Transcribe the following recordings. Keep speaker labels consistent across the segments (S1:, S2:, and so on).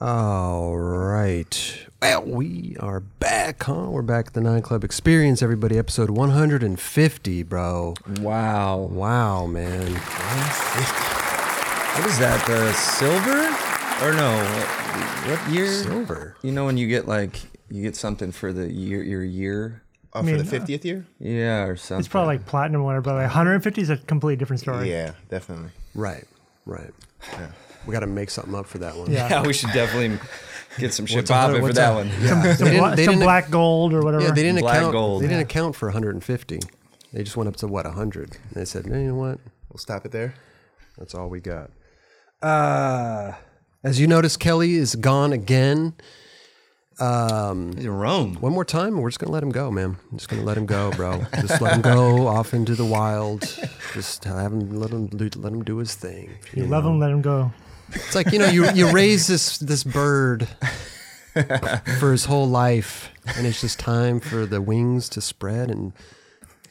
S1: All right. Well, we are back, huh? We're back at the Nine Club Experience, everybody. Episode 150, bro.
S2: Wow.
S1: Wow, man.
S2: What is that? The silver? Or no? What, what year?
S1: Silver.
S2: You know when you get like you get something for the year your year?
S3: Oh,
S4: mean,
S3: for the 50th year?
S2: Yeah, or something.
S4: It's probably like platinum or whatever, but like 150 is a completely different story.
S3: Yeah, definitely.
S1: Right, right. We got to make something up for that one.
S4: Yeah.
S2: yeah. We should definitely get some shit
S1: What's up,
S2: popping for
S1: what's
S2: that
S1: up?
S2: one.
S1: Yeah.
S4: Some,
S1: They
S4: bla-
S1: didn't- they
S4: some
S1: didn't-
S4: black gold or whatever.
S1: Yeah, they didn't
S2: Black
S1: account.
S2: gold.
S1: They didn't account for 150. They just went up to what 100, and they said, "Eh, "You know what?
S3: We'll stop it there.
S1: That's all we got." Uh, as you notice, Kelly is gone again.
S2: He's in Rome.
S1: One more time, and we're just gonna let him go, man. I'm just gonna let him go, bro. just let him go off into the wild. Just have him let him do, let him do his thing.
S4: You love them, let them go.
S1: It's like you know, you you raise this this bird for his whole life, and it's just time for the wings to spread and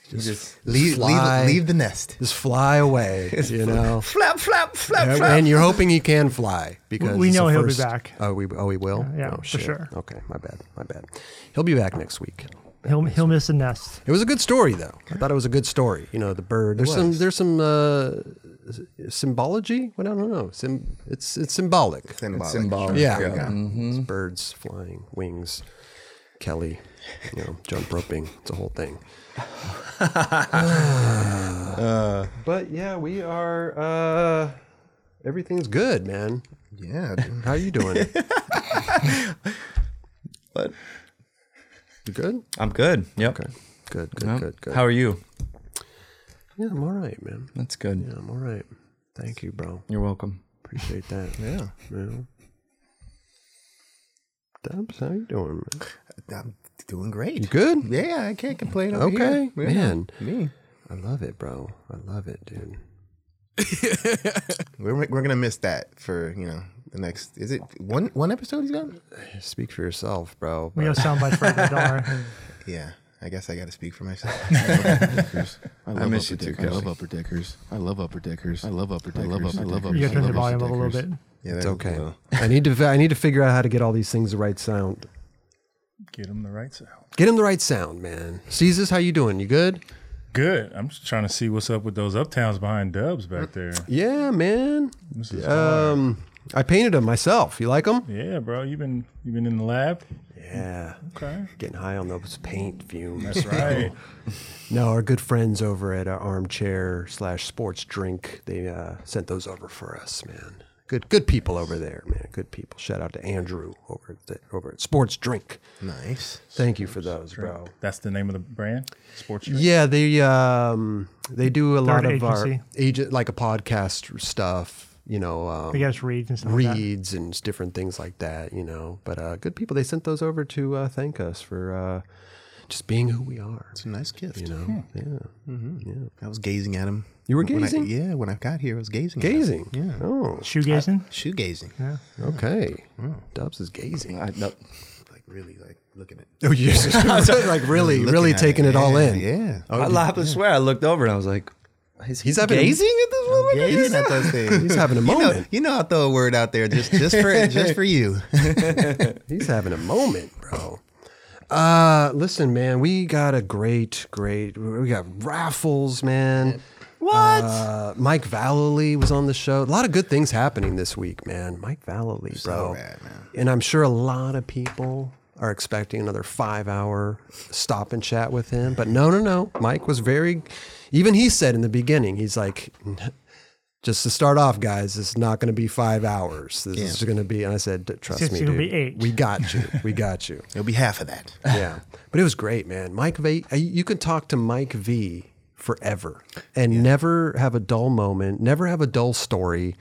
S1: just,
S3: Leave,
S1: fly.
S3: leave, leave the nest.
S1: just fly away, you know.
S2: Flap, flap, flap,
S1: And- And you're hoping he can fly because
S4: We- we
S1: it's
S4: know
S1: the
S4: he'll be
S1: first-
S4: back.
S1: Oh, we oh he will.
S4: Yeah, yeah,
S1: Oh,
S4: for
S1: shit.
S4: sure.
S1: Okay, my bad, my bad. He'll be back next week.
S4: He'll he'll miss a nest.
S1: It was a good story though. I thought it was a good story. You know, the bird. There's some there's some uh, symbology. What I don't know. Sim, it's it's symbolic.
S3: Symbolic.
S2: symbolic.
S1: Yeah.
S2: Oh, Yeah. Mm-hmm.
S1: It's birds flying, wings, Kelly, you know, jump roping. It's a whole thing.
S2: Uh,
S1: but yeah, we are. Uh, everything's good, man.
S3: Yeah. dude.
S1: How you doing?
S2: But
S1: You good?
S2: I'm good. Yep.
S1: Okay. Good, good,
S2: Yep.
S1: good, good.
S2: How are you?
S1: yeah, I'm all right, man.
S2: That's good.
S1: Yeah, I'm all right. Thank you, bro.
S2: You're welcome.
S1: Appreciate that.
S3: Yeah.
S1: Yeah. Dubs, how you doing? Man?
S3: I'm doing great.
S1: You good?
S3: Yeah, I can't complain. Over
S1: Okay,
S3: here. Yeah.
S1: man.
S3: Me.
S1: I love it, bro. I love it, dude.
S3: We're, we're going to miss that for, you know, the next. Is it one one episode he's gone?
S1: Speak for yourself, bro.
S4: We have sound bites for it, don't worry.
S3: Yeah. I guess I got to speak for myself.
S5: I, love
S2: miss
S5: upper
S2: you too,
S5: deckers. I love
S2: Kelsey.
S5: upper deckers. I love upper deckers. I love upper deckers. I love upper deckers. I love upper
S4: You gotta turn the volume up a little bit.
S3: yeah,
S1: It's okay. I need to. I need to figure out how to get all these things the right sound.
S6: Get them the right sound.
S1: Get him the right sound, man. Caesars, how you doing? You good?
S6: Good. I'm just trying to see what's up with those uptowns behind Dubs back there.
S1: Yeah, man.
S6: This is
S1: Um, I painted them myself. You like them?
S6: yeah, bro. You've been you've been in the lab.
S1: Yeah.
S6: Okay,
S1: Getting high on those paint fumes.
S6: that's right.
S1: No, our good friends over at uh, Armchair slash Sports Drink, they uh, sent those over for us, man. Good, good people over there, man. Good people. Shout out to Andrew over at the, over at Sports Drink.
S3: Nice.
S1: Thank you for those, bro.
S6: that's the name of the brand. Sports. Drink.
S1: Yeah, they um, they do a lot
S4: Third
S1: of our
S4: agency.
S1: agent like a podcast stuff, you know, um,
S4: We got reads and stuff. Like that.
S1: reads and s- different things like that, you know. But uh, good people, they sent those over to uh, thank us for uh, just being who we are.
S3: It's a nice gift.
S1: You know, yeah.
S3: I was gazing at him.
S1: You were
S3: When I-
S1: gazing?
S3: yeah, when I got here, I was gazing.
S1: Gazing.
S3: At him. Yeah.
S1: Oh,
S4: Shoegazing.
S3: Shoe gazing.
S1: Okay. Dubs is gazing.
S2: I, no,
S3: Like, really, like, looking at
S1: Oh, yes. like really,
S3: Looking
S1: really
S3: at
S1: taking it, all
S3: Yeah,
S1: in.
S3: Yeah. Oh,
S2: I, I swear I looked over and I was like, is he
S1: He's having-
S2: gazing at this woman?
S3: Gazing at those things.
S1: He's having a
S3: You know,
S1: moment.
S3: you know, I'll throw a word out there just just for just for you.
S1: He's having a moment, bro. Uh, listen, man, we got a great, great. We got raffles, man. What? Uh, Mike Vallely was on the show. A lot of good things happening this week, man. Mike Vallely, bro.
S3: rad, man.
S1: And I'm sure a lot of people are expecting another five hour stop and chat with him. But no, no, no. Mike was very, even he said in the beginning, he's like, just to start off, guys, it's not going to be five hours. This is going to be, and I said, trust
S4: It's
S1: me,
S4: gonna
S1: dude.
S4: be eight."
S1: We got you. We got you.
S3: It'll be half of that.
S1: Yeah. But it was great, man. Mike V, uh, you can talk to Mike V forever and never have a dull moment, never have a dull story.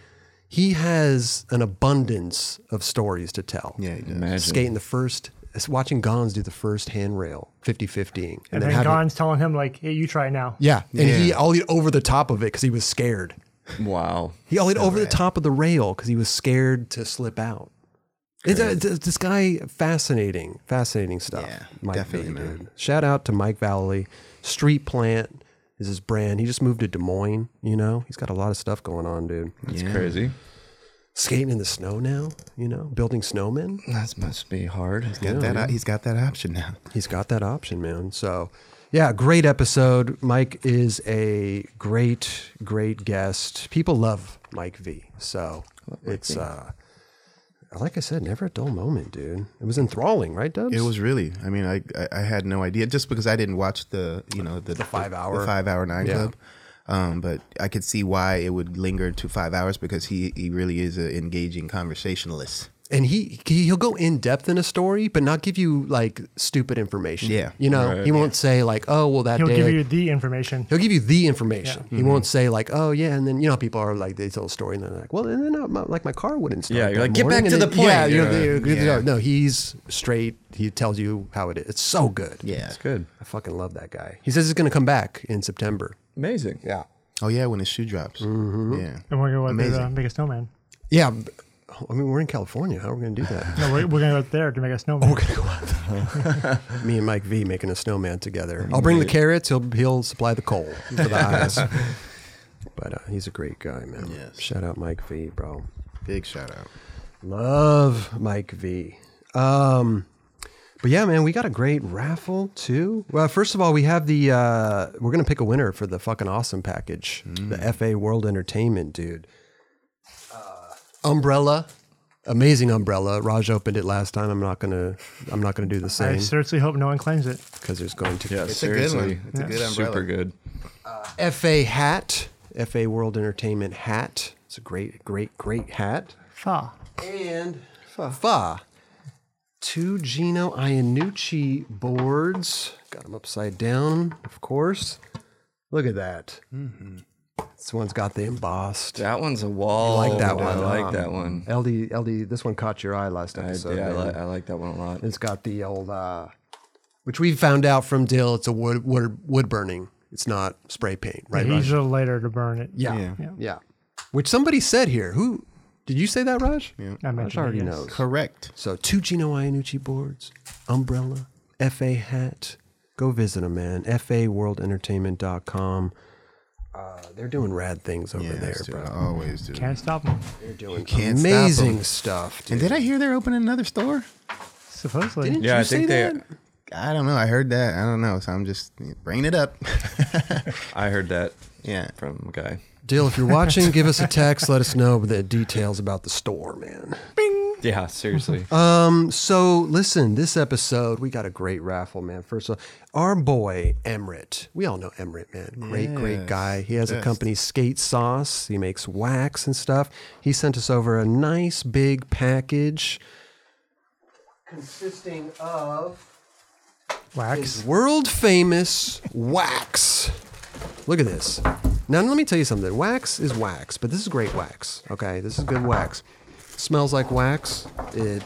S1: He has an abundance of stories to tell.
S3: Yeah, he does.
S1: Skating the first, watching Gons do the first handrail, 50 50 ing
S4: And, then Gon's telling him like, "Hey, you try now."
S1: Yeah. And he
S3: Yeah.
S1: ollied over the top of it because he was scared.
S2: Wow.
S1: He ollied over the top of the rail because he was scared to slip out. It's, uh, it's- this guy, fascinating, fascinating stuff.
S3: Yeah,
S1: Mike
S3: definitely,
S1: V,
S3: man.
S1: dude. Shout out to Mike Valley. Street Plant is his brand. He just moved to Des Moines. You know, he's got a lot of stuff going on, dude.
S2: That's crazy.
S1: skating in the snow now, you know, building snowmen.
S7: That must be hard.
S3: He's got that. He's got that option now.
S1: He's got that option, man. So, yeah, great episode. Mike is a great, great guest. People love Mike V. So it's, uh, like I said, never a dull moment, dude. It was enthralling, right, Dubs?
S3: It was really. I mean, I, I I had no idea just because I didn't watch the you know the, the
S1: five hour.
S3: the five hour nine
S1: Yeah.
S3: club. Um, but I could see why it would linger to five hours because he he really is an engaging conversationalist.
S1: and he he- he'll go in depth in a story, but not give you like stupid information.
S3: Yeah.
S1: you know, he won't say like, "Oh, well, that
S4: He'll
S1: day."
S4: give you the information.
S1: he'll give you the information. He won't say like, "Oh, yeah," and then you know, people are like, they tell a story and they're like, "Well, and then uh, my, like my car wouldn't start."
S7: Yeah, you're
S1: that
S7: like, "Get
S1: morning," and
S7: back to
S1: then-
S7: the point.
S1: Yeah, you're-
S7: Yeah.
S1: you're- you're-
S3: Yeah.
S1: no, he's straight. He tells you how it is. It's so good.
S3: Yeah.
S7: It's good.
S1: I fucking love that guy. He says he's gonna come back in September.
S7: Amazing.
S1: Yeah,
S3: Oh yeah, when his shoe drops.
S1: Mm-hmm.
S3: Yeah.
S4: And we're going to go out there to
S3: Amazing.
S4: make a snowman.
S1: yeah. b- I mean, we're in California. How are we gonna do that?
S4: No, we're, we're going to go out there to make a
S1: Oh,
S4: snowman.
S1: Me and Mike V making a snowman together. I'll bring the carrots. He'll he'll supply the coal for the eyes. But uh, he's a great guy, man.
S3: Yes.
S1: Shout out Mike V, bro.
S3: Big shout out.
S1: Love Mike V. Um, but yeah, man, we got a great raffle too. Well, first of all, we have the uh, we're gonna pick a winner for the fucking awesome package, the FA World Entertainment, dude. Uh, umbrella, amazing umbrella. Raj opened it last time. I'm not gonna I'm not gonna do the
S4: I
S1: same
S4: seriously hope no one claims it.
S1: because there's going to
S7: Yeah,
S3: It's
S7: seriously.
S3: a good one. It's a good umbrella.
S7: Super good.
S1: FA hat, FA World Entertainment hat. It's a great, great, great hat.
S4: Fa.
S1: And fa. Two Gino Iannucci boards. Got them upside down, of course. Look at that. This one's got the embossed.
S7: That one's a wall.
S1: like that one. Um,
S7: I
S1: huh?
S7: like that one.
S1: LD, LD, this one caught your eye last
S7: I,
S1: episode.
S7: yeah, I,
S1: man.
S7: li- I like that one a lot.
S1: It's got the old, uh, which we found out from Dill, it's a wood, wood, wood burning. It's not spray paint, right?
S4: He
S1: Raj?
S4: used it later to burn it.
S1: Yeah.
S3: Yeah.
S1: Yeah. Which somebody said here. Who did you say that, Raj? Yeah.
S4: I mentioned it,
S1: already
S4: yes.
S1: knows.
S3: Correct.
S1: So two Gino Iannucci boards, umbrella, FA hat. Go visit them, man. FAWorldEntertainment.com. Uh, they're doing rad things over
S3: Yeah,
S1: there,
S3: dude,
S1: bro.
S3: I always do.
S4: Can't stop him.
S1: They're doing
S3: can't stop 'em.
S1: amazing stuff. Dude.
S3: And did I hear they're opening another store?
S4: Supposedly.
S1: Didn't
S7: Yeah,
S1: you
S7: I
S1: say
S7: think they-
S1: that?
S3: I don't know. I heard that. I don't know. So I'm just bringing it up.
S7: I heard that
S3: yeah.
S7: from a guy.
S1: Dill, if you're watching, give us a text. Let us know the details about the store, man.
S7: Yeah, seriously.
S1: Um, So listen, this episode we got a great raffle, man. First of all, our boy Emrit. We all know Emrit, man. Great, great
S3: Yes.
S1: guy. He has a
S3: Best.
S1: company, Skate Sauce. He makes wax and stuff. He sent us over a nice big package consisting of
S4: Wax.
S1: world famous wax. Look at this. Now let me tell you something. Wax is wax, but this is great wax. Okay, this is good wax. Smells like wax. It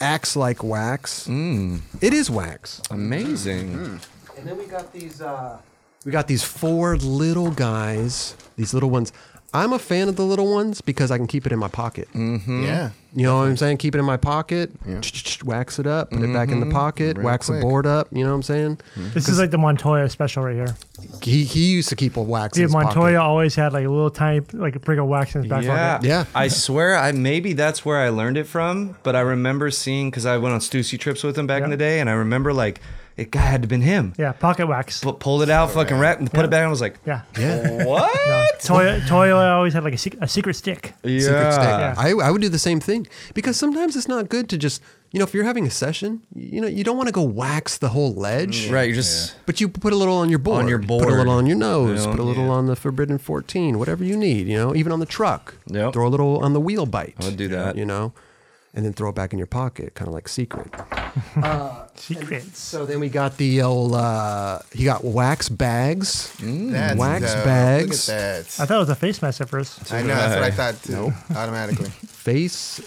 S1: acts like wax. It is wax.
S7: Amazing.
S3: Hmm.
S1: And then we got these. Uh, we got these four little guys. These little ones. I'm a fan of the little ones because I can keep it in my pocket.
S3: Yeah.
S1: You know what I'm saying? Keep it in my pocket, wax it up, put it back in the pocket, wax
S3: quick.
S1: the board up. You know what I'm saying?
S4: This is like the Montoya special right here.
S1: He he used to keep a wax. in
S4: Dude,
S1: his pocket.
S4: Montoya always had like a little tiny, like a brick of wax in his back
S7: Yeah.
S4: pocket.
S1: Yeah.
S7: I swear I maybe that's where I learned it from, but I remember seeing cuz I went on Stussy trips with him back in
S4: Yeah.
S7: the day and I remember like it guy had to been him.
S4: Yeah, pocket wax.
S7: But pulled it out, fucking wrapped and put it back and I was like,
S4: Yeah.
S7: "What?"
S4: Toya, Toya always had like a, sec- a secret stick.
S1: Secret stick.
S7: Yeah.
S1: I, I would do the same thing because sometimes it's not good to just you know if you're having a session you know you don't want to go wax the whole ledge
S7: Right, you just
S1: but you put a little on your board
S7: your
S1: put a
S7: board.
S1: little on your nose
S7: Yeah.
S1: put a little on the forbidden 14 whatever you need you know even on the truck
S7: Yep.
S1: throw a little on the wheel bite
S7: I would do that.
S1: you know and then throw it back in your pocket kind of like secret
S4: Secrets.
S1: so then we got the old uh he got wax bags
S7: Mm.
S3: That's
S1: Wax
S7: uh,
S3: dope.
S1: bags.
S3: Look at
S4: I
S3: that.
S4: thought it was a face mask at first.
S3: I know. That's what I thought too. Automatically.
S1: face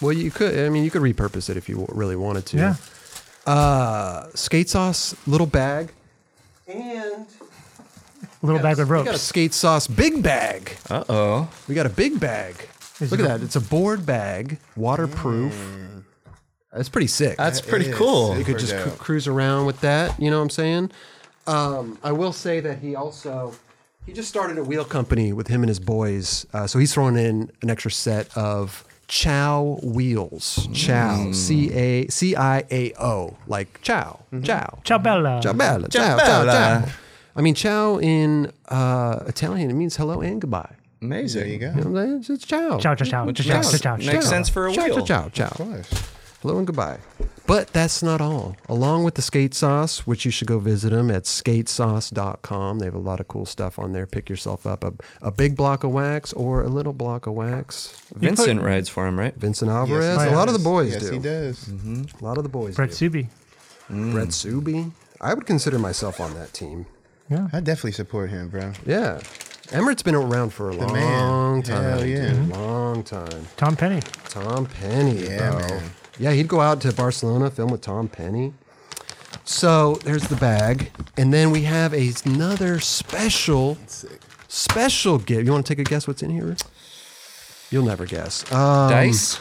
S1: well you could i mean you could repurpose it if you really wanted to Uh,
S4: Yeah.
S1: skate sauce little bag and
S4: Little bag of
S1: we got a
S4: ropes.
S1: skate sauce big bag
S7: uh-oh.
S1: we got a big bag
S4: Is
S1: look
S4: it
S1: at
S4: a-
S1: that it's a board bag waterproof that's pretty sick
S7: Mm. That's pretty
S3: is.
S7: cool.
S1: you could just
S3: Super
S1: cru-
S3: dope.
S1: cruise around with that you know what i'm saying um, i will say that he also He just started a wheel company with him and his boys. Uh, so he's throwing in an extra set of chow wheels. Chow.
S7: Mm.
S1: C A C I A O. Like chow.
S7: Mm-hmm.
S1: Chow.
S4: Ciao bella.
S1: Ciao bella. Ciao, ciao, ciao. I mean, ciao in uh, Italian, it means hello and goodbye.
S7: Amazing. There you go.
S1: You know what I'm saying? It's, it's ciao.
S4: Ciao, ciao, ciao,
S7: Which
S4: ciao,
S7: makes-
S4: ciao, ciao,
S7: makes
S4: ciao.
S7: sense for a
S1: ciao,
S7: wheel.
S1: Ciao, ciao, ciao. Hello and goodbye. But that's not all. Along with the Skate Sauce, which you should go visit them at skatesauce.com. They have a lot of cool stuff on there. Pick yourself up a, a big block of wax or a little block of wax.
S7: Vincent rides for him, right?
S1: Vincent Alvarez,
S4: he
S1: a lot of
S4: does.
S1: the boys
S3: yes,
S1: do.
S3: he does.
S1: A lot of the boys
S4: Brett
S1: do.
S4: Subi.
S1: Brett Subi. I would consider myself on that team.
S3: I definitely support him, bro.
S1: Yeah. Emmert's been around for a
S3: man.
S1: long time.
S3: Hell yeah. Mm-hmm.
S1: dude. Long time.
S4: Tom Penny.
S1: Tom Penny.
S3: Yeah,
S1: bro.
S3: man.
S1: Yeah, he'd go out to Barcelona, film with Tom Penny. So there's the bag. And then we have a, another special, special gift. You want to take a guess what's in here? You'll never guess. Um,
S7: Dice.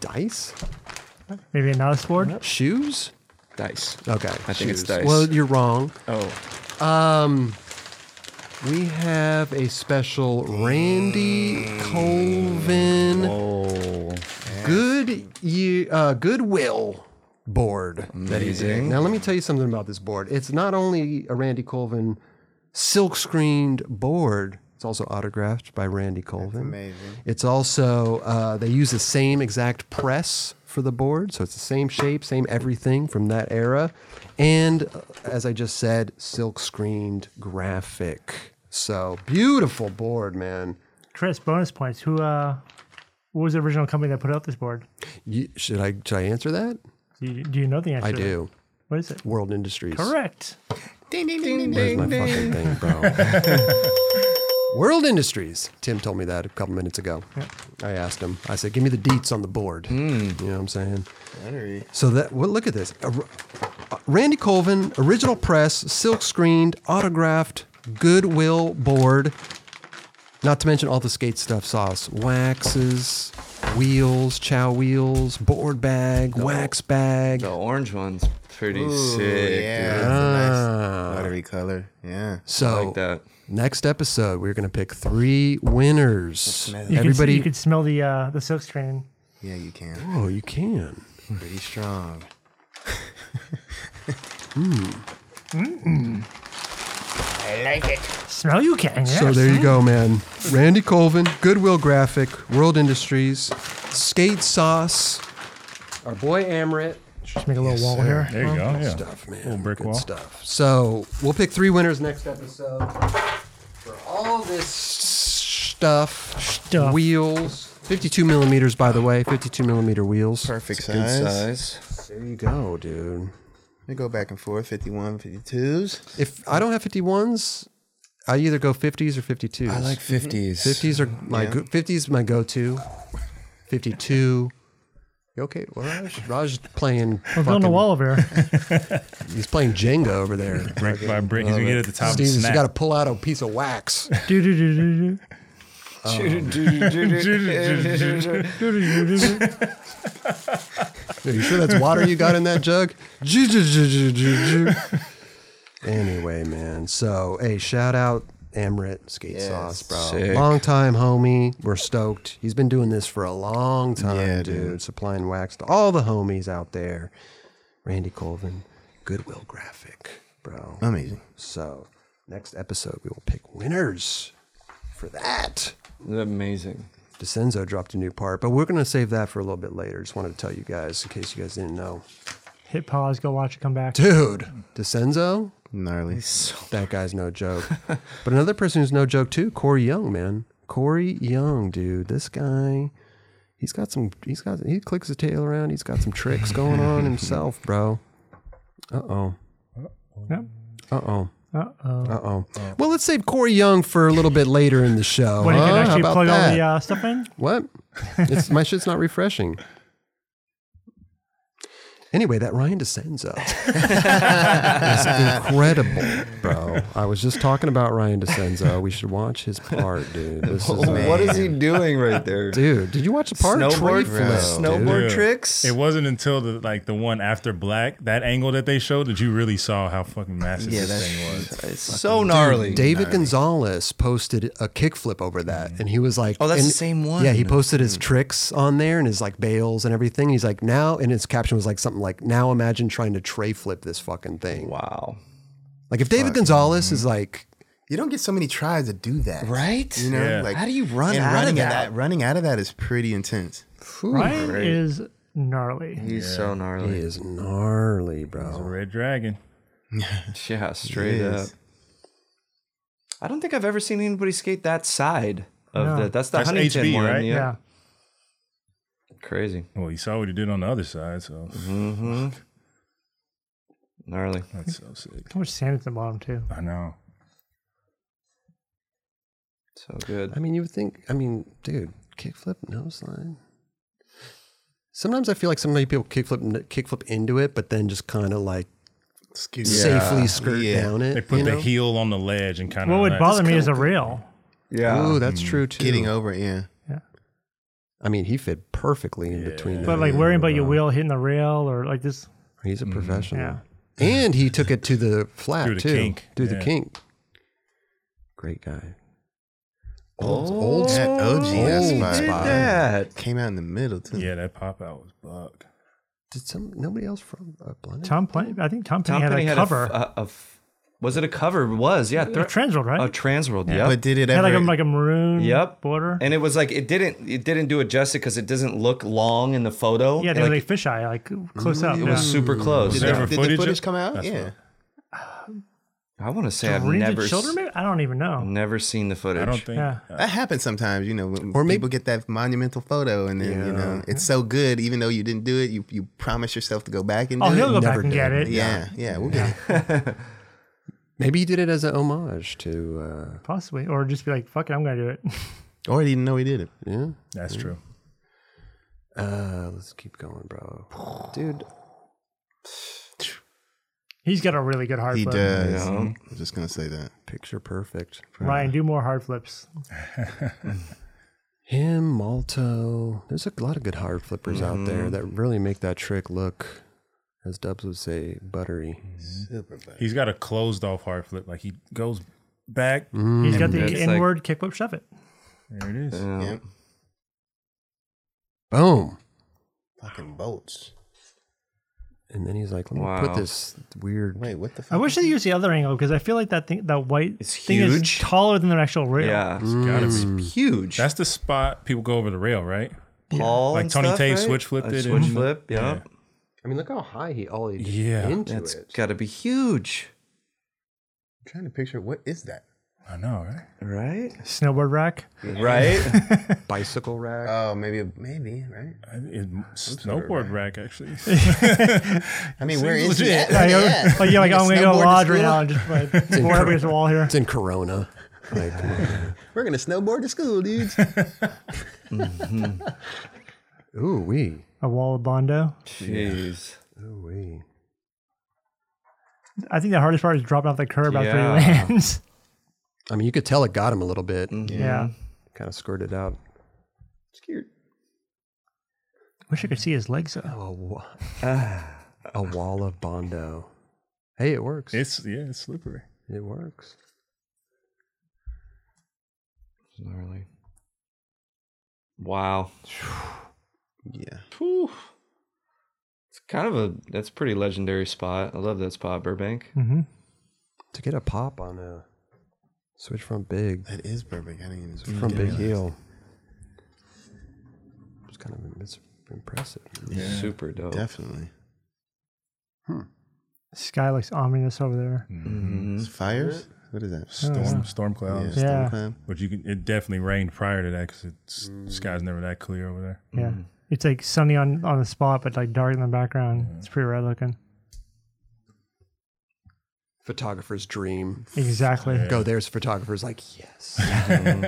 S1: Dice?
S4: Maybe a Nautilus board.
S1: Shoes?
S7: Dice.
S1: Okay.
S7: I think it's
S1: shoes.
S7: dice.
S1: Well, you're wrong.
S7: Oh.
S1: We have a special Randy Colvin Good Ye- uh, Goodwill board that he did.
S7: Amazing.
S1: Now, let me tell you something about this board. It's not only a Randy Colvin silk screened board, it's also autographed by Randy Colvin.
S3: Amazing.
S1: It's also uh, they use the same exact press for the board, so it's the same shape, same everything from that era, and uh, as I just said, silk screened graphic. So beautiful board, man.
S4: Chris, bonus points. Who uh what was the original company that put out this board?
S1: You, should I should I answer that?
S4: Do you, do you know the answer?
S1: I
S4: to that?
S1: do.
S4: What is it?
S1: World Industries.
S4: Correct.
S1: Where's my fucking thing, bro? World Industries. Tim told me that a couple minutes ago. I asked him. I said, "Give me the deets on the board."
S7: Hmm.
S1: You know what I'm saying? So that well, look at this. A r- uh, Randy Colvin, original press, silk screened, autographed, Goodwill board. Not to mention all the skate stuff: sauce, waxes, wheels, chow wheels, board bag, wax bag.
S7: The orange one's pretty sick.
S3: Oh, yeah, that's a nice watery color. Yeah.
S7: I
S1: So
S7: like that.
S1: Next episode, we're going to pick three winners.
S4: You
S1: Everybody.
S4: Could, you could smell the uh the silk screen.
S3: Yeah, you can.
S1: oh, you can.
S3: Pretty strong.
S4: Smell you can. Yes.
S1: So there you go, man. Randy Colvin, Goodwill Graphic, World Industries, Skate Sauce, our boy Amrit.
S4: Just make a little wall here.
S6: There you go. Yeah.
S1: Stuff, man.
S6: Little brick
S1: Good
S6: wall.
S1: stuff. So we'll pick three winners next episode for all this stuff.
S4: Stuff.
S1: Wheels. 52 millimeters, by the way. 52 millimeter wheels.
S3: Perfect
S7: Good
S3: size.
S7: size.
S1: There you go, dude.
S3: They go back and forth 51, 52s.
S1: If I don't have 51s, I either go 50s or 52s.
S7: I
S3: Mm-hmm.
S7: like 50s.
S1: 50s are my go 50s my go-to. 52. You okay, Raj? Raj playing
S4: We're building a
S1: fucking-
S4: wall over here.
S1: He's playing Jenga over there.
S6: Brick by brick. He's going to get at the top
S1: Steve's
S6: and snap.
S1: got to pull out a piece of wax.
S4: do, do, do, do, do.
S1: Are you sure that's water you got in that jug? Ju- ju- ju- ju- ju- ju. anyway, man. So, hey, shout out Amrit Skate
S3: Yes.
S1: Sauce, bro.
S7: Sick.
S1: Long time homie. We're stoked. He's been doing this for a long time,
S3: Yeah,
S1: dude.
S3: dude.
S1: Supplying wax to all the homies out there. Randy Colvin, Goodwill Graphic, bro.
S3: Amazing.
S1: So, next episode, we will pick winners for that.
S7: Amazing.
S1: DeCenzo dropped a new part, but we're going to save that for a little bit later. Just wanted to tell you guys in case you guys didn't know.
S4: Hit pause, go watch it come back.
S1: Dude, DeCenzo,
S3: Gnarly.
S1: that guy's no joke. but another person who's no joke too, Corey Young, man. Corey Young, dude. This guy, he's got some, he's got, he clicks his tail around. He's got some tricks going on himself, bro. Uh oh.
S4: Yep.
S1: Uh oh.
S4: Uh oh.
S1: Uh oh. Well, let's save Corey Young for a little bit later in the show.
S4: When you
S1: huh?
S4: can
S1: How
S4: actually
S1: about
S4: plug all
S1: that?
S4: the uh, stuff in?
S1: What? It's my shit's not refreshing. Anyway, that Ryan DeSenza is incredible, bro. I was just talking about Ryan DeSenza. We should watch his part, dude. This is
S7: What is he doing right there?
S1: dude. Did you watch the part?
S7: Snowboard,
S1: Tree flip, dude.
S7: snowboard
S6: Dude,
S7: tricks.
S6: It wasn't until the like the one after Black that angle that they showed that you really saw how fucking massive
S3: Yeah,
S6: this
S3: that's-
S6: thing was.
S7: it's so gnarly.
S1: David Gonzalez posted a kickflip over that, and he was like,
S7: Oh, that's the
S1: and-
S7: same one. Hmm.
S1: Yeah, he posted his tricks on there and his like bails and everything. He's like, now, and his caption was like something like, "Now imagine trying to tray flip this fucking thing."
S7: wow.
S1: Like if David Gonzalez is like,
S3: You don't get so many tries to do that,
S7: Right?
S3: You know,
S6: Yeah.
S3: like
S7: How do you run
S3: and
S7: out of
S3: running
S7: that?
S3: Running out of that is pretty intense.
S4: Ryan is gnarly.
S7: He's so gnarly.
S1: he is gnarly, bro.
S6: Red Dragon.
S7: Yeah, straight
S3: It
S7: up.
S3: is.
S7: I don't think I've ever seen anybody skate that side of
S4: No.
S7: the. That's the
S6: That's
S7: Huntington
S6: HB,
S7: one.
S6: right?
S7: Yeah.
S4: Yeah.
S7: Crazy.
S6: Well, you saw what he did on the other side, so
S7: hmm Gnarly.
S6: that's so sick.
S4: Too much sand at the bottom too.
S6: I know.
S7: So good.
S1: I mean, you would think. I mean, dude, kickflip noseline. Sometimes I feel like so many people kickflip kickflip into it, but then just kind of like
S3: Excuse
S1: safely skirt down it.
S6: They put
S1: you
S6: the
S1: know?
S6: heel on the ledge and kind of.
S4: What would bother me is a rail.
S7: Yeah.
S1: Ooh, that's true too.
S3: Getting over, it, yeah.
S1: I mean, he fit perfectly in between.
S4: But
S1: the-
S4: like worrying about your wheel hitting the rail or like this.
S1: he's a professional.
S4: Yeah.
S1: And he took it to the flat
S6: Through the
S1: too.
S6: kink.
S1: Through the
S6: Yeah.
S1: kink. Great guy.
S3: Old, old, that OG
S1: old
S3: spot.
S1: spot.
S7: That.
S3: Came out in the middle too.
S6: Yeah, that pop out was buck.
S1: Did some nobody else from uh, Blunder?
S4: Tom Penny, I think Tom Penny
S7: Tom
S4: had
S7: Petty
S4: a
S7: had
S4: cover.
S7: A, f- a- a f- was it a cover? It was yeah.
S4: a Transworld, right?
S7: A Transworld. Yep.
S3: But did it
S4: had
S3: ever?
S4: like a like a maroon
S7: Yep.
S4: border.
S7: and it was like it didn't it didn't do it justice because it doesn't look long in the photo.
S4: yeah,
S7: It,
S4: they were
S7: like,
S4: like fisheye, like close up.
S7: it
S4: yeah.
S7: was super close.
S3: did
S6: there
S7: Yeah.
S6: ever
S3: the, did
S6: footage
S3: the
S6: of-
S3: footage come out?
S6: That's
S3: yeah.
S7: I want to say I've
S4: Dreams of
S7: never s-
S4: children, maybe? I don't even know.
S7: never seen the footage.
S6: I don't think.
S4: Yeah.
S3: That happens sometimes, you know, when
S1: Or may-
S3: people get that monumental photo and then, you know, it's so good, even though you didn't do it, you, you promise yourself to go back and
S4: Oh,
S3: do
S4: he'll
S3: it.
S4: go
S1: never
S4: back and
S1: did.
S4: get it.
S3: yeah, yeah, we'll get it.
S1: Maybe he did it as an homage to. uh,
S4: Possibly. Or just be like, fuck it, I'm going to do it.
S3: Or he didn't know he did it.
S1: Uh, yeah.
S6: That's true.
S1: Uh, let's keep going, bro. Dude,
S4: He's got a really good hard
S3: He
S4: flip.
S3: does.
S7: Yeah.
S3: I'm just going to say that.
S1: picture perfect.
S4: Ryan, do more hard flips.
S1: Him, Malto. There's a lot of good hard flippers out
S7: Mm-hmm.
S1: there that really make that trick look, as Dubs would say, buttery.
S6: He's got a closed off hard flip. Like he goes back.
S7: Mm-hmm.
S1: Hmm. Mm-hmm.
S4: He's got the
S7: It's like-
S4: inward kick whip shove it.
S6: There it is.
S7: Yeah.
S3: Yeah.
S1: Boom.
S3: Fucking bolts.
S1: And then he's like, let me
S7: Wow.
S1: put this weird.
S3: Wait, what the fuck?
S4: I wish they used the other angle because I feel like that thing, that white
S7: It's
S4: thing
S7: huge.
S4: is taller than their actual rail.
S7: Yeah.
S6: Gotta be.
S7: Huge.
S6: That's the spot people go over the rail, right?
S7: Paul
S6: Like
S7: and
S6: Tony
S7: stuff,
S6: Tate
S7: right?
S6: switch flipped
S7: Like
S6: it
S7: Switch
S6: and-
S7: flip. Yeah.
S1: I mean, look how high he ollied
S6: Yeah.
S1: into
S7: That's
S1: it.
S7: got to be huge,
S3: I'm trying to picture what is that?
S6: I know, right?
S7: right?
S4: Snowboard rack.
S7: Right.
S1: Bicycle rack.
S3: Oh, maybe, maybe, right?
S6: I- It, snowboard rack actually.
S3: I mean, where is
S6: legit.
S3: it?
S4: Like, yeah. like, you're like, I'm going to go lodge right now and just like, board up against the wall here.
S1: it's in Corona. Like, come on.
S3: We're going to snowboard to school, dudes.
S1: ooh wee,
S4: A wall of Bondo.
S7: Jeez.
S1: ooh wee.
S4: I think the hardest part is dropping off the curb after
S7: Yeah.
S4: he lands.
S1: I mean, you could tell it got him a little bit.
S7: Mm-hmm.
S4: yeah.
S1: Kind of squirted out.
S4: Wish I could see his legs though.
S1: A, wa- a wall of Bondo. Hey, it works.
S6: It's yeah, it's slippery.
S1: it works.
S7: Gnarly. Wow.
S3: yeah.
S7: Whew. It's kind of a that's a pretty legendary spot. I love that spot, Burbank.
S4: Mm-hmm.
S1: To get a pop on a switch from big,
S3: That is Burbank. I didn't even
S1: from big
S3: realize.
S1: heel. It's kind of it's impressive.
S7: Super dope.
S3: Definitely.
S4: Sky looks ominous over there.
S7: Mm-hmm.
S3: It's fires? What is that?
S6: Storm, storm clouds.
S4: Yeah.
S3: Storm cloud?
S6: But you can. It definitely rained prior to that because the sky's never that clear over there.
S4: Yeah. It's like sunny on, on the spot, but like dark in the background. It's pretty rad looking.
S1: Photographer's dream.
S4: Exactly.
S1: Go there's photographers like yes.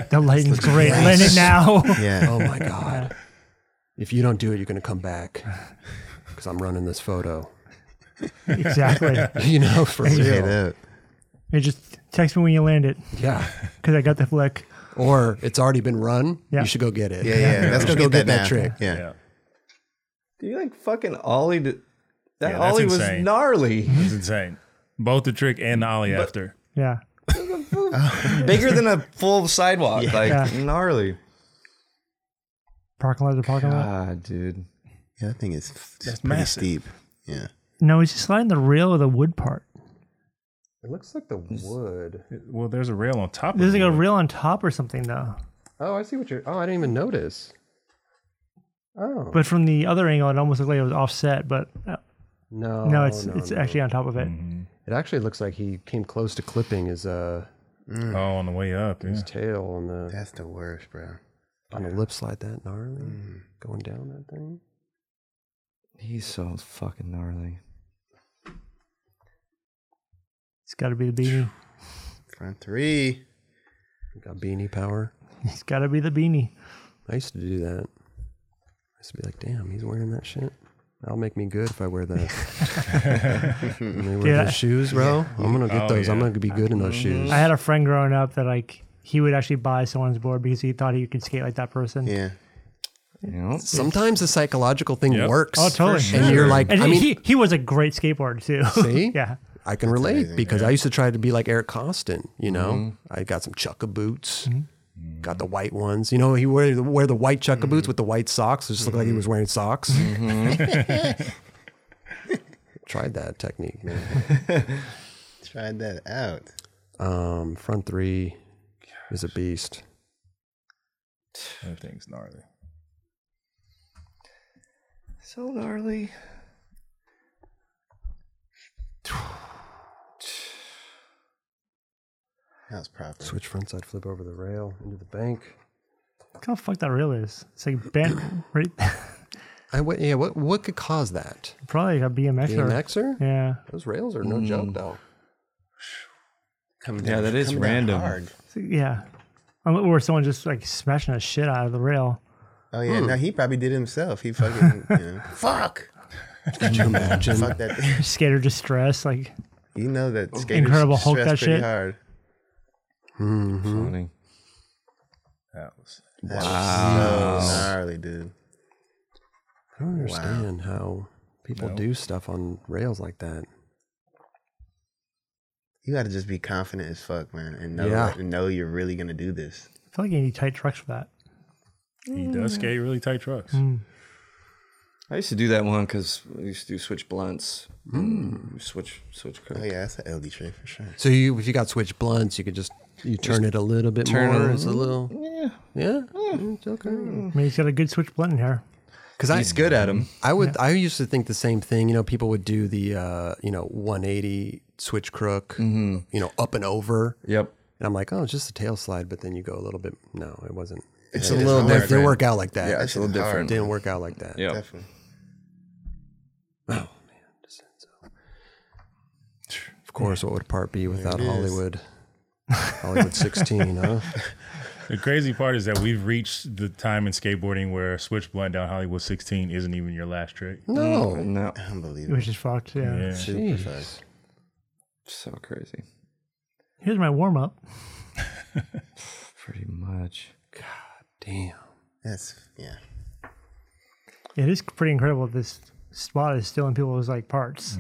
S4: The lighting's great. Land it now.
S3: Yeah.
S1: Oh my god. If you don't do it, you're gonna come back. because I'm running this photo.
S4: Exactly.
S1: You know, for
S3: Straight
S1: real.
S3: up.
S4: hey, just text me when you land it
S1: Yeah.
S4: because I got the flick.
S1: Or it's already been run.
S4: Yeah.
S1: You should go get it.
S3: Yeah, yeah. Let's go
S1: Just
S3: get, that, now.
S1: trick.
S3: Yeah.
S6: Yeah.
S7: Dude, you like fucking ollie? To, that
S6: Yeah, that's
S7: ollie was
S6: insane.
S7: gnarly,
S6: It's insane. Both the trick and the ollie after.
S4: Yeah.
S7: bigger than a full sidewalk, like
S4: Yeah.
S7: gnarly.
S4: Parking lot to parking lot.
S7: Ah, dude.
S3: Yeah, that thing is f-
S6: That's
S3: pretty
S6: massive.
S3: steep. Yeah.
S4: No, he's just sliding the rail of the wood part.
S1: It looks like the wood.
S6: Well, there's a rail on top.
S4: There's
S6: of
S4: like a
S6: it.
S4: rail on top or something though.
S1: Oh, I see what you're. Oh, I didn't even notice. Oh
S4: But from the other angle, it almost looked like it was offset. But uh,
S1: no,
S4: Oh, no, Mm-hmm. it's it's actually on top of it.
S1: It actually looks like he came close to clipping his uh
S6: Oh, on the way up. Yeah.
S1: his tail on the
S3: That's the worst, bro.
S1: on a lip slide. That gnarly
S6: Hmm.
S1: going down that thing.
S7: He's so fucking gnarly.
S4: It's got to be the beanie.
S3: Front three.
S1: Got beanie power.
S4: It's got to be the beanie.
S1: I used to do that. I used to be like, damn, he's wearing that shit. That'll make me good if I wear that. When they wear
S4: Dude, I-
S1: those shoes, bro. I'm gonna get
S6: Oh,
S1: those. I'm
S6: yeah.
S1: gonna be good in those shoes.
S4: I had a friend growing up that like he would actually buy someone's board because he thought he could skate like that person.
S3: Yeah.
S7: You know?
S1: Sometimes the psychological thing
S6: Yep.
S1: works.
S4: Oh, totally.
S1: And you're like,
S4: And
S1: I
S4: he-
S1: mean,
S4: he, he was a great skateboarder too.
S1: See?
S4: yeah.
S1: I can relate because I used to try to be like Eric Costin. You know, I got some chukka boots, got the white ones. You know, he wear the, wear the white chukka boots with the white socks. It just looked like he was wearing socks. Tried that technique, man.
S3: Tried that out.
S1: Um, front three is a beast.
S6: That thing's gnarly.
S7: So gnarly.
S3: That was proper.
S1: Switch front side, flip over the rail into the bank.
S4: Look how fucked that rail is. It's like bent right
S1: I w- yeah. What what could cause that?
S4: probably like a BMX or
S1: BMXer?
S4: yeah.
S1: Those rails are no joke though.
S3: Coming
S7: Yeah, that is
S3: coming
S7: random.
S3: hard.
S4: It's like- yeah. Um, Or someone just like smashing the shit out of the rail.
S3: Oh yeah, no, he probably did it himself. He fucking you know, fuck.
S1: Could you imagine?
S3: Fuck that. Thing.
S4: Skater distress, like
S3: You know that skaters
S4: Incredible Hulk
S3: stress
S4: that
S3: pretty
S4: shit.
S3: hard.
S7: Funny.
S6: That was
S3: Wow, gnarly dude.
S1: I don't understand how people do stuff on rails like that.
S3: You got to just be confident as fuck, man, and know
S1: Yeah.
S3: and know you're really gonna do this.
S4: I feel like you need tight trucks for that.
S6: he does skate really tight trucks.
S7: I used to do that one because we used to do switch blunts. Mm. Switch, switch. Cook.
S3: Oh yeah, that's an LD trick for sure.
S1: So you, if you got switch blunts, you could just you turn it a little bit
S7: turn
S1: more.
S7: it a
S1: It's a little, yeah, yeah, Mm, it's okay.
S4: I mean, he's got a good switch blunt in here.
S1: Because I,
S7: Mm. He's good at him.
S1: I would, I used to think the same thing. You know, people would do the, uh, you know, 180 switch crook,
S7: Mm-hmm.
S1: you know, up and over,
S7: Yep.
S1: and I'm like, oh, it's just a tail slide. But then you go a little bit. No, it wasn't.
S7: It's
S1: It
S7: a
S1: didn't
S7: little
S1: work- it
S7: different.
S1: Didn't work out like that.
S7: Yeah,
S1: it
S7: it's a little
S3: It's hard.
S7: different.
S1: didn't work out like that.
S7: Yep.
S3: Definitely.
S1: Of course, what would part be without Hollywood? Hollywood 16, huh?
S7: Mm.
S6: The crazy part is that we've reached the time in skateboarding where switch blunt down Hollywood 16 isn't even your last trick.
S1: No,
S7: Oh, No.
S3: Unbelievable.
S4: Which is fucked.
S7: Oh,
S4: Yeah.
S6: Yeah.
S3: Super fast.
S7: So crazy.
S4: Here's my warm up.
S7: Pretty much.
S1: damn.
S3: That's yeah.
S4: It is pretty incredible. that This spot is stealing people's like parts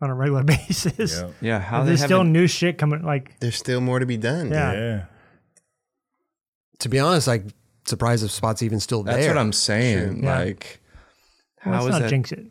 S4: on a regular basis.
S6: Yep.
S7: Yeah. How they
S4: There's still
S7: haven't-
S4: new shit coming. Like
S3: There's still more to be done.
S4: Yeah.
S6: Yeah.
S1: To be honest, I'm surprised if spots even still there.
S7: That's what I'm saying.
S4: Yeah.
S7: Like,
S4: well,
S7: how
S4: let's
S7: is
S4: not
S7: that?
S4: jinx it.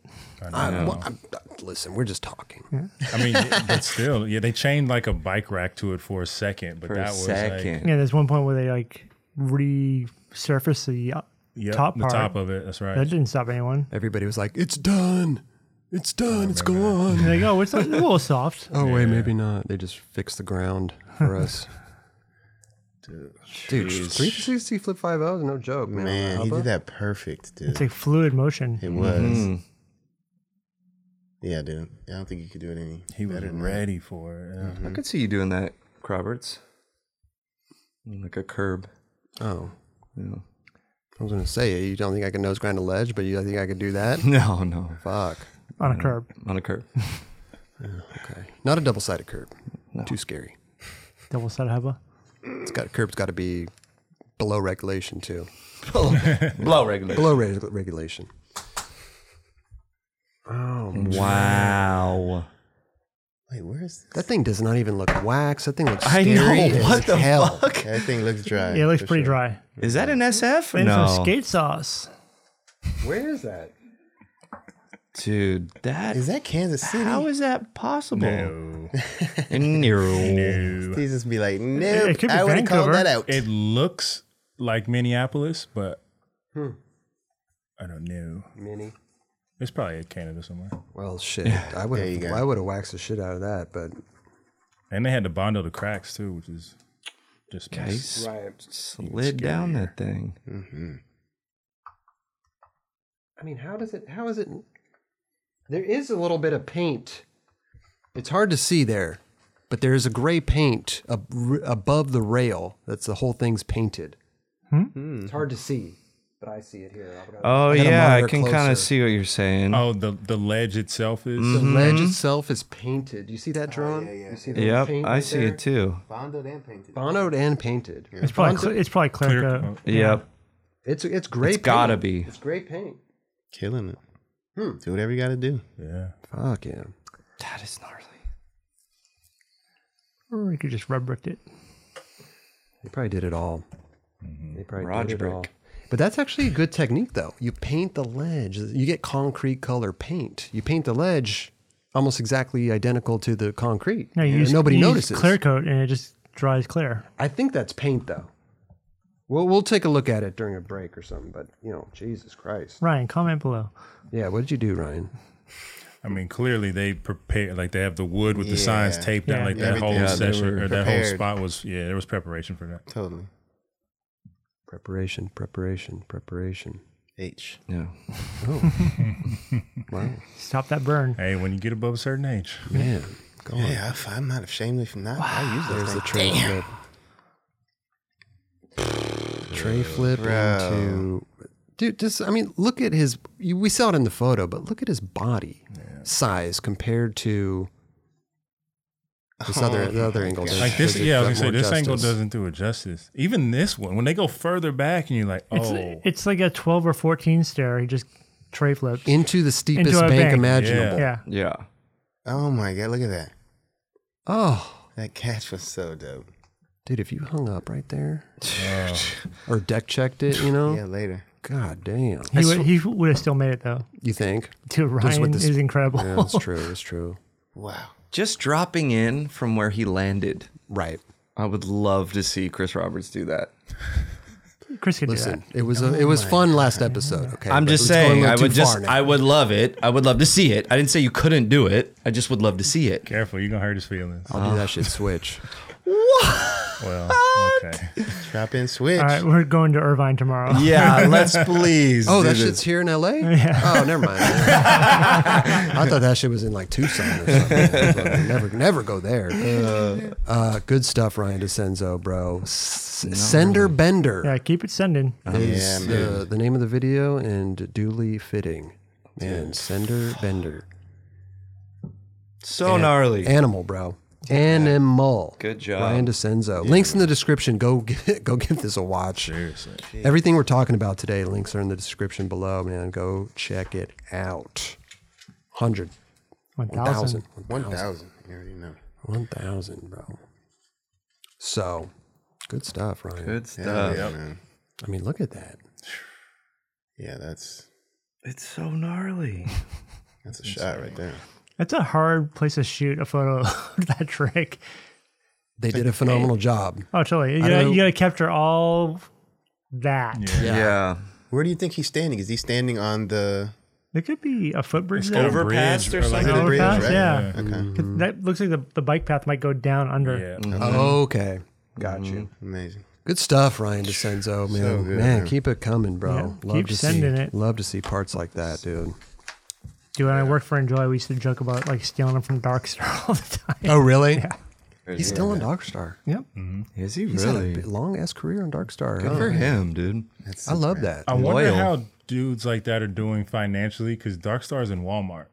S1: I, well, I'm, listen, we're just talking.
S6: I mean, but still, yeah, they chained like a bike rack to it for a second, but
S7: for
S6: that
S7: a
S6: was like
S7: second.
S4: Yeah, there's one point where they like resurface the uh,
S6: Yep,
S4: top
S6: the
S4: part.
S6: top of it. That's right.
S4: That didn't stop anyone.
S1: Everybody was like, "It's done, it's
S3: Oh,
S1: done, it's gone."
S4: They're like, oh, it's a little soft.
S1: Oh wait, maybe not. They just fixed the ground for us. Dude, 360 flip five O is no joke, man.
S3: Man, he
S1: Hubba.
S3: did that perfect,
S4: It's
S3: dude.
S4: like fluid motion.
S3: It was.
S7: Mm.
S3: Yeah, dude. I don't think you could do it any
S6: He was
S3: better
S4: Mm-hmm.
S3: than that.
S6: ready for it. Yeah.
S7: I could see you doing that, Roberts. Like a curb.
S1: Oh,
S7: You know.
S1: I was going to say, you don't think I can nose grind a ledge, but you think I could do that?
S7: No, no.
S1: Fuck.
S4: on a curb.
S7: On a curb.
S1: Okay. Not a double sided curb. Too scary.
S4: Double sided hubba.
S1: It's got curb's got to be below regulation too.
S7: Blow regular.
S1: Below reg- regulation.
S7: Wow.
S3: Wait, where is
S1: That thing does not even look wax. That thing looks
S7: I
S1: scary.
S7: know.
S1: as
S7: What the
S1: hell.
S7: fuck?
S3: That thing looks dry.
S4: Yeah, it looks
S3: for
S4: pretty
S3: sure.
S4: dry.
S7: Is that an SF?
S4: And some
S7: No.
S4: skate sauce.
S1: Where is that?
S7: Dude, that
S3: Is that Kansas City?
S7: How is that possible? Mm-hmm. No.
S3: These just be like, nope.
S4: it could be
S3: I would have
S4: Vancouver.
S3: called that out.
S6: It looks like Minneapolis, but
S7: Hmm.
S6: I don't know.
S1: Mini.
S6: It's probably in Canada somewhere.
S1: Well, shit. I would.
S3: There you go.
S1: I would have waxed the shit out of that, but
S6: And they had to bondo the cracks too, which is just
S7: I
S6: nice.
S7: s- slid down that thing.
S1: I mean, how does it? How is it? There is a little bit of paint. It's hard to see there, but there is a gray paint ab- r- above the rail. That's the whole thing's painted. It's hard to see, but I see it here. I've got-
S7: Hmm? Oh
S1: I gotta
S7: yeah, I
S1: monitor
S7: can kind
S1: closer.
S7: of see what you're saying.
S3: Mm-hmm.
S6: Oh, the the ledge itself is.
S1: The ledge itself is painted. Do you see that drawn? You see the
S7: Mm-hmm. yep,
S1: paint
S7: I
S1: right
S7: see
S1: there?
S7: it too.
S1: Bonoed and painted.
S4: It's probably cl- it's probably clear
S6: Clear
S4: coat.
S7: Yep.
S1: It's it's great.
S7: It's gotta
S1: paint.
S7: be.
S1: It's great paint.
S3: Killing it. Do whatever you got to do.
S6: Yeah.
S1: Fuck yeah.
S7: That is gnarly.
S4: Or you could just red bricked it.
S1: They probably did it all. They probably
S7: Garage
S1: did it
S7: brick.
S1: all. But that's actually a good technique, though. You paint the ledge. You get concrete color paint. You paint the ledge almost exactly identical to the concrete.
S4: No, you
S1: and
S4: use,
S1: nobody
S4: you use
S1: notices.
S4: clear coat and it just dries clear.
S1: I think that's paint, though. We'll we'll take a look at it during a break or something. But you know, Jesus Christ.
S4: Ryan, comment below.
S1: Yeah. What did you do, Ryan?
S6: I mean, clearly they prepare like they have the wood with the signs
S3: Yeah.
S6: taped
S4: Yeah.
S6: down. Like that
S3: Everything.
S6: whole
S3: Yeah, they
S6: session
S3: were
S6: or that whole
S3: prepared.
S6: spot was. Yeah, there was preparation for that.
S3: Totally.
S1: Preparation. Preparation. Preparation.
S3: H.
S7: Yeah.
S1: Wow.
S4: Stop that burn.
S6: Hey, when you get above a certain age,
S1: Man. Go on.
S3: Yeah, I f- I'm not ashamed if not. I use those
S1: There's the
S3: things.
S1: tray flip. Tray flip into. Dude, just, I mean, look at his. you- We saw it in the photo, but look at his body size compared to this
S3: Oh,
S1: other, the other angle. does-
S6: like this.
S1: does it
S6: Yeah, I
S1: got
S6: was gonna say
S1: more
S6: this angle
S1: justice.
S6: doesn't do it justice. Even this one, when they go further back, and you're like,
S4: It's,
S6: oh,
S4: it's like a 12 or 14 stair. He just tray flips.
S1: Into the steepest
S4: Into a
S1: bank,
S4: bank.
S1: imaginable.
S4: yeah.
S7: Yeah.
S3: Oh my God, look at that.
S1: Oh,
S3: That catch was so dope.
S1: dude, if you hung up right there or deck checked it, you know?
S3: Yeah, later.
S1: God damn.
S4: He would, he would have still made it though.
S1: You think?
S4: Dude,
S1: Just with
S4: Ryan
S1: this-
S4: is incredible.
S1: Yeah, that's true. That's true.
S3: Wow.
S7: Just dropping in from where he landed.
S1: Right.
S7: I would love to see Chris Roberts do that.
S4: Chris could do
S1: Listen,
S4: that.
S1: it was a, it
S4: Oh
S1: was fun last episode. Okay,
S7: I'm
S1: but
S7: just
S1: it's going a
S7: saying, I
S1: little too
S7: would just,
S1: far now.
S7: I would love it. I would love to see it. I didn't say you couldn't do it. I just would love to see it.
S6: careful, you're gonna hurt his feelings.
S1: I'll do that shit. Switch.
S6: Well, okay.
S3: Drop in switch.
S4: All right, we're going to Irvine tomorrow.
S7: Yeah, let's please.
S1: Oh,
S7: do
S1: that
S7: this.
S1: shit's here in L.A. Oh, never mind. I thought that shit was in like Tucson or something. Fucking never, never go there. Uh, good stuff, Ryan DeCenzo, bro. S- Sender Bender
S4: Yeah, keep it sending.
S1: Uh, is the, the name of the video and duly fitting. Man, Sender Bender,
S7: so gnarly.
S1: animal, bro. Animal.
S7: Good job.
S1: Ryan DeCenzo. Links in the description. Go g- go give this a watch.
S6: Seriously.
S1: Everything we're talking about today, links are in the description below, man. Go check it out. 100,
S4: 1,000.
S1: 1,000,
S3: 1,000. You already know.
S1: 1,000, bro. So, good stuff, Ryan.
S7: Good
S3: Yeah,
S7: stuff.
S3: yeah, man.
S1: I mean, look at that.
S3: Yeah, that's
S7: It's so gnarly.
S3: that's a shot right there.
S4: That's a hard place to shoot a photo of that trick.
S1: They did a phenomenal job.
S4: Oh, totally. You
S1: I
S4: gotta,
S1: know-
S4: you gotta capture all that.
S7: Yeah.
S3: Where do you think he's standing? Is he standing on the
S4: There could be a footbridge
S6: Like a
S4: there.
S7: over- Overpass
S6: bridge
S7: or
S6: like-
S4: An
S3: the bridge,
S4: overpass,
S3: right?
S4: yeah.
S3: Okay.
S4: 'Cause That looks like the, the bike path might go down under.
S6: Yeah.
S1: Okay. Got
S7: Mm-hmm.
S1: you.
S3: Amazing.
S1: Good stuff, Ryan DeCenzo, man.
S3: So good,
S1: man,
S3: man.
S1: keep it coming, bro.
S4: Yeah,
S1: love
S4: keep
S1: to
S4: sending
S1: see,
S4: it.
S1: Love to see parts like that, dude.
S4: Dude, when I worked for Enjoy, we used to joke about like stealing them from Dark Star all the time.
S1: Oh, really? Yeah. He's still on Dark Star.
S4: Yep.
S7: Is he
S1: He's
S7: really?
S1: had a long ass career on Dark Star.
S7: Good for him, dude.
S1: I love that.
S4: Oh.
S6: I wonder
S7: Loyal.
S6: how dudes like that are doing financially because Dark Star's in Walmart.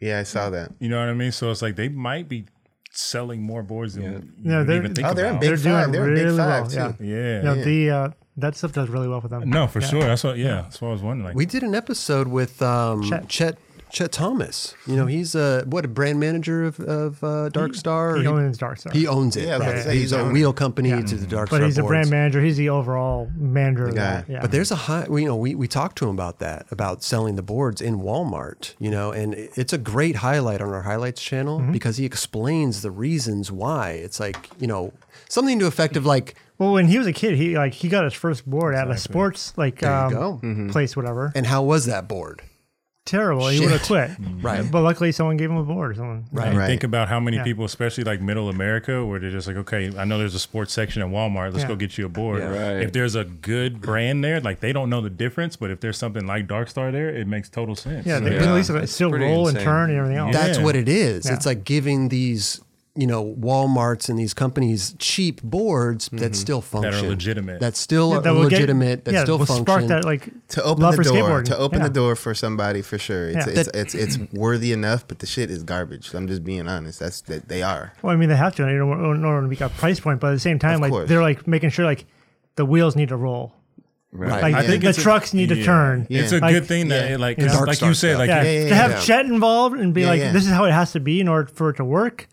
S3: Yeah, I saw that.
S6: You know what I mean? So it's like they might be selling more boards than you
S4: No,
S6: would
S4: they're-
S6: even think
S3: Oh, they're in
S6: about.
S3: big
S4: They're doing
S3: five. They're in big
S4: really
S3: five
S4: well,
S3: too.
S4: yeah.
S6: yeah.
S4: No, the uh, that stuff does really well for them.
S6: No, for sure. That's what. Yeah, that's what I was wondering. Like,
S1: We did an episode with um, Chet.
S4: Chet.
S1: Chet Thomas. You know, he's a what a brand manager of, of uh, Dark Star. or
S4: He
S1: he,
S4: owns Dark Star.
S1: he owns it.
S3: Yeah, I was
S1: right.
S3: gonna say,
S1: he's
S3: he's
S1: a
S3: owning
S1: wheel company to the Dark
S4: but
S1: Star
S4: he's the
S1: boards.
S4: brand manager. He's the overall manager. of
S3: guy.
S4: that, Yeah.
S1: But there's a high, well, you know, we, we talked to him about that, about selling the boards in Walmart, you know, and it- it's a great highlight on our highlights channel
S4: Mm-hmm.
S1: because he explains the reasons why. It's like, you know, something to effective, like,
S4: well, when he was a kid, he like he got his first board at a sports like
S1: you
S4: um,
S1: go.
S4: place, whatever.
S1: and how was that board?
S4: Terrible. He would have
S1: Shit.
S4: quit.
S1: Right.
S4: But luckily, someone gave him a board. Someone. Right.
S6: and
S3: Right.
S6: think about how many people, especially like Middle America, where they're just like, okay, I know there's a sports section at Walmart. Let's
S4: Yeah.
S6: go get you a board.
S7: Yeah, right.
S6: If there's a good brand there, like they don't know the difference, but if there's something like Dark Star there, it makes total sense.
S4: Yeah. They,
S7: Yeah.
S4: At least it
S7: It's
S4: still
S7: pretty
S4: roll and
S7: insane.
S4: turn and everything else.
S1: That's
S6: Yeah.
S1: what it is.
S4: Yeah.
S1: It's like giving these, you know, Walmarts and these companies cheap boards that still function.
S6: legitimate.
S1: That still
S4: Yeah,
S1: are
S4: will get-
S1: legitimate, that
S4: yeah,
S1: still
S4: will
S1: function.
S4: Spark that like
S3: To open
S4: love
S3: the
S4: for
S3: door,
S4: skateboarding.
S3: to open
S4: Yeah.
S3: the door for somebody for sure. It's
S4: Yeah.
S3: it's, it's it's worthy enough, but the shit is garbage. I'm just being honest. That's that they are.
S4: Well, I mean, they have to in order in order to make a price point, but at the same time,
S3: Of
S4: like
S3: course.
S4: they're like making sure like the wheels need to roll.
S1: Right.
S4: Like
S6: I
S4: the,
S6: think
S4: the
S6: it's a-
S4: trucks need to
S6: yeah.
S4: turn.
S6: It's a
S4: Like-
S6: good thing that
S3: yeah.
S6: it, like,
S4: Yeah.
S6: 'cause
S1: Dark
S6: like
S1: Star
S6: you said,
S1: stuff.
S6: like
S4: yeah,
S3: yeah,
S4: to
S3: yeah,
S4: have
S3: yeah.
S4: Chet involved and be
S3: Yeah,
S4: like,
S3: yeah.
S4: this is how it has to be in order for it to work.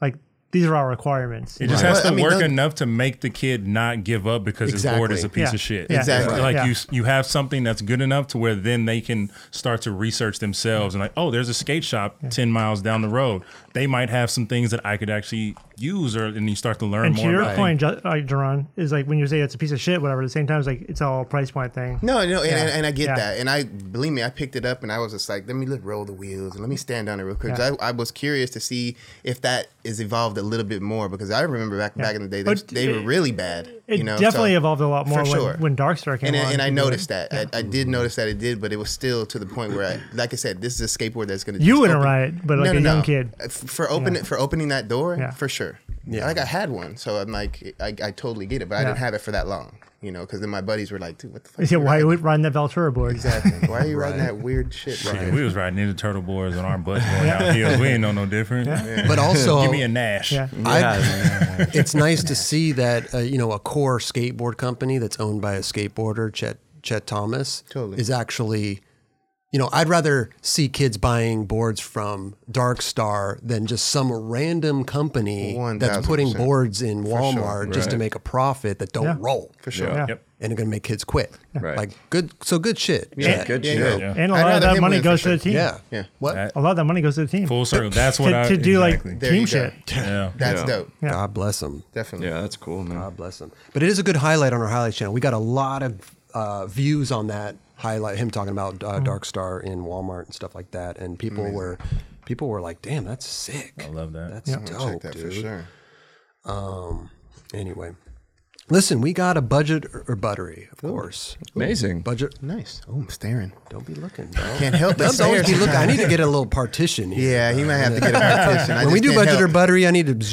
S4: Like these are our requirements.
S6: It just
S3: Right.
S6: has
S3: Well,
S6: to
S3: I mean,
S6: work
S3: those-
S6: enough to make the kid not give up because his board is a
S1: Exactly.
S6: piece
S4: Yeah.
S6: of shit.
S4: Yeah.
S3: Exactly.
S6: Like
S4: Yeah.
S6: you, you have something that's good enough to where then they can start to research themselves and like, oh, there's a skate shop ten miles down the road. They might have some things that I could actually use, or and you start to learn
S4: and to
S6: more.
S4: your
S6: about
S4: point, Ju- like Duran, is like when you say it's a piece of shit, whatever. At the same time, it's like it's all price point thing.
S3: No, no, and, and, and I get
S4: Yeah.
S3: that, and I believe me, I picked it up, and I was just like, let me look, roll the wheels, and let me stand on it real quick. 'Cause I, I was curious to see if that is evolved a little bit more because I remember back back in the day, they,
S4: But
S3: they were
S4: it-
S3: really bad.
S4: It
S3: you know,
S4: definitely
S3: so-
S4: evolved a lot more
S3: for
S4: when,
S3: sure.
S4: when Darkstar came
S3: and,
S4: on. uh,
S3: and I noticed that. I, I did notice that it did, but it was still to the point where, I, like I said, this is a skateboard that's going to.
S4: You wouldn't ride it, but, like, a young kid.
S3: for open for opening that door
S4: Yeah.
S3: for sure. Yeah, like I had one, so I'm like, I, I totally get it, but I
S4: Yeah.
S3: didn't have it for that long, you know, because then my buddies were like, dude, what the fuck?
S4: Yeah,
S3: you
S4: why
S3: riding?
S4: would run the Veltura board?
S3: Exactly. Why are you riding that weird shit?
S6: it.
S3: Right.
S6: Yeah, we was riding Ninja Turtle boards on our butts going down hills. We ain't know no different.
S1: But also,
S6: Give me a Nash.
S4: Yeah.
S1: I, it's nice to see that uh, you know a core skateboard company that's owned by a skateboarder, Chet Chet Thomas,
S3: Totally.
S1: is actually, you know, I'd rather see kids buying boards from Dark Star than just some random company that's
S3: 1000%.
S1: putting boards in Walmart just to
S7: Right.
S1: make a profit that don't
S4: Yeah.
S1: roll
S3: For sure.
S4: Yeah.
S6: Yep.
S1: and are going to make kids quit.
S7: Right.
S1: Like good, so good shit.
S7: Yeah,
S1: Chet.
S7: good
S3: Yeah,
S7: shit.
S3: yeah.
S4: And a
S3: I'd
S4: lot of
S3: rather
S4: that
S3: him
S4: money
S3: win for
S4: goes
S3: sure.
S4: to the team.
S1: Yeah.
S3: Yeah.
S1: What?
S6: That-
S4: A lot of that money goes to the team.
S6: Full circle. That's what
S4: to,
S6: I
S4: to do
S6: exactly.
S4: like
S3: There
S4: team
S3: you go.
S4: shit.
S6: yeah.
S3: That's
S7: Yeah.
S3: dope.
S4: Yeah.
S1: God bless them.
S3: Definitely.
S7: Yeah, that's cool, man.
S1: God bless him. But it is a good highlight on our highlight channel. We got a lot of uh, views on that highlight. Him talking about uh, Dark Star in Walmart and stuff like that, and people were people were like, "Damn, that's sick. I
S6: love that.
S1: That's dope,
S3: Check that
S1: dude."
S3: for sure.
S1: Anyway, listen, we got a budget or, or buttery, of course.
S7: Amazing.
S1: Budget.
S3: Nice. Oh, I'm staring.
S1: Don't be looking, bro.
S3: Can't help but
S1: Don't always
S3: stare.
S1: be looking. I need to get a little partition here.
S3: Yeah, he might have to get a partition. I
S1: When we do
S3: just can't
S1: budget or
S3: help.
S1: buttery, I need to.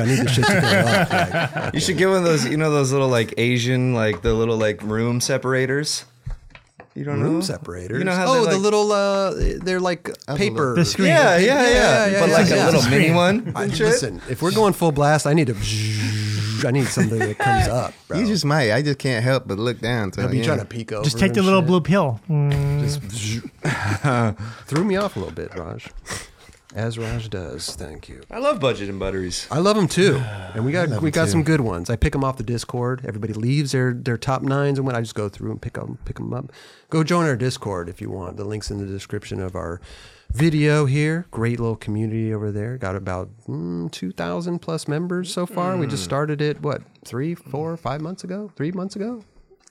S1: I need the shit to go up. like,
S7: You should get one of those, you know, those little like Asian, like the little like room separators. You don't know
S1: room separators.
S7: You know how
S1: oh,
S7: they, like,
S1: the little. Uh, they're like paper.
S4: The screen.
S7: Yeah, yeah, yeah.
S1: Yeah, yeah,
S7: but
S1: yeah,
S7: like
S1: yeah.
S7: a little mini
S4: Screen.
S7: one.
S1: I,
S7: and shit.
S1: listen, if we're going full blast, I need to. I need something that comes up, bro.
S3: You just might. I just can't help but look down. So,
S1: I'll be
S3: yeah.
S1: trying to peek over.
S4: Just take the
S1: and
S4: little
S1: shit.
S4: blue pill. Mm,
S1: Just threw me off a little bit, Raj. As Raj does, thank you.
S7: I love budget and butteries.
S1: I love them too, and we got we got some good ones. I pick them off the Discord. Everybody leaves their their top nines, and when I just go through and pick them pick 'em up. Go join our Discord if you want. The links in the description of our video here. Great little community over there. Got about mm, two thousand plus members so far. We just started it what three, four, five months ago? Three months ago?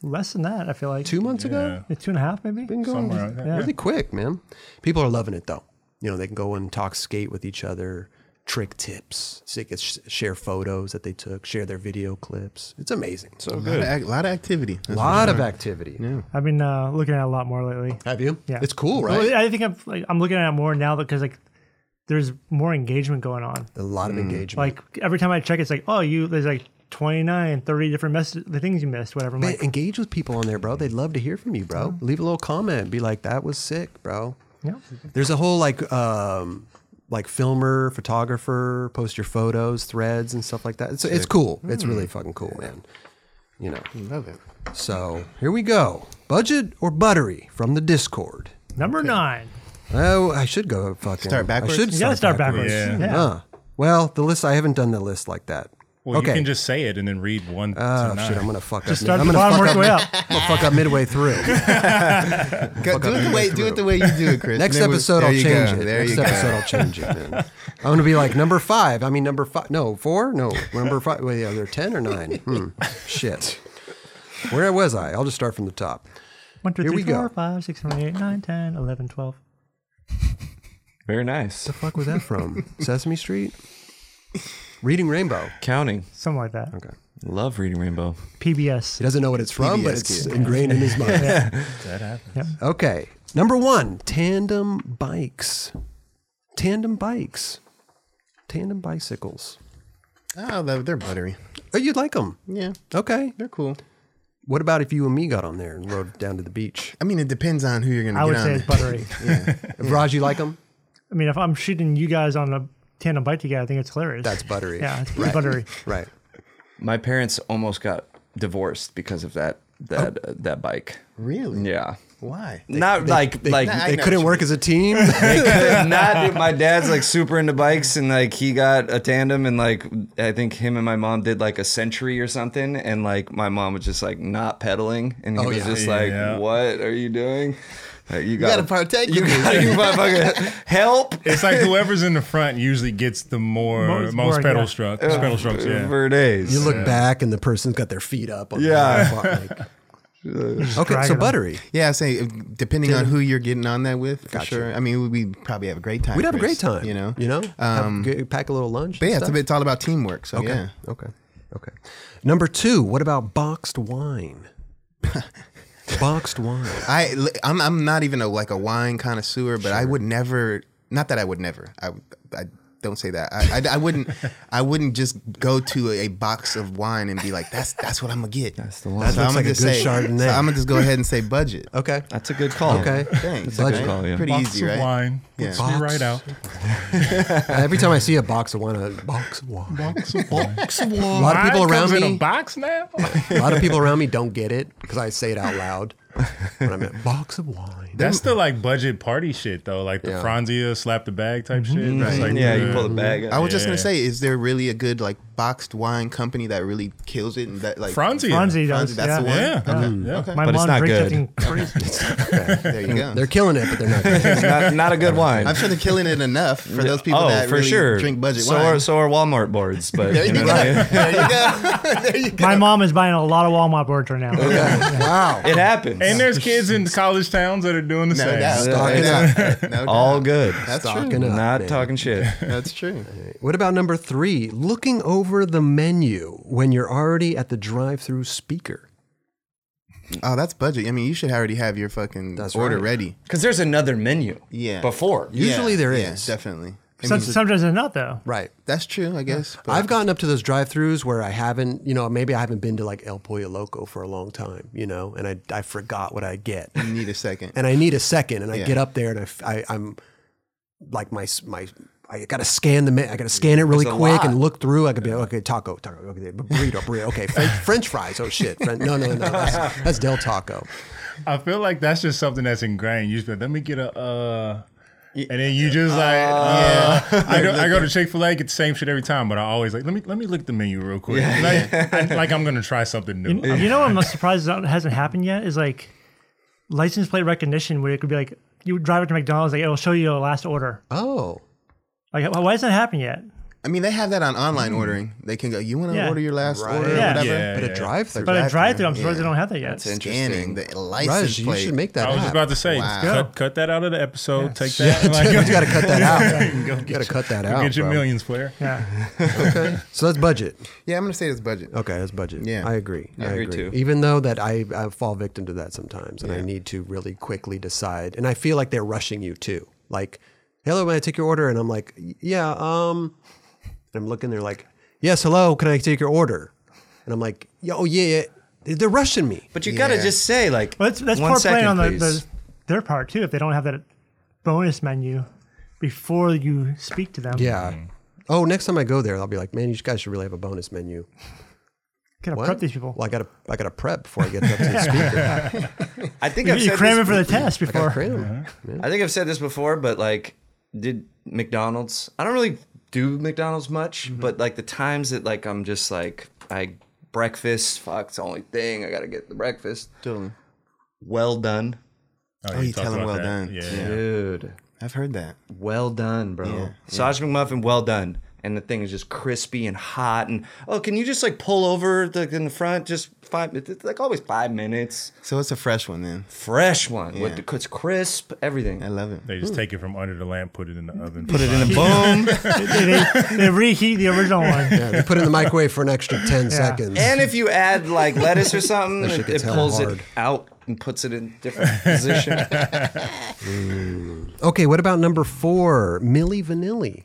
S4: less than that, I feel like.
S1: Two months ago?
S4: It's two and a half, maybe.
S1: Been going
S6: Somewhere like that,
S1: really quick, man. People are loving it though. You know, they can go and talk skate with each other, trick tips, so they can sh- share photos that they took, share their video clips. It's amazing. So
S3: A lot of, ac- lot of activity.
S1: a
S3: That's
S1: lot of activity. Yeah.
S4: I've been uh, looking at it a lot more lately.
S1: Have you?
S4: Yeah,
S1: It's cool,
S4: Well,
S1: right?
S4: I think I'm like I'm looking at it more now because like there's more engagement going on.
S1: A lot of engagement.
S4: Like every time I check, it's like, oh, you there's like 29, 30 different messages, the things you missed, whatever. I'm
S1: Man,
S4: like,
S1: engage with people on there, bro. They'd love to hear from you, bro. Leave a little comment. Be like, that was sick, bro.
S4: yeah,
S1: There's a whole like um like filmer, photographer, post your photos, threads and stuff like that. It's it's cool. It's really fucking cool, man. You know.
S3: Love it.
S1: So here we go. Budget or buttery from the Discord.
S4: number nine.
S1: Oh, I should go fucking
S3: Start backwards?
S1: I should
S4: You gotta start backwards.
S6: backwards.
S4: Yeah.
S1: Huh. Well, the list I haven't done the list like that.
S6: Well,
S1: okay.
S6: you can just say it and then read one
S1: Oh,
S6: to nine.
S1: shit, I'm gonna fuck
S4: Just
S1: up. mid-
S4: start
S1: I'm
S4: at the
S1: gonna
S4: bottom,
S1: fuck
S4: work
S1: up,
S4: your way up.
S1: I'm gonna fuck up midway through.
S3: Go, do it the way do it the way you do it, Chris.
S1: Next
S3: And then we-
S1: episode,
S3: there
S1: I'll
S3: you
S1: change
S3: go.
S1: it.
S3: There
S1: Next
S3: you go.
S1: episode, I'll change it. Man. I'm gonna be like number five. I mean, number five. No, four. No, number five. Wait, are there ten or nine? Hmm. Shit. Where was I? I'll just start from the top.
S4: One, two,
S1: Here we
S4: three,
S1: go.
S4: four, five, six, seven, eight, nine, 10, 11, 12.
S7: Very nice.
S1: The fuck was that from? Sesame Street. Reading Rainbow.
S7: Counting.
S4: Something like that.
S1: Okay.
S7: Love reading Rainbow.
S1: He
S4: PBS.
S1: doesn't know what it's from, but
S3: PBS
S1: it's
S3: kid.
S1: ingrained in his mind.
S6: That happens.
S1: Okay. Number one, tandem bikes. Tandem bikes. Tandem bicycles.
S3: Oh, they're- they're buttery.
S1: Oh, you'd like them.
S3: Yeah,
S1: Okay.
S3: they're cool.
S1: What about if you and me got on there and rode down to the beach?
S3: I mean, it depends on who you're gonna
S4: I
S3: get
S4: would
S3: on.
S4: say it's buttery.
S1: Raj, you like them?
S4: I mean, if I'm shooting you guys on a tandem bike together, I think it's hilarious.
S1: That's buttery.
S4: Yeah, it's pretty buttery.
S1: Right.
S7: My parents almost got divorced because of that that uh, that bike.
S3: really?
S7: Yeah.
S3: Why?
S7: not like like
S3: Nah, I
S1: They
S3: know
S1: couldn't
S3: what
S1: work as a team.
S7: they could not do- my dad's like super into bikes and like he got a tandem and like i think him and my mom did like a century or something and like my mom was just like not pedaling and he
S1: Oh,
S7: was
S1: yeah.
S7: just like
S6: Yeah.
S7: what are you doing Like, you,
S3: gotta partake
S7: you
S3: in this.
S7: gotta you motherfucker help
S6: It's like whoever's in the front usually gets the more
S4: Most-
S6: most,
S4: more,
S6: pedal
S4: yeah.
S6: struck, pedal strokes. Yeah.
S7: for days
S1: You look back and the person's got their feet up. On
S7: Yeah.
S1: The like- okay,
S4: dragging
S1: so
S4: 'em.
S1: buttery.
S3: Yeah, I say uh, depending on who you're getting on that with, for
S1: Gotcha.
S3: sure. I mean, we would probably have a great time.
S1: We'd have a great
S3: Chris,
S1: time.
S3: you know. Um,
S1: You know? Have- g- pack a little lunch.
S3: But
S1: and
S3: yeah, it's, a
S1: stuff.
S3: bit, it's all about teamwork. So yeah,
S1: Okay. Okay. Number two, what about boxed wine? boxed wine.
S3: I li- I'm, I'm not even a like a wine connoisseur, but I would never. Not that I would never. I I don't say that. I, I, I wouldn't. I wouldn't just go to a, box of wine and be like, that's that's what I'm gonna get. That's
S7: the one.
S1: That looks like a good
S3: say,
S1: Chardonnay.
S3: So I'm gonna just go ahead and say budget.
S1: Okay.
S7: that's a good call
S1: Okay.
S3: Thanks.
S1: Budget.
S3: right?
S7: call, yeah.
S3: Pretty
S6: Box
S3: easy,
S6: of
S3: right?
S6: wine.
S3: Yeah.
S6: Puts me right
S1: Box.
S6: out.
S1: Every time I see a box of wine, I box of wine.
S6: Box of wine.
S1: A lot of people
S6: Wine
S1: around
S6: comes in
S1: me.
S6: a box now.
S1: A lot of people around me don't get it because I say it out loud. When I'm at box of wine.
S6: That's the like budget party shit though, like the
S1: Yeah.
S6: Franzia slap the bag type shit. It's
S3: Right.
S6: like,
S7: yeah you
S6: uh,
S7: pull the bag
S3: I
S7: up.
S3: was just gonna
S6: Yeah.
S3: say, is there really a good like boxed wine company that really kills it and that like
S6: Franzia.
S4: Fonzie does.
S3: Fonzie, that's
S4: yeah.
S3: the one?
S6: Yeah. yeah.
S4: My
S7: But it's
S4: mom
S7: not
S4: drinks
S7: good.
S4: that thing crazy.
S3: There you go.
S1: They're killing it, but they're not. Good.
S7: It's not, not a good wine
S3: I'm sure they're killing it enough for those people
S7: oh
S3: that
S7: for
S3: really
S7: sure
S3: drink budget
S7: so
S3: wine.
S7: are so are walmart boards but
S3: there, you
S7: you know,
S3: go.
S7: like-
S3: there you go. There you go.
S4: My mom is buying a lot of Walmart boards right now.
S1: Wow.
S7: it happens
S6: And there's kids in college towns that are doing the
S3: No
S6: same.
S3: doubt. No
S1: Stocking
S3: doubt. No doubt.
S7: all good
S3: That's
S1: Stocking
S3: true.
S1: up,
S7: not
S1: man.
S7: talking shit
S3: That's true.
S1: What about number three? Looking over the menu when you're already at the drive-through speaker.
S3: Oh, that's budget. I mean, you should already have your fucking
S1: That's
S3: order
S1: right.
S3: ready.
S7: Because there's another menu.
S3: Yeah.
S7: Before.
S1: Usually
S3: yeah,
S1: there
S3: yeah,
S1: is.
S3: definitely. I
S4: Some-
S3: mean,
S4: Sometimes it's not though.
S1: Right.
S3: that's true, I guess. but-
S1: I've gotten up to those drive-throughs where I haven't, you know, maybe I haven't been to like El Pollo Loco for a long time, you know, and I, I forgot what I get,
S3: You need a second.
S1: and I need a second, and I
S3: Yeah.
S1: get up there and I f- I, am like my s- my I gotta scan the ma- I gotta scan it really
S7: There's a
S1: quick
S7: lot.
S1: and look through. I could be okay, taco, taco, okay, burrito, burrito, okay, French, French fries. Oh shit, French, no, no, no, that's, that's Del Taco.
S6: I feel like that's just something that's ingrained. You just be like, let me get a, uh, and then you just like, uh, I, go, I go to Chick Fil A, get the same shit every time, but I always like, let me let me look at the menu real quick, like, I- like I'm gonna try something new.
S4: You know what I'm most surprised that hasn't happened yet is like license plate recognition where it could be like you would drive it to McDonald's like it'll show you your last order.
S1: Oh,
S4: Like why hasn't that happened yet?
S3: I mean, they have that on online ordering. They can go, you want to
S4: Yeah.
S3: order your last order or
S4: Yeah.
S3: whatever?
S6: Yeah,
S1: but a
S6: yeah.
S1: drive-through.
S4: But a
S3: Drive-through,
S4: drive through, I'm surprised
S3: yeah.
S4: they don't have that yet.
S3: Scanning the license
S1: Raj, you
S3: plate.
S1: should make that.
S6: I was just
S1: app.
S6: about to say,
S3: Wow.
S6: cut, cut that out of the episode. Take that. and, like,
S1: You gotta cut that out.
S6: Go
S1: you gotta cut that out.
S6: get your
S1: bro.
S6: millions, player.
S4: Yeah.
S1: So that's budget.
S3: Yeah, I'm going to say it's budget.
S1: Okay, that's budget.
S3: Yeah.
S1: I agree. I,
S7: agree too.
S1: Even though that I, I fall victim to that sometimes, and I need to really quickly decide, and I feel like they're rushing you too. Like, hello, may I take your order? And I'm like, yeah, um, and I'm looking, they're like, yes, hello, can I take your order? And I'm like, yeah, oh, yeah, yeah. They're rushing me.
S7: But you gotta
S3: Yeah.
S7: just say like
S4: Well, that's that's
S7: one
S4: part
S7: second,
S4: playing on the,
S7: please.
S4: the their part too. If they don't have that bonus menu before you speak to them,
S1: Yeah.
S6: Mm.
S1: Oh, next time I go there, I'll be like, man, you guys should really have a bonus menu.
S4: gotta prep these people.
S1: Well, I gotta, I gotta prep before I get up to the speaker.
S7: I think
S4: you
S7: I've
S4: you
S7: said
S4: cram
S7: this
S4: it for the test
S1: I gotta
S4: before.
S1: cram.
S7: I think I've said this before, but like, did McDonald's? I don't really do McDonald's much,
S4: Mm-hmm.
S7: but like the times that like I'm just like I breakfast. Fuck, it's the only thing I gotta get the breakfast.
S3: Totally.
S7: Well done,
S3: Oh, you
S6: talked
S3: tell 'em
S6: about
S3: well
S6: that.
S3: done.
S6: Yeah.
S3: Yeah.
S7: dude.
S3: I've heard that.
S7: Well done, bro. Sausage McMuffin, well done. And the thing is just crispy and hot. And oh, can you just like pull over the, in the front? Just five. It's like always five minutes.
S3: So it's a fresh one then.
S7: Fresh one with
S3: Yeah.
S7: the it's crisp. Everything.
S3: I love it.
S6: They just take it from under the lamp, put it in the oven.
S7: Put it in a boom.
S4: they, they, they reheat the original one.
S1: Yeah, they put it in the microwave for an extra ten seconds.
S7: And if you add like lettuce or something,
S1: shit
S7: it,
S1: gets
S7: it
S1: hella
S7: pulls
S1: hard.
S7: it out and puts it in different position.
S1: okay, what about number four, Milli Vanilli?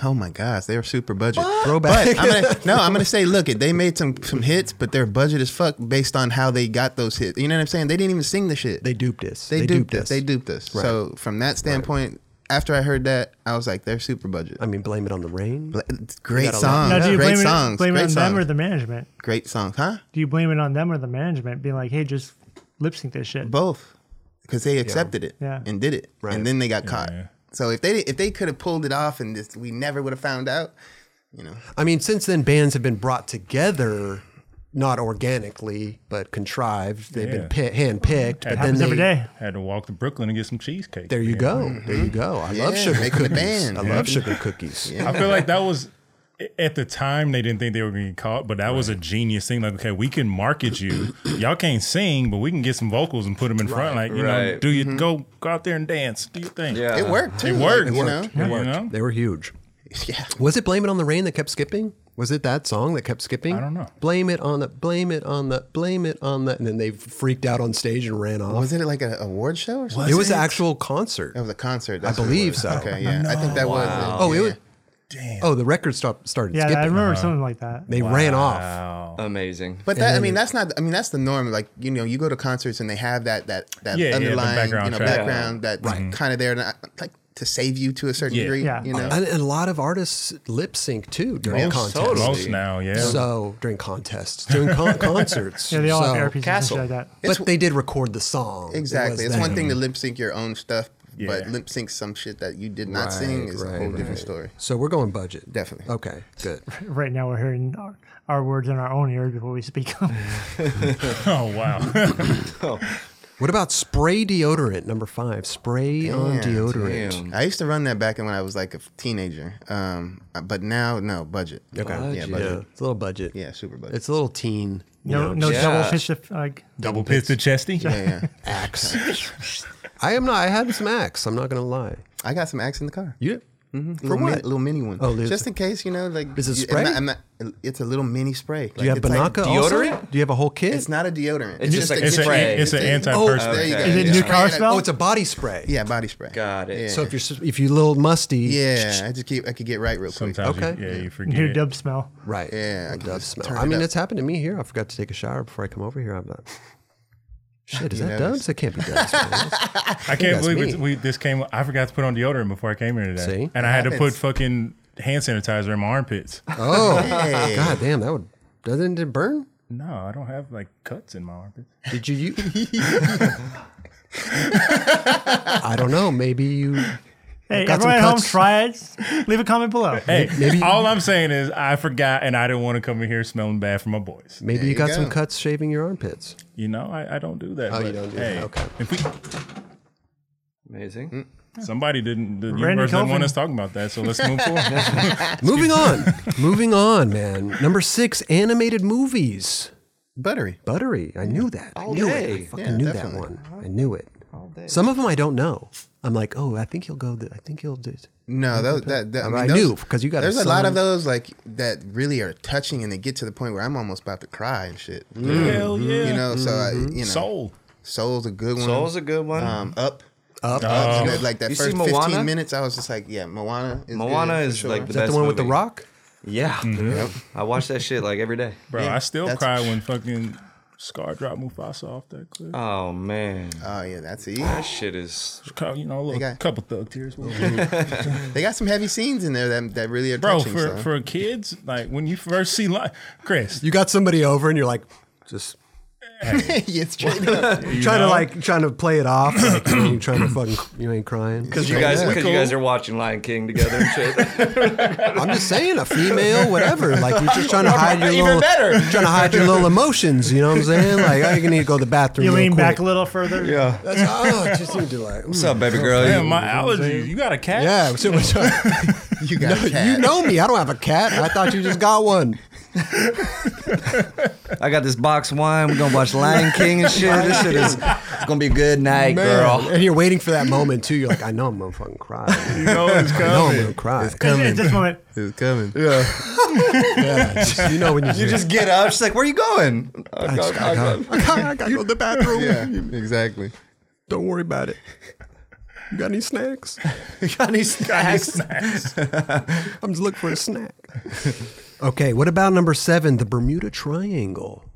S3: Oh my gosh, they were super budget.
S1: Throwback.
S3: But I'm gonna, no, I'm gonna say, look, it- they made some some hits, but their budget is fuck based on how they got those hits. You know what I'm saying? They didn't even sing the shit.
S1: They duped us.
S3: They, duped, us.
S1: us.
S3: They duped us. So from that standpoint, after I heard that, I was like, they're super budget.
S1: I mean, blame it on the rain.
S3: Bla- it's great
S1: gotta love
S3: songs.
S4: Now, do you
S3: Great
S4: blame
S3: songs.
S4: it, blame it
S3: great
S4: on
S3: songs.
S4: them or the management?
S3: great songs, huh?
S4: Do you blame it on them or the management being like, hey, just lip sync this shit?
S3: Both, because they accepted it
S4: Yeah.
S3: and did it,
S1: Right.
S3: and then they got caught.
S6: yeah.
S3: So if they if they could have pulled it off and just we never would have found out, you know.
S1: I mean, since then, bands have been brought together, not organically, but contrived. They've
S6: Yeah.
S1: been pi hand picked. But then
S4: Happens
S1: they,
S4: every day.
S6: Had to walk to Brooklyn and get some cheesecake.
S1: There you
S6: man.
S1: go. There you go. I love
S3: Mm-hmm. Yeah,
S1: sugar
S3: making a
S1: cookies.
S3: band.
S1: I
S3: Yeah.
S1: love sugar cookies.
S6: I feel like that was at the time they didn't think they were going to get caught, but that was a genius thing. Like, okay, we can market you. Y'all can't sing, but we can get some vocals and put them in front. Like, you know,
S7: Right.
S6: do you go go out there and dance? Do you think?
S7: Yeah.
S3: It worked. Too,
S6: It worked.
S3: like, you know.
S6: It worked. You know?
S1: They were huge.
S3: Yeah.
S1: Was it "Blame It on the Rain" that kept skipping? Was it that song that kept skipping?
S6: I don't know.
S1: Blame it on the, blame it on the, blame it on the, and then they freaked out on stage and ran off.
S3: Was Oh, it Oh, like an award show or something?
S1: it was an actual concert.
S3: It was a concert. That's
S1: I
S3: what it
S1: believe
S3: was.
S1: so.
S3: Okay, yeah, I think that was.
S1: Oh, it was.
S3: yeah.
S1: Oh, the record stop started
S4: Yeah,
S1: skipping. Uh-huh.
S4: I remember something like that.
S1: they ran off.
S6: Wow.
S7: Amazing.
S3: But that, I mean, that's not. I mean, that's the norm. Like you know, you go to concerts and they have that that that
S6: Yeah, yeah, the
S3: underlying
S6: background
S3: you know
S6: track. Mm-hmm.
S3: background that's kind of there, to, like to save you to a certain
S6: Yeah.
S3: degree.
S4: Yeah.
S3: You know,
S1: And, and a lot of artists lip sync too during
S3: Most-
S1: contests.
S7: totally.
S6: Most now, yeah.
S1: So during contests, during con- concerts.
S4: Yeah, they all
S1: so,
S4: have airpieces and shit
S7: Castle.
S4: like that.
S1: But they did record the song. It was
S3: exactly. It's
S1: them.
S3: one thing to lip sync your own stuff, but
S6: Yeah.
S3: lip sync some shit that you did not sing is a whole different story.
S1: So we're going budget.
S3: Definitely.
S1: Okay, good.
S4: Right now, we're hearing our, our words in our own ears before we speak them.
S6: Oh wow.
S7: Oh,
S1: What about spray deodorant? Number five, spray on deodorant.
S7: Damn.
S3: I used to run that back when I was like a teenager, um, but now no budget.
S1: Okay,
S3: yeah, budget.
S1: it's a little budget.
S3: Yeah, super budget.
S1: it's a little teen. you
S4: No,
S1: know,
S4: no
S7: yeah.
S4: double fist of like.
S6: Double pistol chesty.
S3: yeah, yeah.
S1: axe. I am not. I had some axe. I'm not gonna lie. Mm-hmm.
S3: I got some acts in the car.
S1: You for
S3: little,
S1: what?
S3: Mini, little mini one.
S1: Oh, little-
S3: just in case, you know, like
S1: Is it
S3: you-
S1: spray?
S3: I'm not, I'm not, it's a little mini spray.
S1: Do you have Banaka also?
S7: deodorant?
S1: Do you have a whole kit?
S3: It's not a deodorant.
S7: It's just like
S6: It's,
S3: a
S6: a,
S7: Spray.
S6: it's an
S1: Oh,
S6: anti-perspirant.
S3: There you go.
S7: okay.
S4: Is it
S3: Yeah.
S4: new
S3: Spray
S4: car
S3: it-
S4: smell?
S1: oh, it's a body spray.
S3: Yeah, body spray.
S7: Got it.
S3: Yeah.
S1: So if you're if you little musty,
S3: yeah, I just keep I could get right real quick.
S6: Sometimes,
S1: Okay.
S6: you, yeah, you forget.
S4: New dub smell.
S1: right?
S3: Yeah, I
S1: it
S3: can
S1: does
S3: just
S1: smell.
S3: turn
S1: I
S3: it
S1: mean,
S3: up.
S1: it's happened to me here. I forgot to take a shower before I come over here. I'm not. Shit, is
S3: You
S1: that
S3: noticed.
S1: dubs? It can't be dubs. man.
S6: I can't
S1: that's
S6: believe
S1: me.
S6: it's, we this came. I forgot to put on deodorant before I came here today,
S1: See?
S6: and I had to put
S3: Happens.
S6: fucking hand sanitizer in my armpits.
S1: oh,
S3: Hey.
S1: god damn, that would doesn't it burn?
S6: No, I don't have like cuts in my armpits.
S1: Did you? you I don't know. Maybe you.
S4: Hey,
S1: Got some
S4: everyone at home,
S1: cuts.
S4: try it. Leave a comment below.
S6: Hey, all I'm saying is I forgot, and I didn't want to come in here smelling bad for my boys.
S1: Maybe you
S3: you
S1: got
S3: go.
S1: some cuts shaving your armpits.
S6: You know, I, I don't do that.
S1: Oh,
S6: but
S1: you don't do
S6: hey,
S1: that. Okay.
S6: If we,
S7: Amazing.
S6: somebody didn't, the
S4: Randy
S6: universe didn't
S4: Coleman.
S6: want us talking about that, so let's move forward.
S1: Moving on. Moving on, man. Number six, animated movies.
S3: Buttery.
S1: Buttery. I knew that. I knew it. I
S7: day.
S1: fucking
S3: Yeah,
S1: knew
S3: definitely.
S1: that one. I knew it. Some of them I don't know. I'm like, oh, I think he'll go. Th- I think he'll do.
S3: No, those, that, that, I,
S1: I
S3: mean, those-
S1: knew, 'cause you got a
S3: There's a lot
S1: son.
S3: of those like that really are touching, and they get to the point where I'm almost about to cry and shit.
S7: Mm-hmm.
S6: Hell yeah.
S1: Mm-hmm.
S3: You know, so I, you know,
S6: Soul.
S3: Soul's a good one.
S7: Soul's a good one.
S3: Um, up.
S1: Up.
S3: And then, like that
S7: You see
S3: first
S7: Moana?
S3: 15 minutes, I was just like, yeah, Moana is
S7: Moana
S3: good, for
S7: is
S3: sure.
S7: like the
S1: Is that
S7: best
S1: the one with the
S7: movie.
S1: rock? Mm-hmm.
S7: Yeah, I watch that shit like every day.
S6: Bro,
S3: Yeah,
S6: I still
S3: that's-
S6: cry when fucking Scar dropped Mufasa off that cliff.
S1: Uh,
S7: Oh man,
S3: Oh yeah, that's it.
S7: that shit is.
S6: Cou- you know, a little,
S3: got-
S6: couple thug tears.
S3: They got some heavy scenes in there that, that really are
S6: Bro,
S3: touching.
S6: for,
S3: so.
S6: for kids, like when you first see li Chris,
S1: You got somebody over and you're like, just
S3: yeah, straight up.
S1: trying to like trying to play it off. Like, you ain't trying to fucking you ain't crying.
S7: Because you guys, because you guys are watching Lion King together and shit.
S1: I'm just saying, a female, whatever. Like you're just trying to hide your little,
S7: better.
S1: trying to hide your little emotions. You know what I'm saying? Like I need to go to the bathroom.
S4: You
S1: real
S4: lean
S1: quick.
S4: back a little further. Yeah.
S1: That's, oh, I just need to like. mm.
S7: What's up, baby girl?
S6: damn,
S7: You-
S6: my allergies. You got a cat?
S1: Yeah, so much.
S3: You got a cat.
S1: you know me. I don't have a cat. I thought you just got one.
S7: I got this box wine. We're gonna watch Lion King and shit. This shit is it's gonna be a good night,
S1: Man.
S7: girl.
S1: And you're waiting for that moment too. You're like, I know I'm gonna fucking cry.
S6: You know it's
S1: I know I'm
S6: coming.
S1: gonna cry.
S4: At this moment,
S3: It's coming.
S1: Yeah, it's just- you know when you,
S7: You just get up. She's like, "Where you going?" I go, I go.
S1: I gotta go to the bathroom.
S3: Yeah, exactly.
S1: Don't worry about it. You got any snacks?
S7: Got any snacks?
S1: I'm just looking for a snack. Okay, what about number seven, the Bermuda Triangle?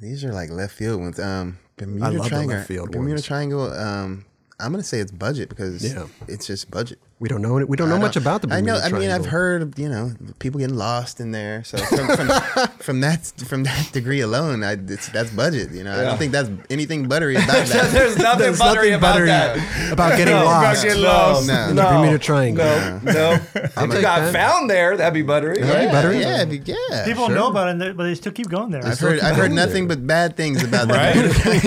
S3: These are like left field ones. Um, Bermuda
S1: love the
S3: Triangle.
S1: left field
S3: Bermuda
S1: ones.
S3: Triangle. Um, I'm gonna say it's budget because
S1: Yeah.
S3: it's just budget.
S1: We don't know. We don't know
S3: I
S1: much
S3: don't-
S1: about the Bermuda
S3: I know.
S1: Triangle.
S3: I mean, I've heard you know people getting lost in there. So from, from, from that from that degree alone, I, it's, that's budget. You know, I don't think that's anything buttery about that.
S7: There's nothing
S1: There's
S7: buttery
S1: nothing
S7: about
S1: buttery
S7: that.
S1: about getting lost.
S6: Get lost.
S3: No,
S1: in the Bermuda Triangle.
S7: No, no. If you
S1: take
S7: got
S1: that.
S7: found there, that'd be buttery.
S3: yeah,
S7: right?
S1: buttery.
S3: Yeah, be- yeah.
S4: people
S3: sure.
S4: know about it, and they- but they still keep going there.
S3: I've heard I've heard
S1: Still
S3: nothing but bad things about that.
S6: Right?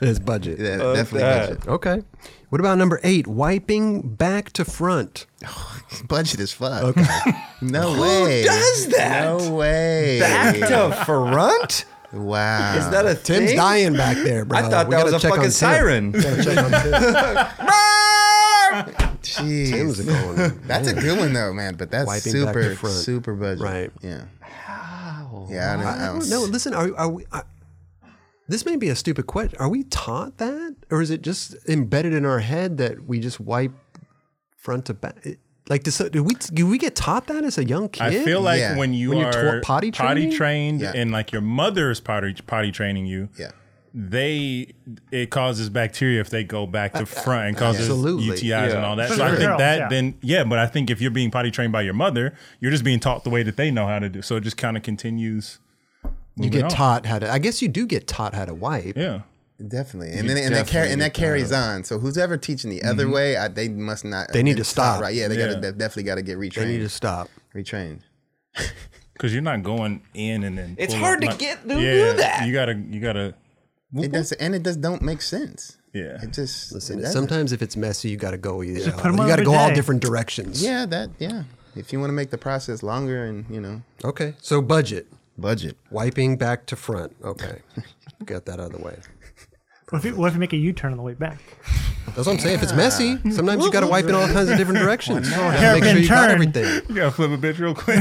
S1: It's budget.
S3: Yeah, definitely
S7: that.
S3: budget.
S1: Okay. What about number eight? Wiping back to front.
S3: Budget is fuck. Okay. No way.
S7: does that?
S3: No way.
S7: Back to front?
S3: Wow.
S7: Is that a
S1: Tim's
S7: thing?
S1: dying back there, bro.
S7: I thought
S1: We
S7: that was
S1: gotta
S7: a
S1: check on
S7: fucking
S1: Tim.
S7: siren.
S3: Jeez.
S1: Tim's going.
S3: That's a good one though, man. But that's
S1: Wiping back to
S3: super,
S1: front.
S3: super budget.
S1: Right.
S3: Yeah. Yeah. I don't,
S1: I
S3: know.
S1: don't know. Listen, are, are we? Are, this may be a stupid question. Are we taught that, or is it just embedded in our head that we just wipe front to back? It- Like, does, do we do we get taught that as a young kid?
S6: I feel like
S3: Yeah.
S6: when you
S1: When you're
S6: are
S1: tw- potty training?
S6: trained
S3: Yeah.
S6: and like your mother's potty potty training you,
S3: Yeah.
S6: they it causes bacteria if they go back to front and causes
S1: Absolutely.
S6: UTIs and all that.
S4: For
S6: so I
S4: sure.
S6: think that
S4: Yeah.
S6: then yeah, but I think if you're being potty trained by your mother, you're just being taught the way that they know how to do. So it just kind of continues.
S1: you
S6: moving
S1: get
S6: on.
S1: taught how to. I guess you do get taught how to wipe.
S6: Yeah.
S3: Definitely. And then and that, car- and that carries on. So who's ever teaching the other way, I, they must not.
S1: Mm-hmm. They need to stop.
S3: Right. Yeah. They
S6: Yeah.
S3: gotta they definitely got to get retrained.
S1: They need to stop.
S3: retrained.
S6: Because you're not going in and then.
S7: It's
S6: pull
S7: hard
S6: up,
S7: to
S6: not-
S7: get to
S6: yeah,
S7: do that.
S6: You gotta, you gotta.
S3: It does, and it just don't make sense.
S6: Yeah.
S3: It just it
S1: Listen,
S3: doesn't.
S1: sometimes if it's messy, you got to go either.
S4: put 'em
S1: you
S4: on
S1: got to
S4: every
S1: go all
S4: day.
S1: different directions.
S3: Yeah, that yeah. If you want to make the process longer and you know
S1: Okay. So budget
S3: budget,
S1: wiping back to front. Okay. Got that out of the way.
S4: what, if you, what if you make a U turn on the way back?
S1: That's what I'm saying. If it's messy, sometimes you got to wipe in all kinds of different directions. You gotta make sure
S4: Hairpin
S1: you got
S4: turn.
S1: everything.
S6: You gotta flip a bitch real quick.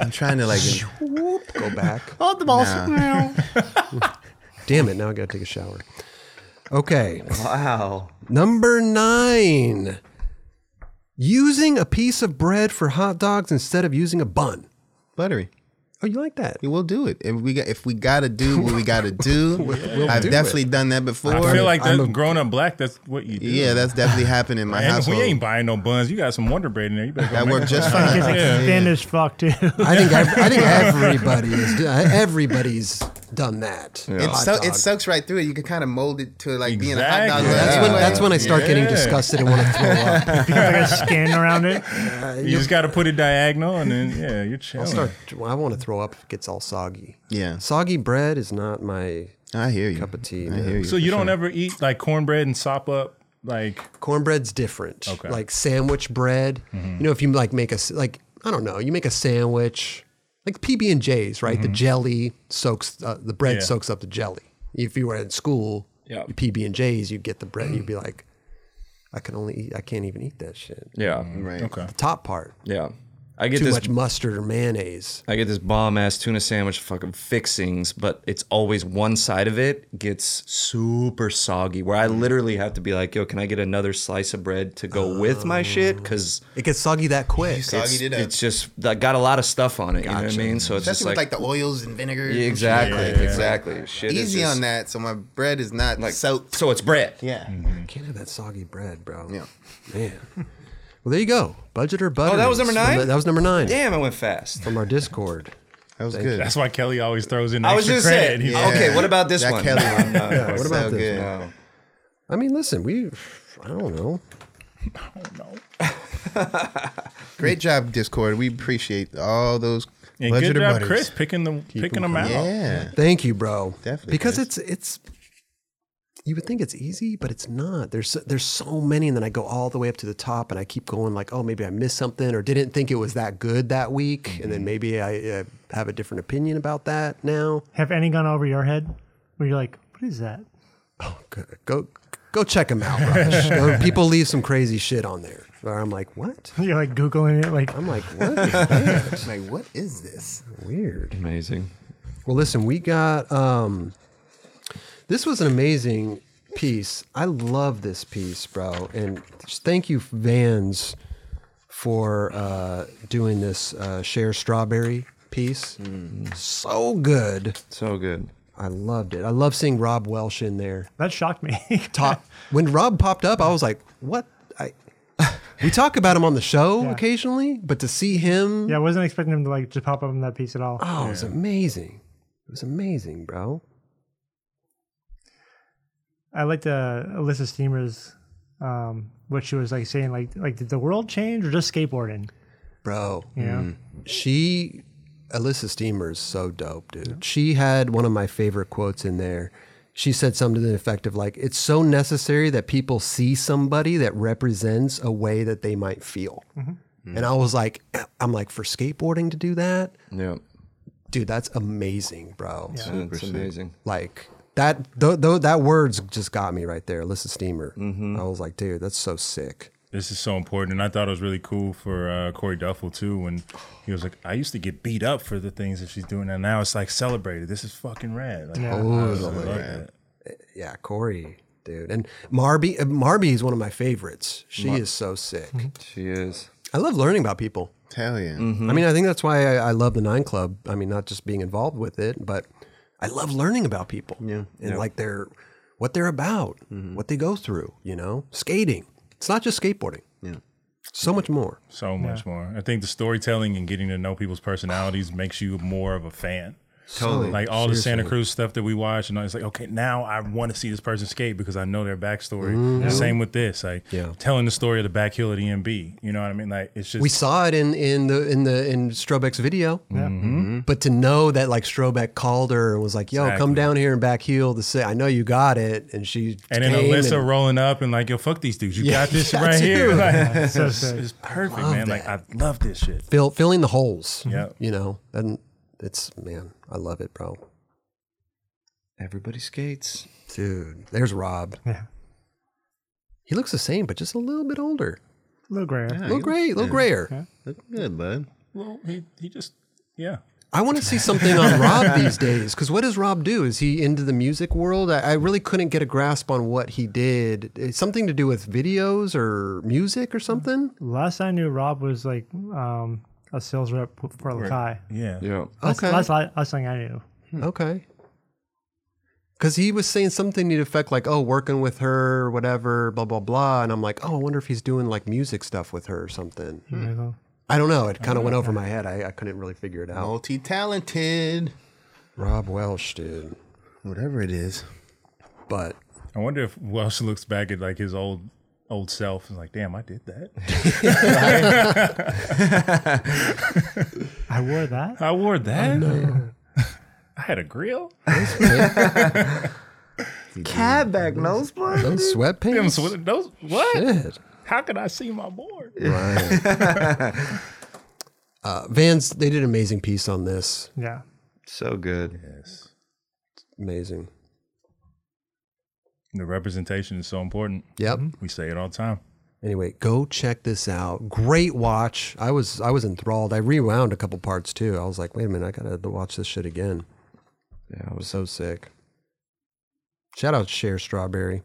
S3: I'm trying to like
S1: Whoop, go back.
S3: hold the balls.
S1: Damn it, now I gotta take a shower. Okay,
S7: Wow.
S1: number nine. Using a piece of bread for hot dogs instead of using a bun.
S3: Buttery.
S1: Oh, you like that?
S3: We will do it if we got, if we gotta do what we gotta do. I've
S1: do
S3: definitely done that before.
S6: I feel like that
S1: I'm a-
S6: grown up black. That's what you do.
S3: yeah, that's definitely happened in my
S6: And
S3: household.
S6: we ain't buying no buns. You got some Wonder Bread in there. You better go
S3: that
S6: make
S3: worked just
S4: Because
S3: fine.
S4: like thin as fuck too.
S1: I think ev- I think everybody is do- everybody's done that. Hot
S3: It, so,
S1: dog.
S3: it soaks right through it. You can kind of mold it to like being a hot dog.
S6: Exactly.
S1: that's
S3: Yeah.
S1: when that's when I start getting
S6: Yeah.
S1: disgusted and want to throw up.
S4: Because like a skin around it.
S6: You just got to put it diagonal, and then yeah, you're chilling.
S1: I'll start. well, I want to throw up. If it gets all soggy.
S3: Yeah.
S1: Soggy bread is not my
S3: I hear you.
S1: cup of tea.
S3: I
S1: man.
S3: hear you.
S6: so you don't ever eat like cornbread and sop up like
S1: cornbread's different. Like sandwich bread. You know, if you like make a s- like I don't know, you make a sandwich like PB and J's, right? The jelly soaks uh, the bread
S6: Yeah.
S1: soaks up the jelly. If you were in school,
S7: Yeah.
S1: PB and J's, you'd get the bread. You'd be like, I can only eat. I can't even eat that shit.
S7: Yeah.
S3: right.
S6: okay.
S1: The top part.
S7: Yeah. I get
S1: too
S7: this
S1: much mustard or mayonnaise.
S7: I get this bomb ass tuna sandwich fucking fixings, but it's always one side of it gets super soggy where I literally have to be like, yo, can I get another slice of bread to go with my shit? Cause
S1: It gets soggy that quick.
S3: Soggy
S7: it's,
S3: it up.
S7: it's just that got a lot of stuff on it. You know what I mean? So it's
S3: Especially
S7: just like,
S3: with like the oils and vinegar.
S7: Yeah, exactly, exactly. Shit is
S3: Easy
S7: just-
S3: on that, so my bread is not like soaked.
S7: So it's bread.
S3: Yeah.
S1: Can't have that soggy bread, bro.
S3: Yeah.
S1: Man. Well, there you go. Budget or butter.
S7: Oh, that was number nine?
S1: That was number nine.
S7: Damn, I went fast.
S1: From our Discord.
S3: That was good.
S6: That's why Kelly always throws in
S7: I was
S6: extra
S7: just
S6: credit.
S7: saying.
S6: He's
S3: Yeah.
S6: like,
S7: Okay, what about this
S3: That
S7: one?
S3: Kelly one.
S7: No, no,
S1: What
S3: So
S1: about this?
S3: good.
S7: no.
S1: I mean, listen, we, I don't know.
S3: Great job, Discord. We appreciate all those
S6: And
S3: budget
S6: good
S3: or
S6: job,
S3: butters.
S6: Chris, Oh, picking them, picking them out.
S3: Yeah.
S1: Thank you, bro.
S3: Definitely,
S1: Because it's,
S3: Chris.
S1: it's, you would think it's easy, but it's not. There's so- there's so many, and then I go all the way up to the top, and I keep going like, oh, maybe I missed something or didn't think it was that good that week, and then maybe I uh, have a different opinion about that now.
S4: Have any gone over your head where you're like, what is that?
S1: go Oh, go, go check them out, Raj. Go- people leave some crazy shit on there. Where I'm like, what?
S4: You're like Googling it, like,
S1: I'm like, what? is that?
S3: Like, what is this?
S1: Weird.
S7: Amazing.
S1: Well, listen, we got um, this was an amazing piece. I love this piece, bro, and just thank you, Vans, for uh, doing this uh, share strawberry piece.
S3: Mm.
S1: So good.
S7: So good.
S1: I loved it. I love seeing Rob Welsh in there.
S4: that shocked me.
S1: top. When Rob popped up, I was like, "What?" I we talk about him on the show
S4: Yeah.
S1: occasionally, but to see him,
S4: yeah, I wasn't expecting him to like to pop up in that piece at all.
S1: oh, it was amazing. It was amazing, bro.
S4: I liked uh, Alyssa Steamer's, um, what she was like saying, like, like did the world change or just skateboarding?
S1: Bro,
S4: You know?
S1: she Alyssa Steamer is so dope, dude. She had one of my favorite quotes in there. She said something to the effect of like, "It's so necessary that people see somebody that represents a way that they might feel." And I was like, "I'm like for skateboarding to do that,
S7: Yeah.
S1: dude. That's amazing, bro."
S7: It's amazing.
S1: like that though th- that words just got me right there alyssa steamer i was like dude that's so sick
S6: This is so important, and I thought it was really cool for uh, Corey Duffel too. When he was like, "I used to get beat up for the things that she's doing, and now it's like celebrated. This is fucking rad." Like, I love that.
S1: yeah corey dude and marby uh, marby is one of my favorites she is so sick
S7: She is.
S1: i love learning about people
S3: Hell yeah.
S7: Mm-hmm.
S1: i mean i think that's why I, I love the nine club i mean not just being involved with it but i love learning about people yeah Mm-hmm. and like their what they're about what they go through you know skating it's not just skateboarding yeah so much more
S6: So much more. I think the storytelling and getting to know people's personalities makes you more of a fan.
S1: totally
S6: Like all the Santa Cruz stuff that we watch, and it's like, okay, now I want to see this person skate because I know their backstory. The same with this, like
S1: Mm-hmm. Yeah.
S6: telling the story of the back hill at EMB. You know what I mean? Like it's just
S1: We saw it in in the in the in Strobeck's video. But to know that like Strobeck called her and was like, "Yo, come
S6: Exactly.
S1: down here and back heel to say I know you got it," and she
S6: and then
S1: came
S6: Alyssa
S1: and-
S6: rolling up and like, yo, fuck these dudes. You
S1: Yeah,
S6: got this
S1: yeah,
S6: right here.
S1: dude.
S6: Like,
S4: So
S6: it's,
S4: sick.
S6: it's perfect, man. Like I love this shit.
S1: fill, filling the holes.
S6: Yeah.
S1: you know, and it's man, I love it, bro.
S7: Everybody skates.
S1: Dude, there's Rob.
S4: Yeah.
S1: He looks the same, but just a little bit older.
S4: A little grayer.
S1: A little gray, a little grayer.
S3: Look good, bud.
S6: Well, he he just yeah.
S1: I want to see something on Rob these days because what does Rob do? Is he into the music world? I, I really couldn't get a grasp on what he did. It's something to do with videos or music or something.
S4: Last I knew, Rob was like um, a sales rep for Lakai.
S6: Yeah.
S7: Yeah.
S4: That's,
S1: Okay.
S4: that's the last thing I knew.
S1: Hmm. Okay. Because he was saying something to the effect like, "Oh, working with her, whatever, blah blah blah," and I'm like, "Oh, I wonder if he's doing like music stuff with her or something." Hmm. I don't know. It kind of went over my head. I, I couldn't really figure it out.
S3: Multi talented.
S1: Rob Welsh, dude.
S3: Whatever it is.
S1: But
S6: I wonder if Welsh looks back at like his old old self and like, damn, I did that.
S4: I wore that.
S6: I wore that.
S1: Oh,
S6: I had a grill.
S7: Cat back nose blood.
S1: those
S6: Them
S1: sweatpants.
S6: sweat- those- what?
S1: Shit.
S6: How could I see my board?
S1: Right. uh, Vans, they did an amazing piece on this.
S4: Yeah.
S7: So good.
S6: Yes.
S1: Amazing.
S6: The representation is so important.
S1: Yep.
S6: We say it all the time.
S1: Anyway, go check this out. Great watch. I was I was enthralled. I rewound a couple parts too. I was like, wait a minute, I gotta watch this shit again.
S7: Yeah, I was so sick.
S1: Shout out Share Strawberry,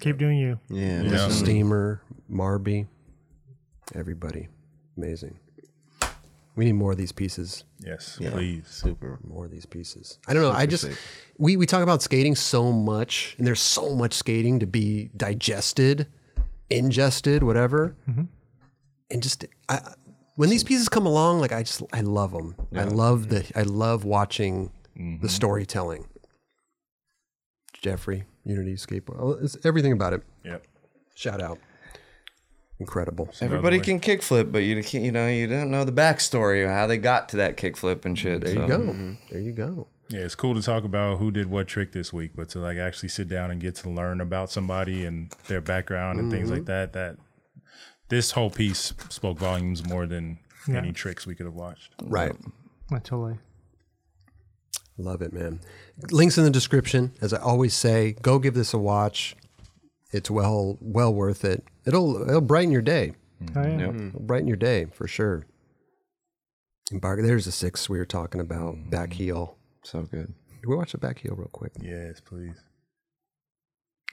S4: Keep doing you.
S3: Yeah.
S6: Yeah.
S1: Steamer, Marby, everybody. Amazing. We need more of these pieces.
S6: Yes, please.
S3: Super.
S1: more of these pieces. I don't know. I just we we talk about skating so much, and there's so much skating to be digested, ingested, whatever. And just I, when these pieces come along, like I just I love them. I love the I love watching the storytelling. Jeffrey Unity Skateboard, oh, it's everything about it.
S6: Yep.
S1: Shout out, incredible.
S7: Everybody can kickflip, but you can't, you know you don't know the backstory of how they got to that kickflip and shit.
S1: There you go. There you go.
S6: Yeah, it's cool to talk about who did what trick this week, but to like actually sit down and get to learn about somebody and their background and things like
S1: Mm-hmm.
S6: that, that this whole piece spoke volumes more than any tricks we could have watched.
S1: Right.
S4: Yeah, Totally.
S1: Love it, man. Links in the description. As I always say, go give this a watch. It's well well worth it. It'll it'll brighten your day.
S4: Oh, yeah.
S1: It'll brighten your day for sure. And Barker, there's the six we were talking about. Back heel.
S7: So good.
S1: Did we watch the back heel real quick?
S6: Yes, please.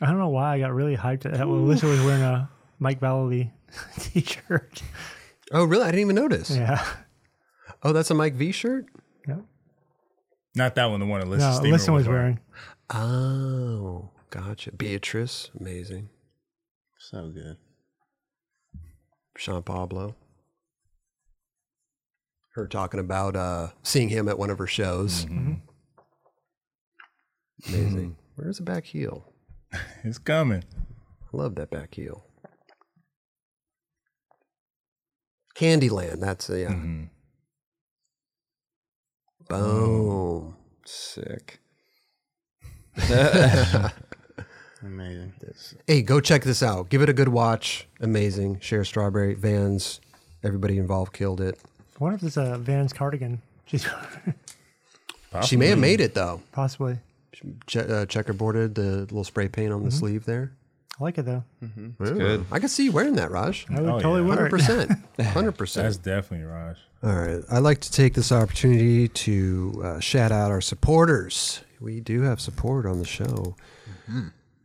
S4: I don't know why I got really hyped at that. Well, Alyssa was wearing a Mike Valley t-shirt.
S1: Oh, really? I didn't even notice.
S4: Yeah.
S1: Oh, that's a Mike V shirt.
S4: yeah.
S6: Not that one, the one Alyssa,
S4: No,
S6: Steamer
S4: Alyssa was wearing.
S1: Oh, gotcha. Beatrice, amazing.
S3: So good.
S1: Sean Pablo. Her talking about uh, seeing him at one of her shows.
S6: Mm-hmm.
S1: Amazing. Where's the back heel?
S6: It's coming.
S1: I love that back heel. Candyland. That's a, yeah.
S4: Mm-hmm.
S6: Mm-hmm.
S1: Boom.
S7: Sick.
S3: Amazing.
S1: Hey, go check this out. Give it a good watch. Amazing. Share Strawberry, Vans, everybody involved killed it.
S4: I wonder if it's a Vans cardigan. She's
S1: She may have made it though.
S4: possibly.
S1: Che- uh, checkerboarded the little spray paint on
S4: Mm-hmm.
S1: the sleeve there.
S4: I like it though.
S1: Ooh. I could see you wearing that, Raj.
S4: I would
S6: Mm. Oh,
S4: totally
S6: yeah.
S4: wear
S1: Hundred
S4: it.
S1: percent. Hundred
S6: That's
S1: percent.
S6: definitely Raj.
S1: All right. I'd like to take this opportunity to uh, shout out our supporters. We do have support on the show.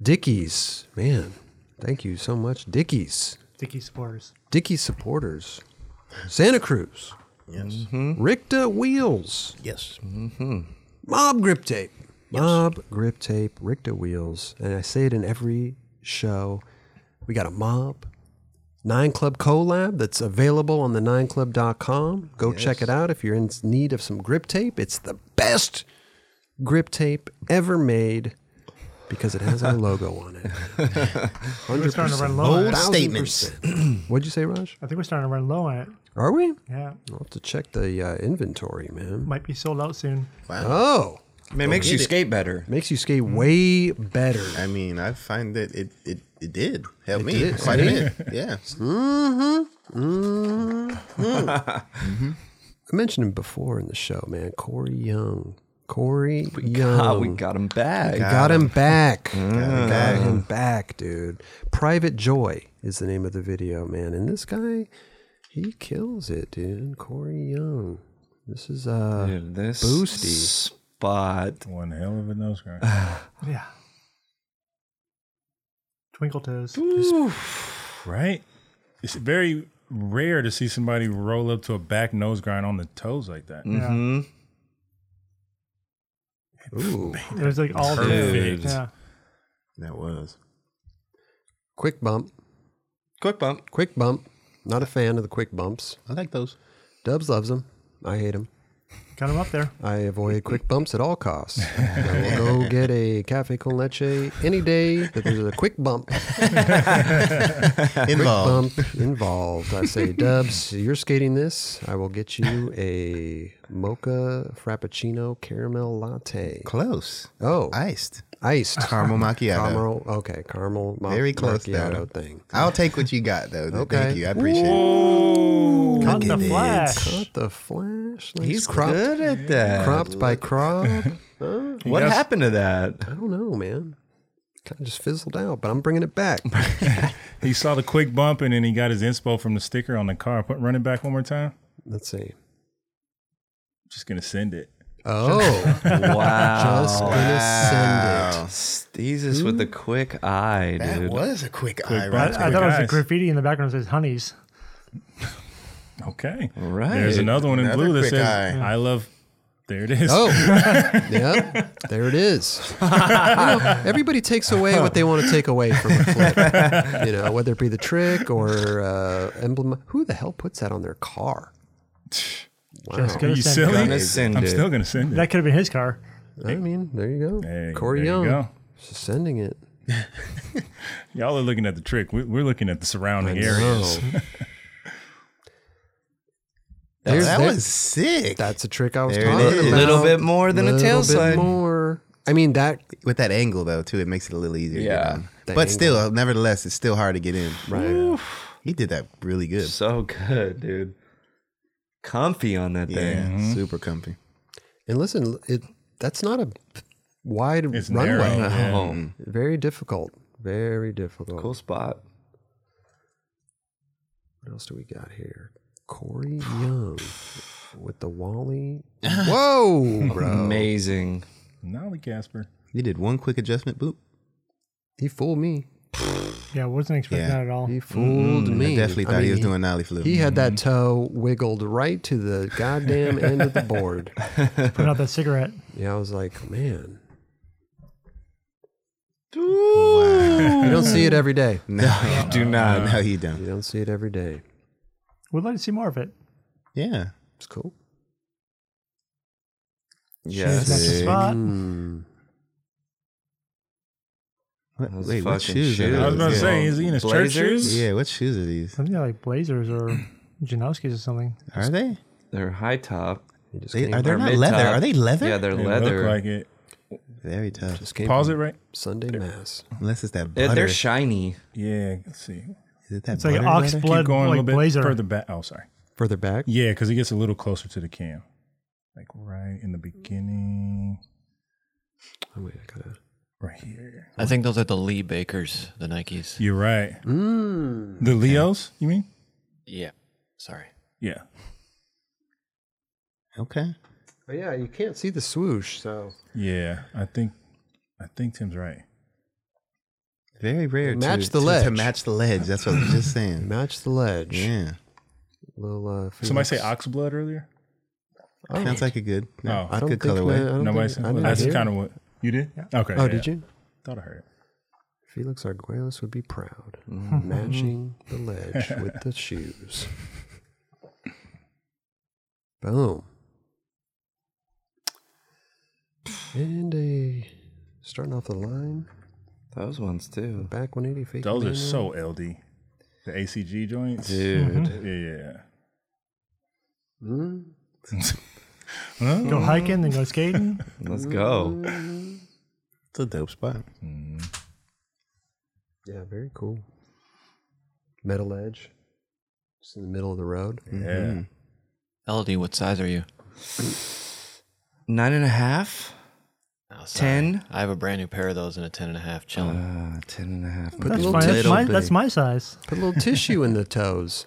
S1: Dickies, man, thank you so much, Dickies.
S4: Sticky supporters.
S1: Dickies supporters. Santa Cruz. Yes. Richta Wheels. Mm-hmm.
S3: Yes.
S1: Mob grip tape. Mob grip tape, Ricta wheels. And I say it in every show. We got a mob. Nine Club collab that's available on the nineclub.com. Go check it out if you're in need of some grip tape. It's the best grip tape ever made because it has our logo on it. 100%.
S4: We're starting to run low. On it.
S3: statements.
S1: 1000%. What'd you say, Raj?
S4: I think we're starting to run low on it.
S1: Are we?
S4: Yeah,
S1: I'll have to check the uh, inventory, man.
S4: might be sold out soon.
S1: Oh,
S7: I mean, it makes you skate better.
S1: makes you skate way better.
S3: I mean, I find that it it, it did help me
S1: did.
S3: quite a bit. Yeah.
S7: Mm-hmm.
S1: I mentioned him before in the show, man. Corey Young. Corey Young.
S7: Ah, we got him Mm. back.
S1: Got him back. Got him back, dude. Private Joy is the name of the video, man. And this guy, he kills it, dude. Corey Young. This is uh
S7: Dude, this
S1: Boosty.
S7: spot.
S6: One hell of a nose grind.
S4: Yeah. Twinkle toes.
S6: right? It's very rare to see somebody roll up to a back nose grind on the toes like that.
S7: hmm
S1: ooh,
S4: It was like all
S6: Perfect.
S4: day. Yeah.
S3: That was.
S1: quick bump.
S7: Quick bump.
S1: Quick bump. Not a fan of the quick bumps.
S3: I like those.
S1: Dubs loves them. I hate them.
S4: Got him up there.
S1: I avoid quick bumps at all costs. I will go get a cafe con leche any day that there's a quick bump.
S3: Involved.
S1: bump involved. I say, Dubs, you're skating this. I will get you a mocha frappuccino caramel latte.
S3: Close.
S1: Oh,
S3: Iced.
S1: iced
S3: Caramel macchiato.
S1: caramel. Okay, caramel. ma-
S3: Very close, though.
S1: macchiato thing.
S3: I'll take what you got though.
S1: Okay.
S3: Thank you. I appreciate it.
S4: Caught the
S3: Look at
S4: flash.
S1: Caught the flash. Nice
S7: He's
S1: cropped,
S7: good at that.
S1: cropped by crop.
S7: What happened to that?
S1: I don't know, man. kind of just fizzled out, but I'm bringing it back.
S6: He saw the quick bump and then he got his inspo from the sticker on the car. Put run it back one more time.
S1: Let's see.
S6: Just gonna send it.
S1: Oh,
S7: Wow.
S1: just gonna send it.
S7: Thesis with the quick eye,
S3: That
S7: dude.
S3: was a quick, eye
S4: I, I
S3: right
S4: thought
S3: there.
S4: it was a
S6: Guys.
S4: graffiti in the background that says Honeys.
S6: Okay.
S7: All right.
S6: There's another one in
S3: Another
S6: blue that
S3: quick
S6: says
S3: eye.
S6: I love there it is.
S1: Oh, yeah, there it is. You know, everybody takes away what they want to take away from a clip, you know, whether it be the trick or uh, emblem. Who the hell puts that on their car?
S4: Just
S6: Are
S4: gonna
S6: you
S4: send-
S6: silly?
S7: Gonna send
S6: I'm
S7: it.
S6: still gonna send it.
S4: That could have been his car.
S1: I mean, there you go,
S6: Hey,
S1: Corey
S6: there you
S1: Young
S6: go.
S1: sending it.
S6: Y'all are looking at the trick. We- We're looking at the surrounding areas.
S1: Wow.
S3: That,
S1: There's- there-
S3: was sick.
S1: That's a trick I was
S3: There it
S1: talking
S3: is.
S1: about.
S7: A little bit more than a
S1: Little
S7: tail
S1: bit
S7: slide.
S1: More. I mean that.
S3: With that angle though, too, it makes it a little easier. to get
S7: Yeah.
S3: on.
S1: The
S3: but still, nevertheless, it's still hard to get in.
S1: Right.
S3: He did that really good.
S7: So good, dude. Comfy on that
S3: Yeah,
S7: thing.
S3: super comfy.
S1: And listen, it that's not a wide
S6: It's
S1: runway.
S6: narrow. Yeah.
S7: Oh,
S1: Very difficult. Very difficult.
S7: cool spot.
S1: What else do we got here? Corey Young with the Wally. Whoa, bro.
S7: Amazing.
S6: Nolly Casper.
S3: He did one quick adjustment. Boop.
S1: He fooled me.
S4: Yeah, wasn't expecting
S3: Yeah.
S4: that at all.
S1: He fooled me.
S3: I definitely
S1: I
S3: thought he
S1: mean,
S3: was doing Mm-hmm. nollie flip.
S1: He had that toe wiggled right to the goddamn end of the board.
S4: Putting out that cigarette.
S1: Yeah, I was like, man. You don't see it every day.
S3: no,
S7: Do not.
S3: no, he don't.
S1: You don't see it every day.
S4: We'd like to see more of it.
S3: Yeah.
S1: It's cool.
S4: Here's back to
S7: Yes.
S3: Sick.
S4: spot.
S1: Mm.
S3: What,
S7: Those
S3: wait, what
S7: fucking
S3: shoes?
S7: shoes.
S3: Are
S6: I was about to
S3: those?
S6: say, is he in his church
S7: Blazers?
S6: shoes?
S3: Yeah, what shoes are these?
S4: Something like Blazers or Janowski's or something.
S3: Are they?
S7: They're high top.
S1: He just
S3: they
S1: came
S3: are they
S7: They're
S3: not
S7: mid-top.
S3: leather? Are they leather?
S7: Yeah, they're
S6: They
S7: leather.
S6: look like it.
S3: very tough.
S1: just came
S6: Pause it
S1: from
S6: right.
S1: Sunday mass.
S3: Unless it's that
S7: They're,
S3: butter.
S7: they're shiny.
S6: Yeah. Let's see.
S3: is it that
S4: It's like
S3: butter
S4: ox
S3: leather?
S4: blood
S6: Keep going a
S4: like
S6: little bit
S4: blazer.
S6: further back. Oh, sorry.
S1: Further back.
S6: Yeah, because he gets a little closer to the cam, like right in the beginning,
S1: Oh, wait, I gotta.
S6: right here.
S8: I think those are the Lee Bakers, the Nikes.
S6: You're right.
S1: Mm.
S6: The Leos, you mean?
S8: Yeah. Sorry.
S6: Yeah.
S3: Okay.
S1: Oh, yeah, you can't see the swoosh, so.
S6: Yeah, I think, I think Tim's right.
S3: Very rare to
S1: Match the
S3: to,
S1: ledge.
S3: To match the ledge. That's what I was just saying.
S1: Match the ledge.
S3: Yeah.
S1: Little, uh,
S6: Somebody
S1: Phoenix.
S6: say ox blood earlier.
S3: Sounds like a good.
S6: Oh.
S1: I don't
S3: good
S1: think uh,
S3: colorway.
S1: I don't
S6: Nobody
S1: think,
S6: said.
S1: I didn't
S6: That's
S1: hear
S6: kind
S1: it.
S6: of what you did. Okay.
S1: Oh,
S6: yeah,
S1: did
S6: yeah.
S1: you?
S6: Thought I heard it.
S1: Felix Arguelles would be proud. Matching the ledge with the shoes. Boom. And a starting off the line
S7: Those ones too.
S1: back 180 fake.
S6: Those
S1: manual.
S6: are so LD. The ACG joints.
S7: Dude.
S6: Hmm? Yeah.
S1: Mm. Mm-hmm.
S4: Go hiking, then go skating.
S7: Let's go.
S3: It's a dope spot.
S1: Yeah, very cool. Metal edge, just in the middle of the road.
S6: Yeah.
S8: LD, what size are you?
S7: Nine and a half.
S8: Oh, sorry.
S7: Ten?
S8: I have a brand new pair of those and a ten and a half. Chilling.
S7: Uh, ten and a half.
S1: Put a
S4: That's
S1: little
S4: fine. That's
S1: tittle
S4: my,
S7: bit.
S4: that's my size.
S1: Put a little tissue in the toes.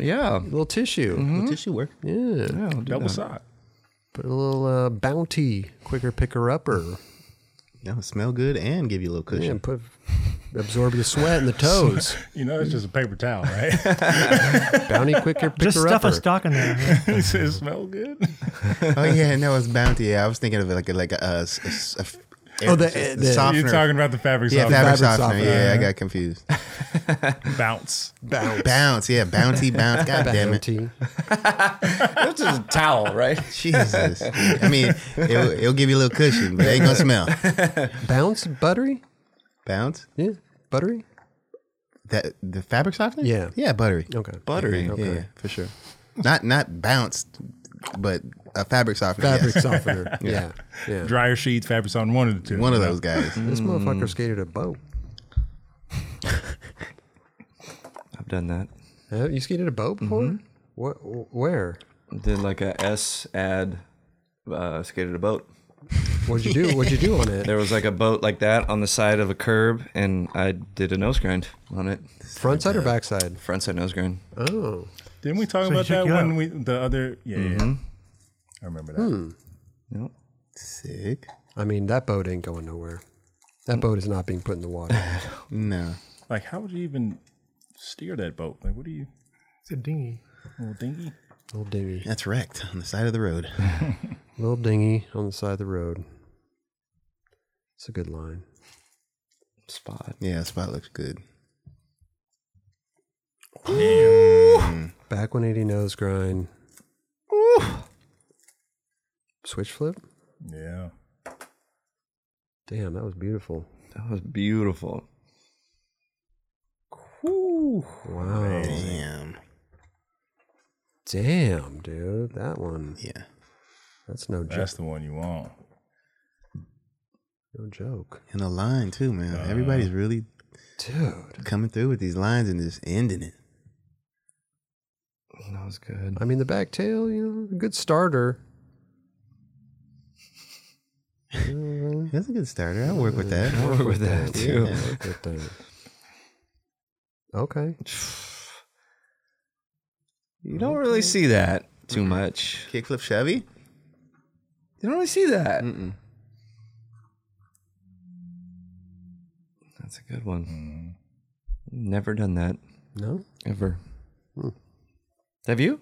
S7: Yeah.
S1: A little tissue.
S6: Hmm?
S3: Well, tissue work.
S6: Mm-hmm.
S1: Yeah.
S7: Yeah, I'll do
S6: Double
S7: that.
S6: sock.
S1: Put a little uh, bounty, quicker picker upper.
S3: That would smell good and give you a little
S1: Yeah,
S3: cushion.
S1: put absorb the sweat in the toes.
S6: You know, it's just a paper towel, right?
S1: bounty, quicker picker
S4: Just stuff
S1: upper.
S4: a stock in there.
S6: it says smell good.
S3: oh yeah, no, it's bounty. Yeah, I was thinking of it like a like a, uh, s- a s- a f-
S1: Oh, the-
S3: s-
S1: the-
S3: softener.
S6: You're talking about the fabric
S3: yeah,
S6: softener.
S3: fabric,
S1: Fabric
S3: softener.
S1: softener.
S3: Yeah, I got confused.
S6: bounce.
S1: bounce.
S3: Bounce. Yeah, bounty, bounce. God damn it.
S1: Bounty.
S7: That's just a towel, right?
S3: Jesus. I mean, it'll, it'll give you a little cushion, but it ain't gonna smell.
S1: Bounce buttery?
S3: Bounce.
S1: Yeah. Buttery?
S3: That the fabric softener.
S1: Yeah.
S3: Yeah, buttery.
S1: Okay.
S7: Buttery.
S1: Okay.
S3: Yeah, for sure. Not not bounce, but a fabric softener.
S1: Fabric
S3: yes.
S1: softener. Yeah. Yeah.
S6: Dryer sheets, fabric softener. One of the two.
S3: One of those guys.
S1: This motherfucker skated a boat.
S7: I've done that.
S1: Uh, you skated a boat before? What? Where?
S7: Did like a S ad. Uh, skated a boat.
S1: What'd you do? What'd you do on it?
S7: There was like a boat like that on the side of a curb, and I did a nose grind on it.
S1: Front side or back side?
S7: Front side nose grind.
S1: Oh,
S6: Didn't we talk
S4: So he
S6: about
S4: took
S6: that
S4: you
S6: when
S4: out.
S6: we the other? Yeah, yeah.
S3: Mm-hmm.
S6: I remember that.
S3: Hmm.
S7: Yep.
S3: Sick.
S1: I mean that boat ain't going nowhere. That boat is not being put in the water.
S3: No.
S6: Like, how would you even steer that boat? Like, what do you,
S4: It's a dinghy.
S6: little dinghy?
S1: Little dinghy,
S3: That's wrecked on the side of the road.
S1: little dinghy on the side of the road. It's a good line.
S7: Spot.
S3: Yeah, spot looks good.
S1: Back 180 nose grind. Switch flip.
S6: Yeah.
S1: Damn, that was beautiful.
S7: That was beautiful.
S1: Wow.
S3: Damn.
S1: Damn, dude, that one.
S3: Yeah.
S1: That's no joke.
S6: That's the one you want.
S1: No joke,
S3: And the line too, man. Everybody's really
S1: dude.
S3: coming through with these lines and just ending it.
S7: That was good.
S1: I mean, the back tail, you know, a good starter.
S3: That's a good starter. I'll work with that.
S7: I work with that too.
S1: Yeah, look at that. Okay.
S7: You don't really see that too much.
S3: Kickflip Chevy?
S7: You don't really see that. That's a good one. Never done that
S1: No.
S7: ever. Have you?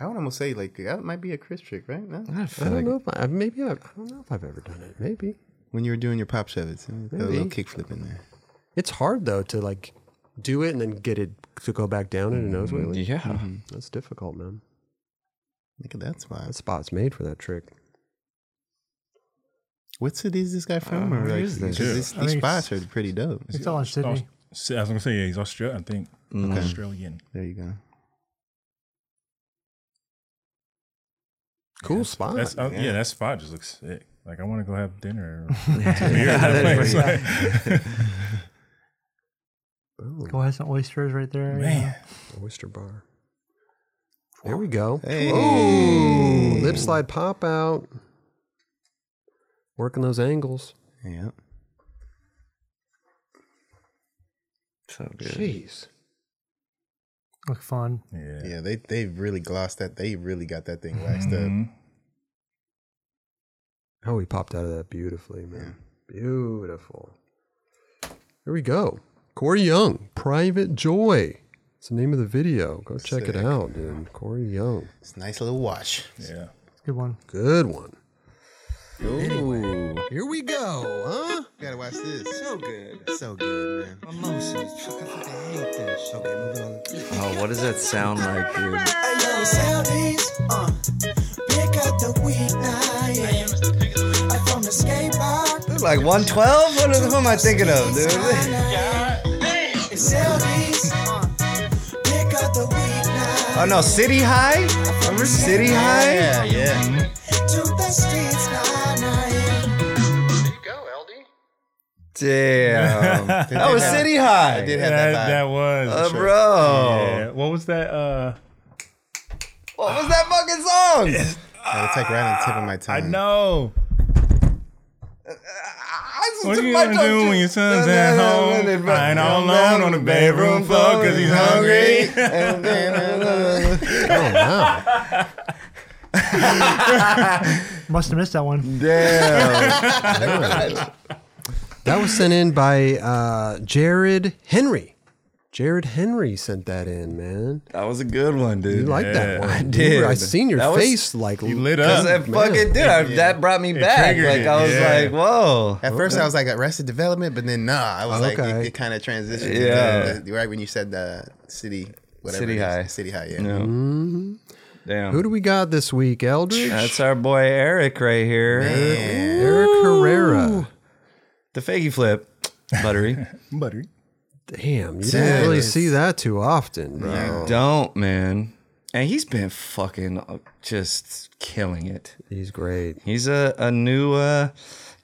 S3: I would almost say like that might be a Chris trick, right? No?
S7: I
S1: I
S7: feel
S1: don't
S7: like
S1: know if I maybe I've, I don't know if I've ever done it. Maybe
S3: When you were doing your pop shove, a little
S1: Maybe.
S3: kickflip in there.
S1: it's hard though to like do it and then get it to go back down in a nose wheelie.
S7: yeah.
S6: Mm-hmm.
S1: That's difficult, man.
S3: Look at that
S1: That
S3: spot.
S1: spot's made for that trick.
S3: What city is this guy from? or
S7: where
S3: like,
S7: is this?
S3: 'cause this-
S4: I
S3: these
S4: think
S3: spots are pretty dope.
S4: It's all in
S6: Oh,
S4: Sydney.
S6: s- I was gonna say yeah, he's Australian. I think
S3: Mm-hmm.
S6: Australian.
S3: There you go.
S1: Cool spot.
S6: That's uh, yeah. That spot just looks sick. Like I want to go have dinner. Or
S4: Go have some oysters right there. you know.
S6: man,
S1: Oh, Oyster bar. There we go.
S3: Hey.
S1: Oh, lip slide pop out. Working those angles.
S3: Yeah.
S7: So good.
S1: Jeez.
S4: Look fun.
S6: yeah.
S3: Yeah, they they really glossed that. They really got that thing waxed up.
S6: Mhm.
S1: Oh, he popped out of that beautifully, man. Beautiful. Here we go. Corey Young, Private Joy. It's the name of the video. Go check it
S3: Sick.
S1: out, dude. Corey Young.
S3: It's a nice little watch.
S6: Yeah.
S4: It's a good one.
S1: Good one. Ooh. Here we go, huh?
S3: Gotta watch this.
S7: So good.
S3: So good, man.
S7: Mimosas. I fucking hate this. Okay, moving on. Oh, what does that sound like, dude?
S9: Yo, sell these, uh, pick up the weed now, yeah. I'm from the skate park,
S7: Like 112? What is, who am I thinking of, dude?
S9: sell these, uh, pick up the weed now.
S7: Oh no, City High? Remember City High?
S3: Yeah, yeah.
S9: To the streets now, now, yeah.
S7: Damn. that was City High.
S3: Did have
S6: That,
S3: that, vibe.
S6: that was.
S7: Uh, bro.
S6: Yeah. What was that? Uh,
S7: What was that fucking song?
S3: Yeah, it's like Ah. right on the tip of my tongue.
S6: I know.
S7: I
S6: What
S7: took
S6: you
S7: my
S6: gonna do
S7: tongue
S6: when
S7: to-
S6: your son's at home? Lying all alone on the bedroom floor 'cause he's hungry.
S1: Oh, wow.
S4: Must have missed that one.
S7: Damn.
S1: That was sent in by uh, Jared Henry. Jared Henry sent that in, man.
S7: that was a good one, dude.
S1: You like that one?
S7: I
S1: dude.
S7: did.
S1: I seen your
S7: That was-
S1: face like
S6: You lit
S7: Cause
S6: up.
S7: that fucking dude, I, that brought me back.
S6: triggered
S7: Like
S6: it,
S7: I was
S6: yeah.
S7: like, whoa.
S3: At first, I was like Arrested Development, but then nah, I was like,
S1: Okay.
S3: it, kind of transitioned.
S7: Yeah.
S3: to the- the- right when you said the city, whatever
S7: City
S3: it is.
S7: High.
S3: City High. Yeah.
S7: No.
S6: Mm-hmm.
S7: Damn.
S1: Who do we got this week? Eldridge?
S7: That's our boy Eric right here.
S1: Eric Herrera.
S7: The fakie flip. Buttery.
S6: Buttery.
S1: Damn, you don't really see that too often, bro.
S6: Oh.
S7: Don't, man. And he's been fucking uh, just killing it.
S1: He's great.
S7: He's a, a new uh,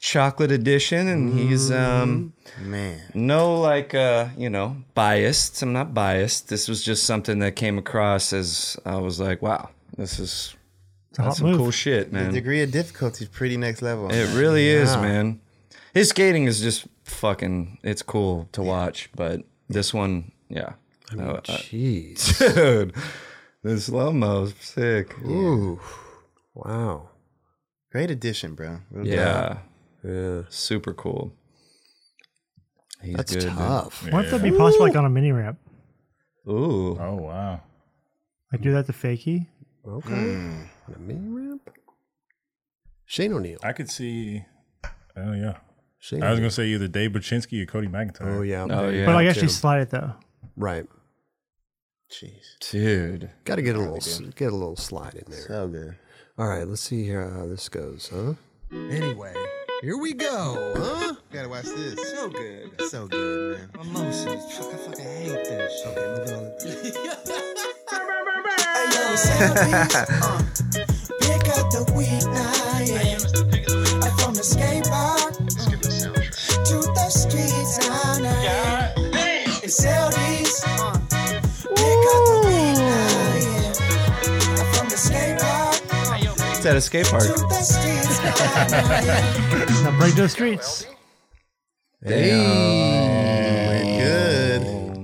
S7: chocolate edition, and he's
S6: Mm-hmm.
S7: um,
S3: Man.
S7: no like uh, you know biased. I'm not biased. This was just something that came across as I was like, wow, this is
S4: It's a hot
S7: That's some
S4: move.
S7: cool shit, man.
S3: The degree of difficulty is pretty next level.
S7: It really is, man. His skating is just fucking. It's cool to watch, but this one, yeah. I mean,
S1: Uh, Jeez.
S7: dude, the slow mo sick.
S1: Ooh. Wow.
S3: Great addition, bro. Real
S7: Yeah.
S3: dope.
S1: Yeah.
S7: super cool. He's
S1: That's
S7: good. dude.
S1: tough.
S4: What if that be possible like on a mini ramp?
S7: Ooh,
S6: Oh wow.
S4: Like do that to fakie?
S1: Okay. On a mini ramp. Shane O'Neill.
S6: I could see. Oh yeah.
S1: Shane.
S6: I was
S1: O'Neill.
S6: gonna say either Dave Baczynski or Cody McIntyre.
S1: oh yeah.
S7: Oh, yeah.
S4: but like
S1: too.
S4: actually slide it though.
S1: Right.
S3: Jeez.
S7: dude.
S1: Got to get a little s- get a little slide in there.
S3: So good.
S1: All right. Let's see here how this goes, huh? Anyway, here we go, huh?
S3: Gotta watch this.
S7: So good.
S3: So good, Oh, man.
S7: Mimosas. Fuck, I fucking hate this. Okay, moving on.
S9: Ayo, send the beats, uh, pick up the weed night. I'm from the skate park uh, to the streets now, now. It's LDs, uh, pick up the weed night. I'm from the skate park uh,
S7: It's at a skate park.
S9: to the streets now, now.
S4: Now break those streets.
S3: Good.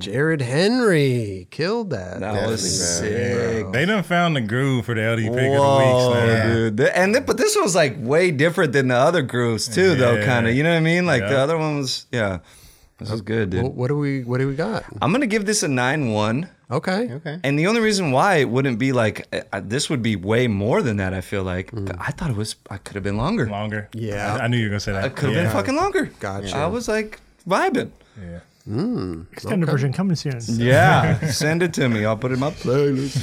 S1: Jared Henry killed Oh. that.
S7: That was sick.
S6: They done found the groove for the LD pick
S7: Whoa,
S6: of the weeks, man.
S7: dude! Th- And th- but this was like way different than the other grooves too, though.
S6: Yeah.
S7: Kind of, you know what I mean? Like the
S6: Yeah.
S7: other one was, yeah. This is good,
S1: Well,
S7: dude.
S1: what do we what do we got?
S7: I'm gonna give this a nine one,
S1: Okay.
S3: Okay.
S7: and the only reason why it wouldn't be like uh, uh, this would be way more than that. I feel like But I thought it was. I could have been longer.
S6: Longer.
S1: Yeah.
S6: I, I knew you were gonna say that.
S7: I could have
S6: Yeah.
S7: been fucking longer.
S1: Gotcha.
S7: I was like vibing.
S6: Yeah.
S4: Extended version coming soon.
S7: Yeah, send it to me. I'll put it in my playlist.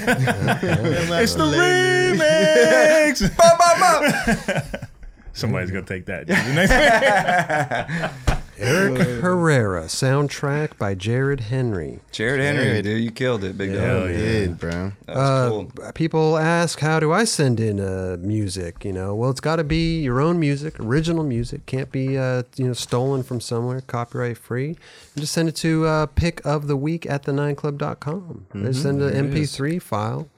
S3: It's the
S7: Remix. Bop, bop, bop.
S6: Somebody's gonna take that. dude. The next week.
S1: Eric Herrera soundtrack by Jared Henry.
S7: Jared Henry, dude, you killed it, big dog.
S6: Hell yeah.
S3: Good, bro.
S7: That was
S1: Uh,
S7: cool.
S1: people ask how do i send in uh, music you know well it's got to be your own music original music can't be uh, you know stolen from somewhere copyright free and just send it to uh, pick of the week at the nine club.com
S5: Mm-hmm.
S1: they send an mp3 file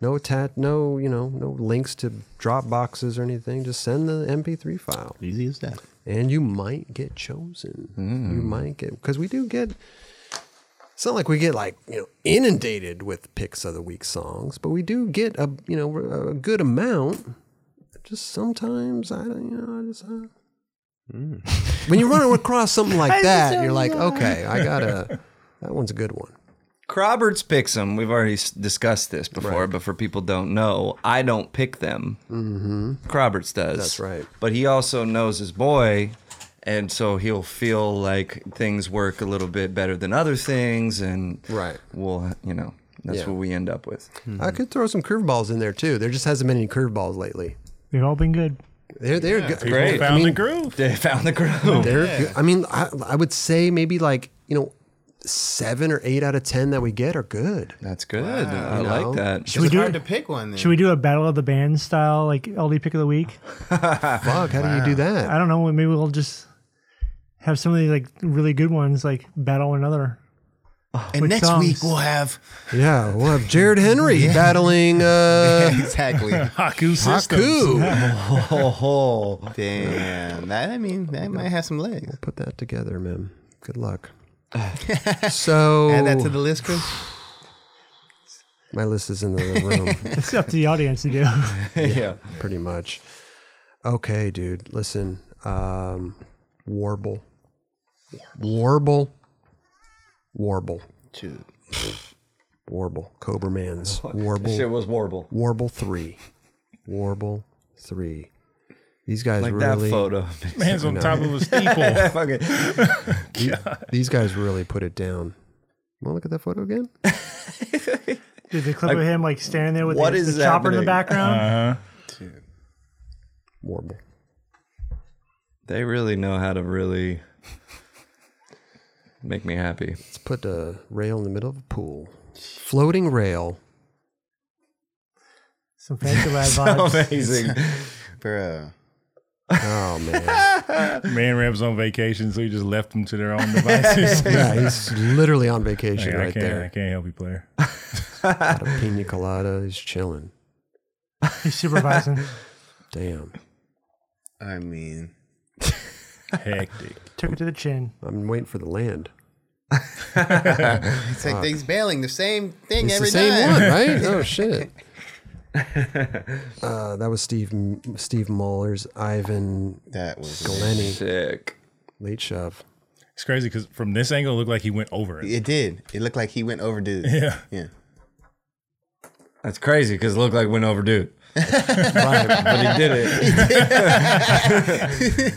S1: no attach no you know no links to drop boxes or anything just send the mp3 file
S5: Easy as that. Mm.
S1: and you might get chosen. You might get because we do get. It's not like we get like you know inundated with picks of the week songs, but we do get a you know a good amount. Just sometimes I don't you know I just. Uh, When you run across something like that, you're like, okay, I gotta. That one's a good one.
S7: Roberts picks them. We've already s- discussed this before, but for people don't know, I don't pick them. Mm-hmm. Roberts does.
S1: That's right.
S7: But he also knows his boy, and so he'll feel like things work a little bit better than other things, and
S1: Right.
S7: We'll, you know, that's
S1: Yeah.
S7: what we end up with.
S1: I could throw some curveballs in there too. There just hasn't been any curveballs lately.
S4: They've all been good.
S1: They're they're good.
S6: People
S7: Great.
S6: Found
S1: I mean,
S6: the groove.
S7: They found the groove.
S1: They're good. I mean, I, I would say maybe like, you know, seven or eight out of 10 that we get are good.
S7: That's good. I
S1: You know?
S7: like that.
S4: Should we do
S3: Hard to pick one. Then.
S4: should we do a battle of the bands style like LD pick of the week?
S1: Fuck, how do you do
S4: I
S1: that?
S4: don't know. Maybe we'll just have some of these like really good ones like battle one another.
S3: and
S4: with
S3: next
S4: songs?
S3: week we'll have
S1: Yeah, we'll have Jared Henry battling uh,
S3: exactly.
S6: Haku system.
S1: Haku.
S7: Oh,
S3: Damn. That, I mean, that might have some legs.
S1: Put that together, man. Good luck. So,
S3: Add that to the list, Chris.
S1: my list is in the room,
S4: It's up to the audience to do.
S7: yeah.
S1: pretty much. Okay, dude, listen. Um, warble. Warble. Warble.
S3: Dude.
S1: Warble. Cobra Man's. Warble.
S7: Shit was warble.
S1: Warble three. Warble three. These guys
S7: Like
S1: really
S7: that photo.
S6: Man's on top of a steeple.
S7: Fucking-
S1: these guys really put it down. Wanna look at that photo again?
S4: Did the clip of him like standing there with
S7: what
S4: the,
S7: is
S4: the chopper in the
S7: happening?
S4: background?
S1: Warble.
S7: They really know how to really make me happy.
S1: Let's put a rail in the middle of a pool. Floating rail.
S4: Some fancy lad vibes.
S7: Amazing.
S3: Bro.
S1: Oh man.
S6: Man Ram's on vacation, so he just left them to their own devices.
S1: yeah, he's literally on
S6: Hey,
S1: vacation
S6: I
S1: right
S6: can't I
S1: there.
S6: can't help you, player.
S1: Got a pina colada. He's chilling.
S4: He's supervising.
S1: Damn.
S3: I mean,
S6: Hectic.
S4: Took it to the chin.
S1: I'm waiting for the land.
S3: it's like things bailing the same thing
S1: It's the
S3: every
S1: same
S3: time.
S1: one, right? Oh shit. Uh, that was Steve Steve Muller's Ivan
S3: That was
S1: Glenny
S7: Sick.
S1: late shove.
S6: It's crazy because from this angle, it looked like he went over it.
S3: it. Did it looked like he went over dude?
S6: Yeah.
S3: yeah.
S7: That's crazy because it looked like it went over dude. But he did it.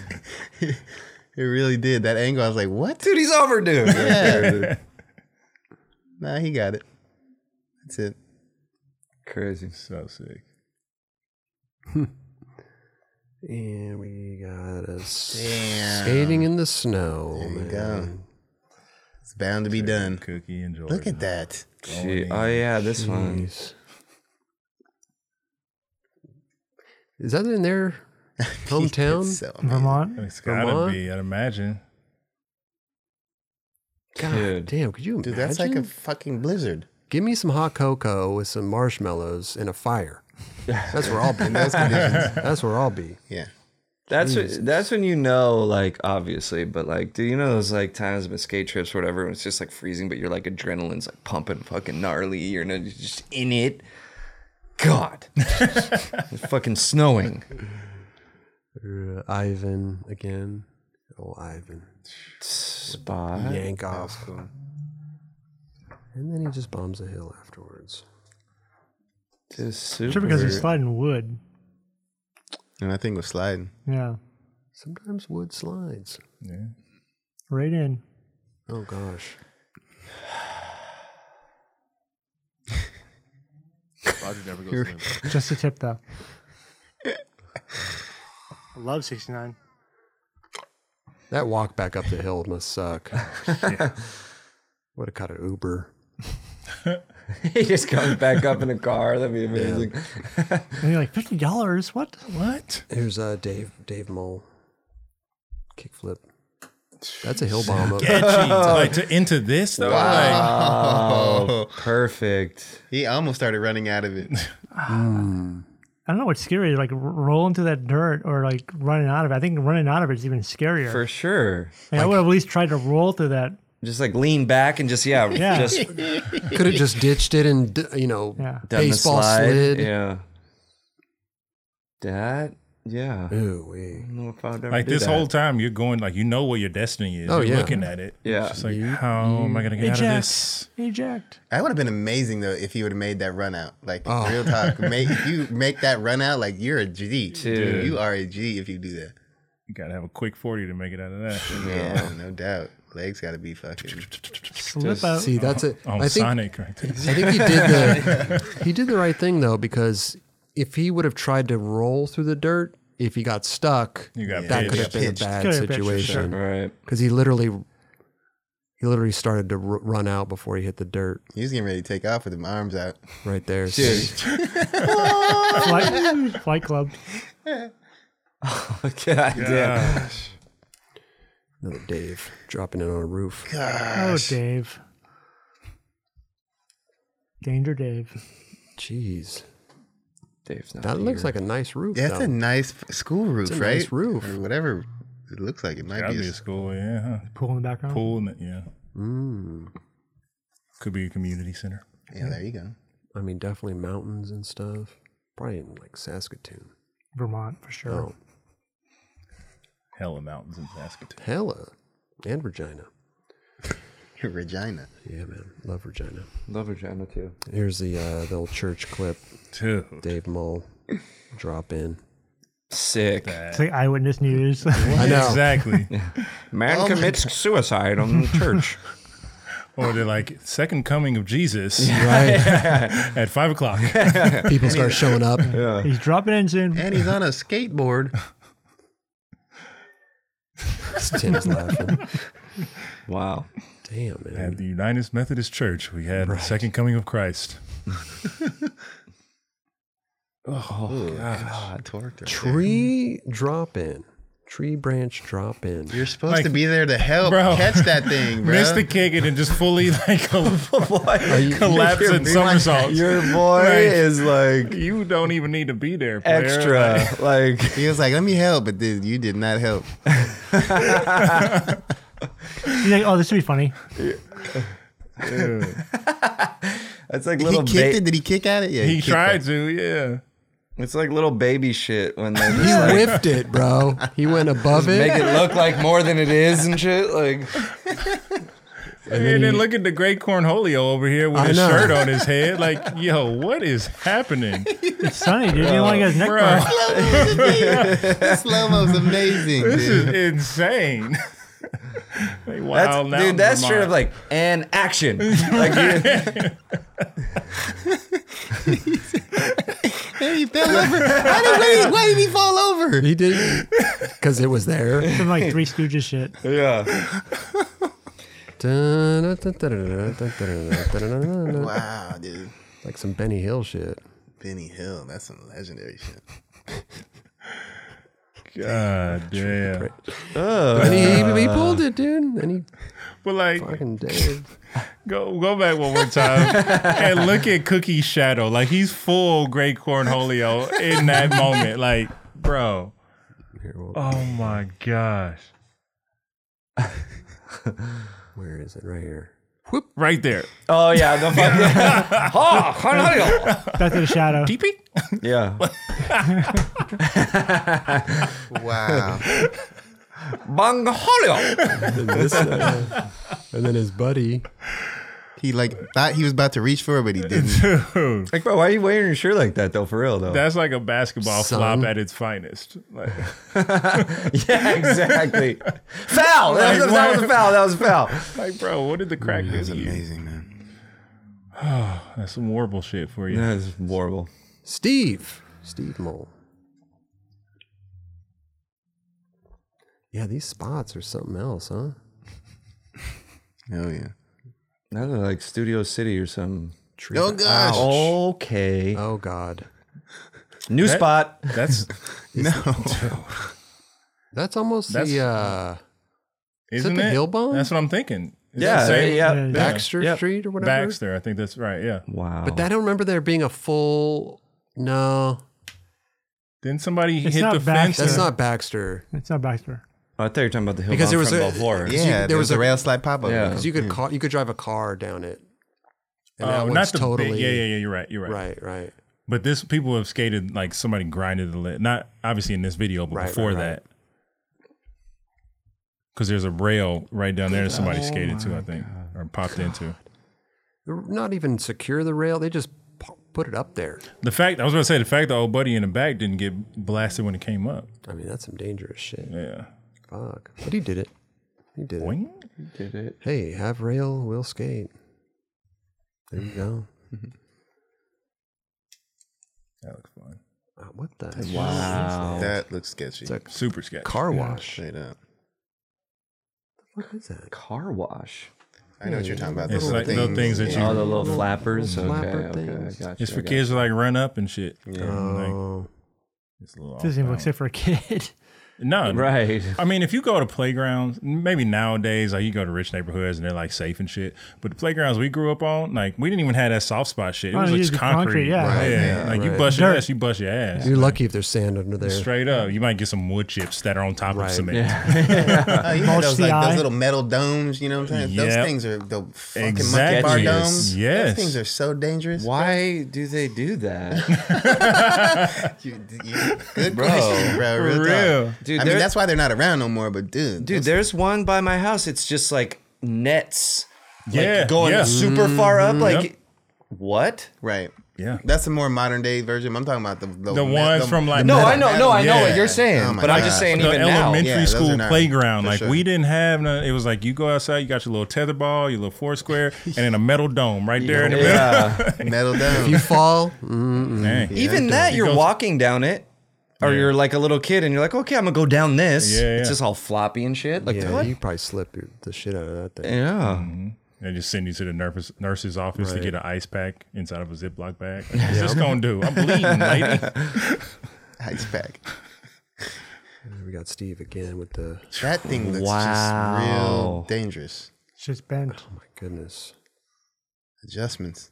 S3: It really did. That angle, I was like, what?
S7: Dude, he's over dude.
S3: Nah, he got it. That's it.
S7: Crazy.
S6: So sick.
S1: And we got a skating in the snow.
S3: There you
S1: man.
S3: go. It's bound to be done.
S6: Cookie and Jordan.
S3: Look at that.
S7: Gee, oh yeah, this one.
S1: Jeez. Is that in their hometown?
S3: It's so-
S4: Vermont.
S6: It's gotta
S1: Vermont?
S6: be. I'd imagine.
S1: God
S7: Dude.
S1: damn, could you imagine?
S3: dude, that's like a fucking blizzard.
S1: Give me some hot cocoa with some marshmallows and a fire. That's where I'll be.
S3: Those conditions.
S1: That's where I'll be.
S3: Yeah.
S7: That's when, that's when you know, like obviously, but like, do you know those like times of skate trips or whatever? When it's just like freezing, but you're like adrenaline's like pumping, fucking gnarly. You're not- you're just in it. God, it's fucking snowing.
S1: Uh, Ivan again. Oh, Ivan.
S7: Spot.
S1: Yank off. And then he just bombs a hill afterwards.
S7: Just super.
S4: Sure, because he's sliding wood.
S3: And that thing was sliding.
S4: Yeah.
S1: Sometimes wood slides.
S4: Right in.
S1: Oh, gosh.
S5: Roger never goes limp.
S4: Just a tip, though. I love 69.
S1: That walk back up the hill must suck. Would have caught an Uber.
S7: he just comes back up in a car. That'd be amazing.
S4: And you're like, $50? What? What?
S1: Here's uh, Dave Dave Mole. Kickflip. That's a hill bomb. Up.
S6: like to into this though. Like,
S7: Oh, perfect.
S3: He almost started running out of it.
S4: I don't know what's scarier, like r- rolling through that dirt or like running out of it. I think running out of it is even scarier.
S7: For sure.
S4: Like, I would have at least tried to roll through that.
S7: Just like lean back and just yeah,
S4: Yeah.
S7: just
S1: Could have just ditched it and, d- you know,
S4: Yeah.
S7: done
S1: baseball
S7: the slide.
S1: slid.
S7: Yeah. That yeah. I
S1: Ooh, wee.
S7: don't know if I'd ever
S6: like
S7: do
S6: this
S7: that.
S6: whole time you're going like you know what your destiny is.
S1: Oh,
S6: you're
S1: yeah.
S6: looking at it.
S7: Yeah.
S6: It's just like how am I gonna get out of this?
S4: Eject.
S3: That would have been amazing though if you would have made that run out. Like real talk, make if you make that run out, like you're a G. Dude, you are a G if you do that.
S6: You gotta have a quick forty to make it out of that.
S3: Yeah, no doubt. Legs got to be fucking.
S4: Slip out.
S1: See, that's it.
S6: Oh,
S1: I think
S6: Sonic right there.
S1: I think he did the he did the right thing though because if he would have tried to roll through the dirt, if he got stuck,
S6: You got
S1: that could have
S6: pitched.
S1: been a
S3: Pitched.
S1: bad
S4: Could have been, for
S1: situation
S7: Right.
S1: because he literally he literally started to r- run out before he hit the dirt
S3: He was getting ready to take off with him arms out.
S1: right there. So
S7: Dude.
S4: Flight, flight club.
S7: God damn.
S1: another Dave dropping it on a roof.
S4: Oh, Dave. Danger Dave.
S1: Jeez,
S7: Dave's not
S1: that looks like a nice roof.
S3: That's
S1: though.
S3: a nice school roof,
S1: a
S3: right?
S1: nice roof.
S3: or whatever it looks like. It might
S6: That'd
S3: be.
S6: be
S3: a-
S6: a school, yeah. Huh?
S4: Pool in the background.
S6: Pool and that- yeah. Could be a community center.
S3: yeah, there you go.
S1: I mean, definitely mountains and stuff. Probably in like Saskatoon.
S4: Vermont, for sure.
S1: Oh,
S6: Hella mountains in Saskatoon.
S1: hella, and Regina.
S3: Regina.
S1: Yeah, man, love Regina.
S7: love vagina too.
S1: Here's the uh, the old church clip.
S6: Dude.
S1: Dave Mull drop in.
S7: Sick.
S4: It's like eyewitness news.
S1: I know.
S6: Exactly.
S7: Man commits suicide on the church.
S6: or they're like second coming of Jesus
S1: Right?
S6: at five o'clock.
S1: People start showing up.
S4: He's dropping in soon.
S3: And he's on a skateboard.
S1: Tim's laughing.
S7: Wow.
S1: Damn,
S6: At
S1: man.
S6: the United Methodist Church, we had the second coming of Christ.
S3: Oh, God. Torque.
S1: Tree drop in. Tree branch drop in.
S3: You're supposed
S6: Like-
S3: to be there to help
S6: Bro.
S3: catch that thing, bro.
S6: Miss the kick and then just fully like
S7: you-
S6: collapse in somersaults.
S7: Your boy
S6: Like-
S7: is like
S6: you don't even need to be there. player.
S7: extra.
S6: Like,
S7: Like
S3: He was like, "Let me help," but dude, you did not help.
S4: He's like, oh, this would be funny.
S7: it's like
S3: He
S7: little
S3: kicked
S7: ba-
S3: it. Did he kick at it? Yeah,
S6: he
S3: kicked
S6: tried
S3: it.
S6: to, yeah.
S7: it's like little baby shit when they
S1: He
S7: just like
S1: whiffed it, bro. He went above
S7: make
S1: it.
S7: it look like more than it is and shit. Like
S6: And then, look at the great cornholio over here with
S1: I
S6: his
S1: know.
S6: shirt on his head. Like, yo, what is happening?
S4: It's sunny, dude. You don't want to get his neck
S6: Bro.
S4: broke.
S3: This slow mo's amazing.
S6: This
S3: dude.
S6: is insane. Like,
S7: that's
S6: Wild Mountain,
S7: dude, that's straight up like
S6: Vermont.
S7: and action. Like you,
S3: Hey, he fell over. How did, why, did, why did he fall over?
S1: He did because it was there.
S4: Some like Three Stooges shit.
S7: yeah.
S3: Wow, dude.
S1: Like some Benny Hill shit.
S3: Benny Hill, that's some legendary shit.
S6: God damn.
S1: And he, he pulled it, dude. And he
S6: But like,
S1: fucking did.
S6: go go back one more time and look at Cookie's shadow. Like he's full great cornholio in that moment. Like, bro.
S1: Here, well,
S6: Oh my gosh.
S1: Where is it? Right here.
S6: Right there.
S7: Oh yeah, the fucking oh, cornholio.
S4: Back to the shadow.
S6: Deepy?
S7: Yeah.
S3: Wow.
S7: Bongholio.
S1: And, this, uh, and then his buddy.
S3: he like thought he was about to reach for it, but he didn't.
S6: Dude,
S7: Like, bro, why are you wearing your shirt like that though? For real though.
S6: that's like a basketball
S1: Son.
S6: flop at its finest. Like,
S7: yeah, exactly. foul. That was, that was a foul. That was a foul.
S6: like, bro, what did the crack do
S3: That's
S6: to you?
S3: amazing, man.
S6: That's some warble shit for you.
S7: That's horrible.
S1: Steve. Steve Mole. Yeah, these spots are something else, huh?
S3: Hell yeah.
S7: That looked like Studio City or something.
S1: Tree
S3: Oh
S1: branch.
S3: gosh.
S7: Okay.
S1: Oh, God.
S7: New spot.
S6: That's
S3: no.
S1: That's almost the uh,
S6: isn't
S1: the
S6: it?
S1: hill bone?
S6: That's what I'm thinking. Is
S7: Yeah,
S6: that the same?
S7: yeah.
S4: Yeah.
S1: Baxter
S7: Yep.
S1: Street or whatever.
S6: Baxter, I think that's right. Yeah.
S7: Wow.
S1: But I don't remember there being a full. No,
S6: Didn't somebody
S4: It's
S6: hit
S4: not
S6: the fence?
S4: Baxter.
S1: that's
S4: Yeah.
S1: not Baxter.
S4: It's not Baxter.
S7: I thought you were talking about the hill
S1: Because
S7: because
S1: there
S7: there
S1: was
S7: from
S1: a-
S7: Balfour.
S3: Yeah, there,
S1: there
S3: was,
S1: was
S3: a
S1: a-
S3: rail slide pop up.
S7: Yeah.
S1: Because you could ca- you could drive a car down it. And
S6: Oh,
S1: that one's
S6: not the
S1: totally
S6: big. Yeah, yeah, yeah. You're right. You're right.
S1: right, right.
S6: But this people have skated like somebody grinded the lid. Not obviously in this video, but
S1: Right,
S6: before
S1: right, right.
S6: that. Because there's a rail right down there that
S1: Oh
S6: somebody skated to, I think, or popped into.
S1: They're Not even secure the rail. They just p- put it up there.
S6: The fact I was going to say the fact the old buddy in the back didn't get blasted when it came up.
S1: I mean, that's some dangerous shit.
S6: Yeah.
S1: Fuck. But he did it. He did it.
S6: Boing.
S1: Hey, have rail, will skate. There you go.
S6: That looks fun.
S1: Uh, What the
S7: Wow.
S3: That looks sketchy.
S1: It's a
S6: Super sketch.
S1: car wash.
S3: Straight up.
S1: What is that?
S7: Car wash.
S3: I know what you're talking about.
S6: It's
S3: Those
S6: like little things that
S3: Yeah.
S7: All
S6: you-
S7: the little flappers. Okay,
S1: flapper
S7: okay,
S1: things.
S7: I got you,
S6: It's
S7: I
S6: for
S7: got
S6: kids to like run up and shit.
S3: Yeah.
S6: And, like,
S1: Oh,
S6: it's a little
S4: Doesn't even look
S6: off-balance.
S4: safe for a kid.
S6: No,
S7: you. Right.
S6: I mean, if you go to playgrounds, maybe nowadays, like you go to rich neighborhoods and they're like safe and shit. But the playgrounds we grew up on, like we didn't even have that soft spot shit. It
S4: Oh,
S6: was
S4: you
S6: just
S4: just
S6: concrete.
S4: concrete, yeah.
S6: Right,
S4: Right,
S6: yeah. Like you bust your ass, you bust your ass.
S1: you're lucky if there's sand under there.
S6: Straight up, you might get some wood chips that are on top
S1: Right.
S6: of cement.
S3: Oh, you know those,
S4: Mulch
S3: like,
S4: CI.
S3: those little metal domes, you know what I'm saying?
S6: Yep.
S3: Those things are the fucking
S6: Exactly.
S3: monkey bar
S6: Yes.
S3: domes.
S6: Yes.
S3: Those things are so dangerous.
S7: Why do they do that?
S3: You- you- good
S7: Bro.
S3: question, bro. Real,
S6: For
S3: talk.
S6: real.
S7: Dude,
S3: I
S7: there-
S3: mean, that's why they're not around no more, but dude.
S7: Dude, there's one by my house. It's just like nets. Like
S6: Yeah,
S7: Going
S6: yeah.
S7: super far up. Like,
S6: Yep.
S7: what?
S3: Right.
S6: Yeah.
S3: That's a more modern day version. I'm talking about the the,
S6: The ones from like
S7: No,
S6: Metal
S7: I know, no, I know
S6: Yeah.
S7: what you're saying,
S3: Oh my
S7: but I'm just
S3: gosh.
S7: saying
S6: the
S7: even now.
S6: elementary
S3: Yeah, those
S6: school
S3: are not-
S6: playground.
S3: for
S6: Like
S3: sure.
S6: we didn't have none. It was like you go outside, you got your little tether ball, your little four square, and then a metal dome right there in the middle.
S7: Yeah.
S3: metal dome.
S1: You fall.
S6: Dang.
S7: even that, you're
S6: goes-
S7: walking down it, or you're like a little kid and you're like, okay, I'm gonna go down this.
S6: Yeah, yeah.
S7: It's just all floppy and shit. Like,
S1: Yeah,
S7: what?
S1: you probably slip your, the shit out of that thing.
S7: yeah.
S6: They just send you to the nurse, nurse's office to get an ice pack inside of a Ziploc bag. Like, What's this gonna do? I'm bleeding, lady.
S3: Ice pack.
S1: We got Steve again with the
S3: That thing looks just real
S7: Wow.
S3: dangerous.
S4: Shit's bent.
S1: oh my goodness.
S3: Adjustments.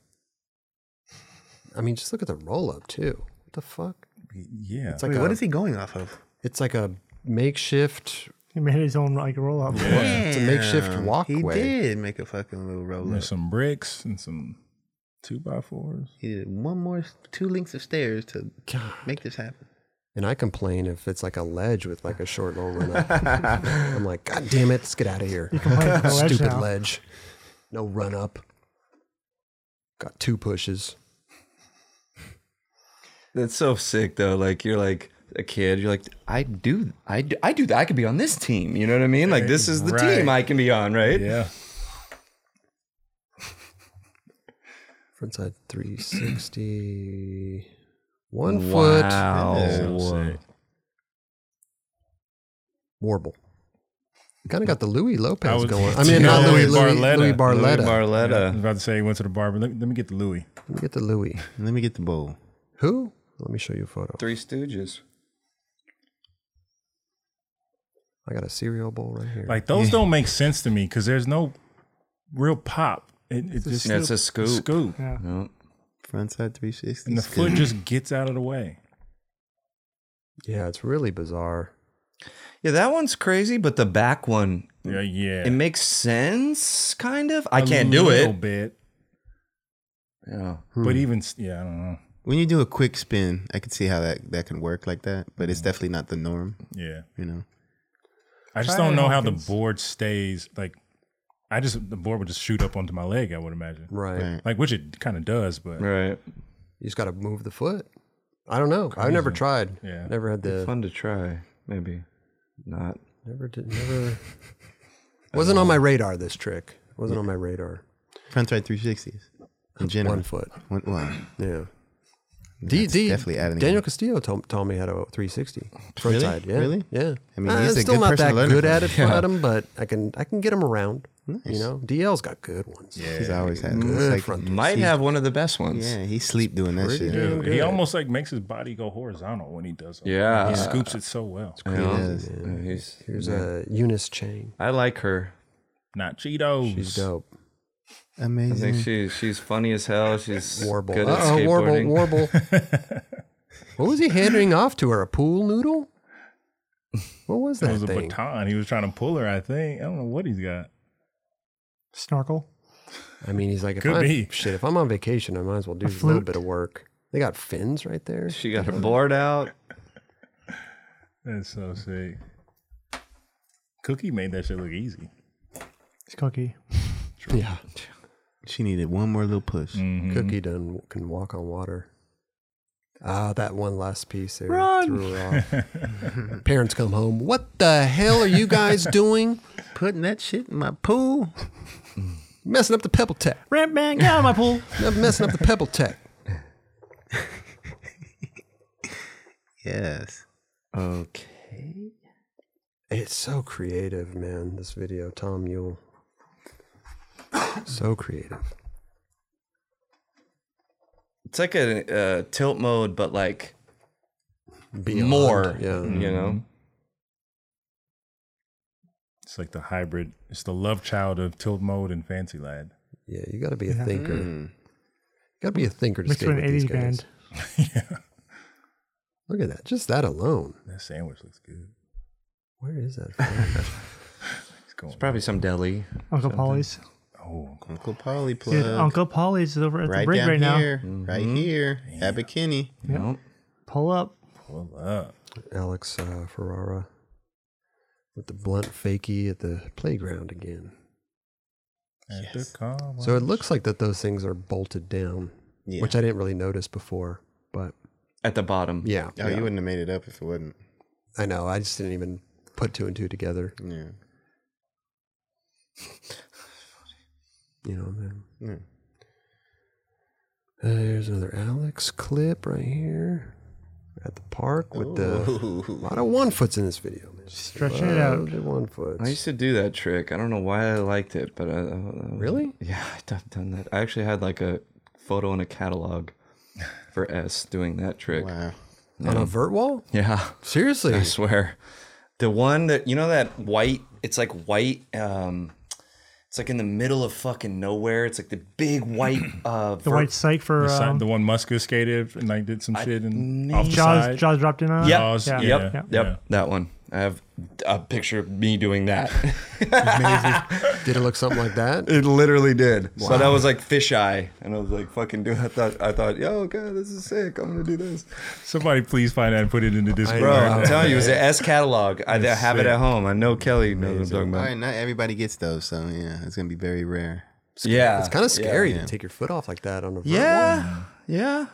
S1: I mean, just look at the roll up too. What the fuck?
S6: Yeah.
S1: It's like
S3: Wait,
S1: a,
S3: what is he going off of?
S1: It's like a makeshift.
S4: He made his own like roll up.
S1: It's a makeshift
S3: Damn, He
S1: walkway.
S3: did make a fucking little roll up.
S6: There's some bricks and some two by fours.
S3: He did one more, two links of stairs to make this happen.
S1: And I complain if it's like a ledge with like a short little run up. I'm like, God damn it, let's get out of here.
S4: You complain for the ledge
S1: Stupid
S4: now.
S1: ledge. No run up. Got two pushes.
S7: That's so sick though. Like you're like a kid. You're like I do. I do, I do that. I could be on this team. You know what I mean? Like this is the
S6: Right.
S7: team I can be on. Right?
S6: Yeah.
S1: Frontside 360. One foot.
S7: Wow.
S1: Warble. Kind of got the Louis Lopez
S6: I was-
S1: going. I mean,
S6: Yeah,
S1: not Louis,
S6: Louis
S1: Louis Barletta.
S6: Barletta.
S1: Louis Barletta.
S6: Louis Yeah, I was
S7: Barletta.
S6: about to say he went to the barber. Let me, let me get the Louis.
S1: Let me get the Louis.
S3: Let me get the bowl.
S1: Who? Let me show you a photo.
S7: Three Stooges.
S1: I got a cereal bowl right here.
S6: Like those don't make sense to me because there's no real pop. It, it just
S7: scoop. Yeah, it's a scoop.
S6: Scoop.
S4: Yeah.
S7: No.
S3: Frontside 360.
S6: And the
S3: Scoop.
S6: foot just gets out of the way.
S1: yeah, it's really bizarre.
S7: Yeah, that one's crazy, but the back one
S6: Yeah, yeah.
S7: it makes sense, kind of. I
S6: I
S7: I can't do
S6: A little
S7: it.
S6: bit,
S7: Yeah.
S6: but even s- yeah, I don't know.
S3: When you do a quick spin, I could see how that, that can work like that, but it's definitely not the norm,
S6: Yeah,
S3: you know?
S6: I just
S4: Try
S6: don't
S4: it,
S6: know how the
S4: Hawkins.
S6: board stays. Like, I just the board would just shoot up onto my leg. I would imagine,
S1: Right.
S3: Right.
S6: like which it kind of does, but
S7: Right.
S1: You just got to move the foot. I don't know. I've never tried.
S6: Yeah.
S1: Never had the.
S7: Fun to try, maybe. Not.
S1: Never did. Never. wasn't on my radar. This trick wasn't on my radar.
S3: Frontside 360s. In general.
S1: One foot.
S3: One- wow.
S1: Yeah. D,
S3: That's
S1: D,
S3: definitely adding
S1: Daniel
S3: up.
S1: Castillo told, told me how to 360 front side. Yeah,
S3: Really?
S1: yeah.
S3: I mean,
S1: Uh,
S3: he's
S1: I'm
S3: a
S1: still
S3: good
S1: not
S3: person
S1: that
S3: to learn
S1: good
S3: from.
S1: at it at him, but I can I can get him around. You know, DL's got good ones. Yeah,
S3: He's always had
S1: Good
S3: it's like,
S1: front-
S7: Might have one of the best ones.
S3: Yeah, he sleep doing that shit.
S6: Yeah,
S1: damn
S6: he
S1: good.
S6: almost like makes his body go horizontal when he does. it.
S7: Yeah.
S6: he scoops it so well.
S7: You know? Yeah, he's-
S1: Here's a Eunice Chang.
S7: I like her.
S6: Not
S3: Oh,
S6: Cheetos.
S1: She's dope.
S7: I
S3: Amazing.
S7: think she she's funny as hell. She's
S1: Warble.
S7: good at
S1: Mm-hmm. Uh-oh, warble,
S7: skateboarding.
S1: warble. what was he handing off to her? A pool noodle? What was
S6: It
S1: that
S6: was a
S1: thing?
S6: baton. He was trying to pull her. I think I don't know what he's got.
S4: Snorkel.
S1: I mean, he's like, if
S6: Could
S1: I'm,
S6: be.
S1: shit, if I'm on vacation, I might as well do a, little
S4: flute.
S1: bit of work. They got fins right there.
S7: She got her board out.
S6: That's so sick. Cookie made that shit look easy.
S4: It's cookie.
S1: Yeah,
S3: She needed one more little push.
S6: Mm.
S1: Cookie done can walk on water. Ah, that one last piece there threw her off. Parents come home. What the hell are you guys doing?
S3: Putting that shit in my pool.
S1: Messing up the pebble tech.
S4: Ramp man, get out of my pool.
S1: Messing up the pebble tech.
S3: Yes.
S7: Okay.
S1: It's so creative, man. This video, Tom Yule. So creative.
S7: It's like a uh, tilt mode, but like
S1: Beyond,
S7: more.
S1: Yeah. Mm-hmm.
S7: You know.
S6: It's like the hybrid. It's the love child of tilt mode and fancy lad.
S1: Yeah. You got to be a
S3: Mm.
S1: thinker. Got to be a thinker to
S4: Mm. Mixed
S1: skate
S4: with
S1: with
S4: an
S1: these
S4: 80s
S1: guys.
S4: band.
S6: yeah,
S1: Look at that. Just that alone.
S6: that sandwich looks good.
S1: Where is that? from?
S6: It's going.
S7: Probably some deli.
S4: Uncle Polly's.
S6: oh,
S3: Uncle Polly plug.
S4: Dude, Uncle Polly's is over at the
S3: right
S4: brig
S3: down
S4: right now.
S3: here. Right
S1: Mm-hmm.
S3: here. Abercrombie.
S7: Nope.
S4: Pull up.
S6: pull up.
S1: Alex uh, Ferrara with the blunt fakie at the playground again.
S6: At the car
S1: So it looks like that those things are bolted down,
S3: Yeah.
S1: which I didn't really notice before. But
S7: At the bottom.
S1: yeah,
S3: Oh, you wouldn't have made it up if it wasn't.
S1: I know. I just didn't even put two and two together.
S3: Yeah.
S1: You know. Man.
S3: Yeah.
S1: Uh, there's another Alex clip right here at the park with the a lot of one foots in this video. Man.
S4: Stretching it out.
S1: One foot.
S7: I used to do that trick. I don't know why I liked it, but I, I, I-
S1: Really?
S7: Yeah, I've done that. I actually had like a photo in a catalog for S doing that trick.
S3: Wow.
S1: on a vert wall?
S7: Yeah.
S1: Seriously?
S7: I swear. The one that you know that white, it's like white um it's like in the middle of fucking nowhere. It's like the big white uh
S4: The white psych for
S6: The,
S4: um,
S6: the one Muska skated and like did some shit and off the
S4: Jaws.
S6: side.
S4: Jaws dropped in on.
S7: Yep.
S6: Jaws,
S4: Oh, Yeah.
S7: Yep.
S6: yeah,
S7: Yep.
S6: yeah.
S7: That one. I have a picture of me doing that.
S1: Did it look something like that?
S7: it literally did. So that was like fisheye, and I was like fucking doing. I thought I thought, yo, god, this is sick. I'm gonna do this,
S6: Somebody please find that and put it into this.
S1: I
S6: Bro,
S7: bro.
S1: know.
S7: I'm telling you, it was an S catalog. I, I
S6: That's
S7: have it
S6: sick.
S7: at home. I know Kelly knows what I'm talking
S3: All
S7: about.
S3: right, not everybody gets those, so yeah, it's gonna be very rare.
S7: Yeah,
S1: It's kind of scary
S3: yeah.
S1: to take your foot off like that on a vert
S7: Yeah, yeah,
S1: wall.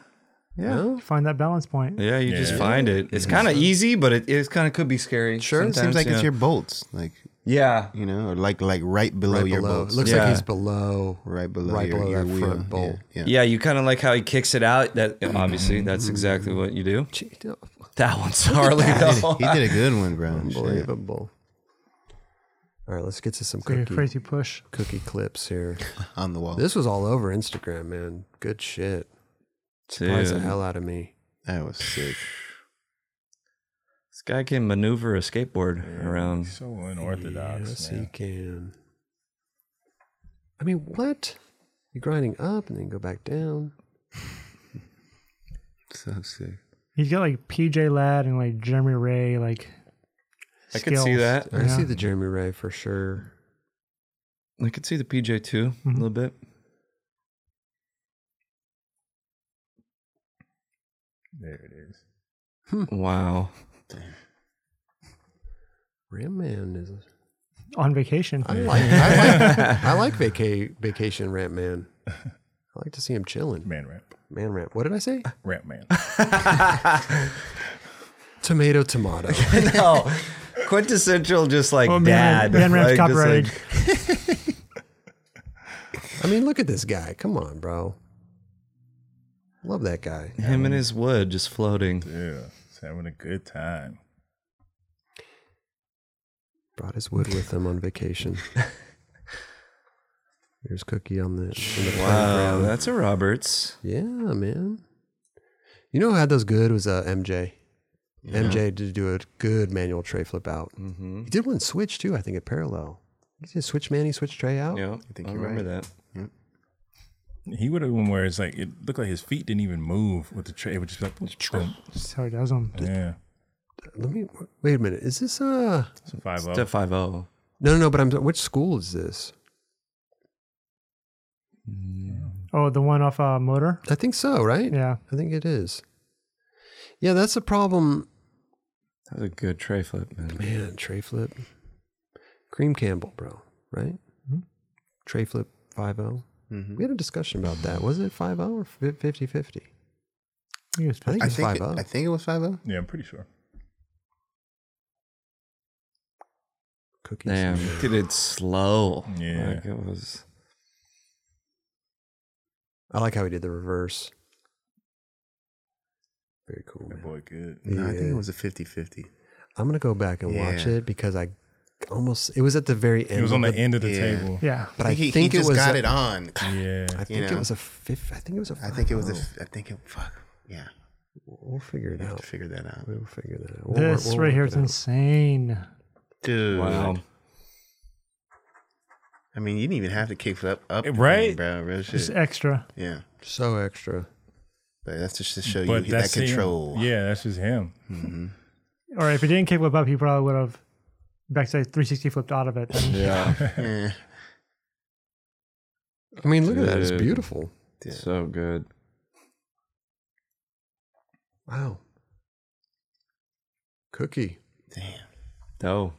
S7: yeah.
S1: No?
S4: Find that balance point.
S7: Yeah, you just
S6: Yeah.
S7: find it. It's kind of easy, but it, it kind of could be scary.
S1: Sure, it
S3: It seems like
S7: yeah.
S3: it's your bolts, like
S7: yeah.
S3: you know, or like like right below
S1: Right
S3: Oh, your
S1: below. It
S3: bolts,
S1: looks
S7: Yeah.
S1: like he's below.
S3: right below
S1: right
S3: your,
S1: below
S3: your
S1: that
S3: wheel.
S1: front bolt.
S3: Yeah, yeah.
S7: Yeah, you kind of like how he kicks it out. That obviously, that's exactly what you do.
S1: Gee, no,
S3: Oh,
S7: That one's gnarly though.
S3: he did a good one, bro. Shit.
S1: Unbelievable. All right, let's get to some
S4: Like a
S1: cookie
S4: crazy push.
S1: cookie clips here.
S3: on the wall.
S1: This was all over Instagram, man. Good shit. Surprised the
S7: Dude.
S1: hell out of me.
S3: that was sick.
S7: This guy can maneuver a skateboard around.
S6: so unorthodox.
S1: yes,
S6: man.
S1: he can. I mean, what? You're grinding up and then go back down.
S3: So sick.
S4: He's got like PJ Ladd and like Jeremy Ray. Like
S7: I could see
S4: skills,
S7: that.
S1: I
S4: you
S1: see
S4: know?
S1: the Jeremy Ray for sure.
S7: I could see the PJ too a
S4: Mhm.
S7: little bit.
S6: There it is.
S7: Wow.
S1: Ram Man is.
S4: on vacation.
S1: I like. I like, I like vaca- vacation ramp man. I like to see him chilling.
S6: Man ramp.
S1: Man ramp. What did I say?
S6: Ramp man.
S1: Tomato, tomato.
S7: no, quintessential, just like
S4: Oh, man,
S7: dad.
S4: man ramp's
S7: like, just
S4: copyrighted.
S7: like-
S1: I mean, look at this guy. Come on, bro. Love that guy.
S7: him and his wood just floating.
S6: Yeah. He's having a good time.
S1: Brought his wood with him on vacation. There's Cookie on the, in the
S7: Wow,
S1: background.
S7: that's a Roberts.
S1: Yeah, man. You know who had those good was uh, MJ. MJ did do a good manual tray flip out.
S7: Mm-hmm.
S1: He did one switch too, I think, at parallel. He did switch man, he switched tray out.
S7: Yeah, Oh, I,
S3: think you're
S7: remember that.
S6: He would have one where it's like it looked like his feet didn't even move with the tray. It would just be like boom, boom.
S4: Sorry, that was on.
S6: yeah.
S1: Let me wait a minute. Is this uh
S6: It's a five
S7: It's a
S6: up.
S7: five oh. zero.
S1: no no no? But I'm which school is this?
S4: Oh, the one off uh, motor.
S1: I think so, right?
S4: Yeah.
S1: I think it is. Yeah, that's a problem.
S7: That was a good tray flip, man.
S1: Man, tray flip. Cream Campbell, bro, right?
S6: Mm-hmm.
S1: Tray flip 5 0.
S3: Mm-hmm.
S1: We had a discussion about that. Was it 5 0 or 50 50?
S4: I think it was
S1: I think
S3: I
S1: it's oh.
S3: think
S1: 5
S3: it,
S1: 0.
S3: I think it was five oh? zero.
S6: Yeah, I'm pretty sure.
S1: Cookies.
S7: Damn, he did it slow.
S6: Yeah.
S7: like it was.
S1: I like how he did the reverse. Very cool.
S6: That
S1: Man.
S6: boy good.
S3: No, I think
S1: Yeah.
S3: it was a 50-50.
S1: I'm going to go back and watch
S3: Yeah.
S1: it because I almost, it was at the very end.
S6: He was on
S1: of
S6: the end of the
S3: yeah.
S6: table.
S4: Yeah.
S1: But
S3: I think he,
S1: I
S3: he
S1: think it
S3: just
S1: was.
S3: got
S1: a-
S3: it on.
S6: Yeah.
S1: I think
S3: know.
S1: it was a fifth. I think it was a.
S3: I think it was a.
S1: 5-0.
S3: f- I think it. Fuck. Yeah.
S1: We'll figure it
S3: I have
S1: out.
S3: to figure that out,
S1: We'll figure that out. We'll wor-
S4: This
S1: we'll
S4: right
S1: work
S4: here
S1: it
S4: is
S1: out.
S4: insane.
S3: dude.
S7: Wow.
S3: I mean, you didn't even have to kick flip up,
S6: Right?
S3: bro? Real
S4: Just
S3: shit.
S4: extra.
S3: Yeah,
S1: So extra.
S3: but that's just to show
S6: But
S3: you that
S6: that's him.
S3: control.
S6: Yeah, that's just him.
S4: Or if he didn't kick whip up, he probably would have backside 360 flipped out of it. And
S7: Yeah,
S3: Yeah.
S1: I mean, look at that. It's
S7: Dude.
S1: beautiful.
S3: Yeah.
S7: so good.
S1: Wow. Cookie.
S3: Damn.
S7: Dough.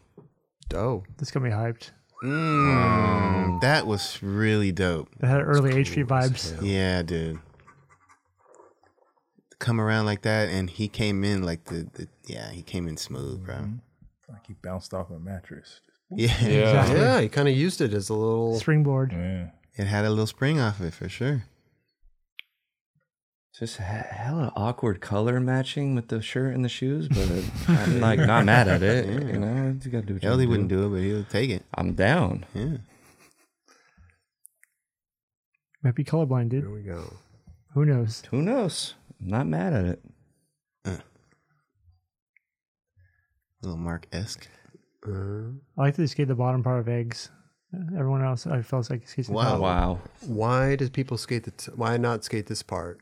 S1: Dough.
S4: this gonna be hyped.
S3: Mm, That was really dope.
S4: It had early H Street vibes.
S3: Yeah, dude. Come around like that, and he came in like the, the yeah, he came in smooth, bro.
S1: Mm-hmm.
S6: Like he bounced off a mattress.
S3: Yeah.
S4: Exactly.
S1: Yeah, he kind of used it as a little.
S4: Springboard.
S6: Yeah.
S3: it had a little spring off it for sure.
S7: Just he- hella awkward color matching with the shirt and the shoes, but I'm like not mad at it. You know, you gotta do. What you
S3: Ellie
S7: gotta
S3: wouldn't do it, but he'll take it.
S7: I'm down.
S3: Yeah,
S4: Might be colorblind,
S1: Here
S4: dude.
S1: we go.
S4: Who knows?
S7: Who knows? I'm not mad at it.
S3: little Mark esque.
S1: Uh,
S4: I like that he skate the bottom part of eggs. Everyone else, I felt like he skates the top.
S7: Oh, Wow.
S1: Why does people skate the? T- why not skate this part?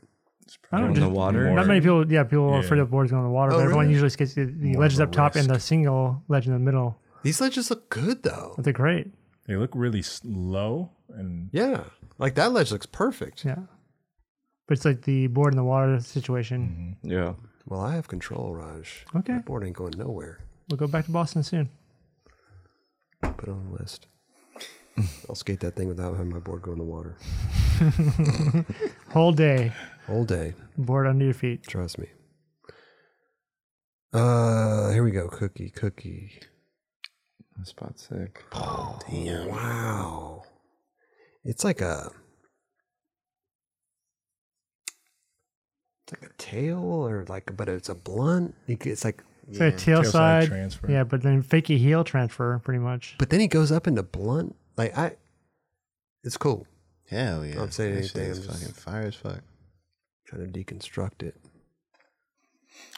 S4: I don't
S7: In the
S4: just-
S7: water.
S4: Not many people, yeah, people are
S6: Yeah.
S4: afraid of boards going in the water,
S1: Oh,
S4: but everyone
S1: really?
S4: usually skates the, the ledges up top and the single ledge in the middle.
S1: These ledges look good though.
S4: But they're great.
S6: They look really slow and
S1: Yeah, like that ledge looks perfect.
S4: Yeah. But it's like the board in the water
S7: Mm-hmm.
S4: situation.
S7: Yeah.
S1: Well, I have control, Raj.
S4: Okay.
S1: My board ain't going nowhere.
S4: We'll go back to Boston soon.
S1: Put it on the list. I'll skate that thing without having my board go in the water.
S4: Whole day,
S1: All day.
S4: board under your feet.
S1: Trust me. Uh, here we go. Cookie, cookie.
S7: Spot sick.
S1: Oh, Wow. It's like a. It's like a tail, or like, but it's a blunt. Like, It's like,
S4: It's like a tail,
S6: tail
S4: side.
S6: side transfer.
S4: Yeah, but then fakey heel transfer, pretty much.
S1: but then he goes up into blunt. Like I, it's cool.
S3: Hell yeah.
S1: Don't say
S3: That shit
S1: anything,
S3: is
S1: I'm just-
S3: fucking fire as fuck.
S1: Trying to deconstruct it.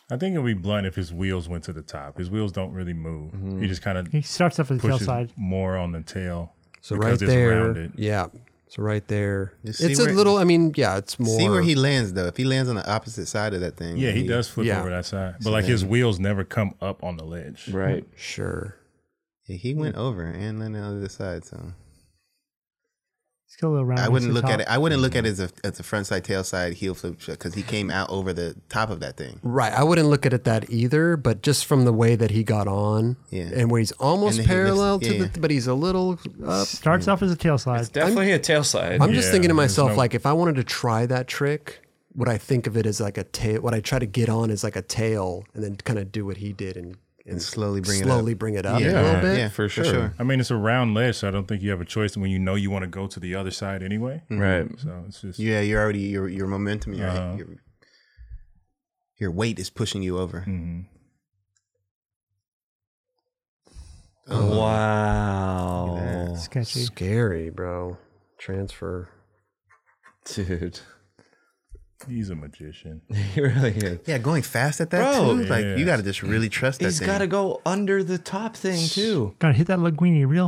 S6: I think it would be blunt if his wheels went to the top. His wheels don't really move.
S3: Mm-hmm.
S6: He just kind of
S4: He starts off with the tail
S6: pushes
S4: side.
S6: more on the tail.
S1: So
S6: because
S1: right
S6: it's
S1: there,
S6: rounded.
S1: yeah. So right there,
S3: Just see
S1: it's a
S3: where-
S1: little. I mean, yeah, it's more.
S3: See where he lands though. If he lands on the opposite side of that thing,
S6: Yeah, he
S3: then
S6: does flip
S1: yeah.
S6: over that side, but like his wheels never come up on the ledge.
S7: Right.
S1: Sure.
S3: yeah, He went over and landed on the other side. So
S4: It's got a little round.
S3: I wouldn't look at it. I wouldn't look at it as a, as a front side, tail side, heel flip because he came out over the top of that thing.
S1: Right. I wouldn't look at it that either, but just from the way that he got on,
S3: Yeah.
S1: and where he's almost
S3: And then he lifts-
S1: parallel to
S3: yeah.
S1: the, but he's a little up.
S4: Starts off as a tail slide.
S7: It's definitely a tail slide.
S1: I'm just
S6: Yeah,
S1: thinking to
S6: there's
S1: myself,
S6: no-
S1: like, if I wanted to try that trick, would I think of it as like a tail? What I try to get on is like a tail, and then kind of do what he did and and
S3: slowly bring it up.
S1: slowly bring it up
S3: Yeah.
S1: a little bit.
S3: Yeah, for sure.
S6: I mean, it's a round ledge, so I don't think you have a choice when you know you want to go to the other side anyway.
S7: Right.
S6: So it's just
S3: Yeah, you're already your your momentum, your
S6: Uh-huh.
S3: your, your weight is pushing you over.
S6: Mhm.
S7: Uh-huh. Wow.
S4: Sketchy.
S1: Scary, bro. Transfer.
S7: Dude.
S6: he's a magician.
S7: He really is.
S3: Yeah, going fast at that
S7: Bro.
S3: too. Like
S6: Yeah.
S3: you got to just really trust that
S7: He's
S3: thing.
S7: got to go under the top thing too.
S4: Gotta hit that linguini real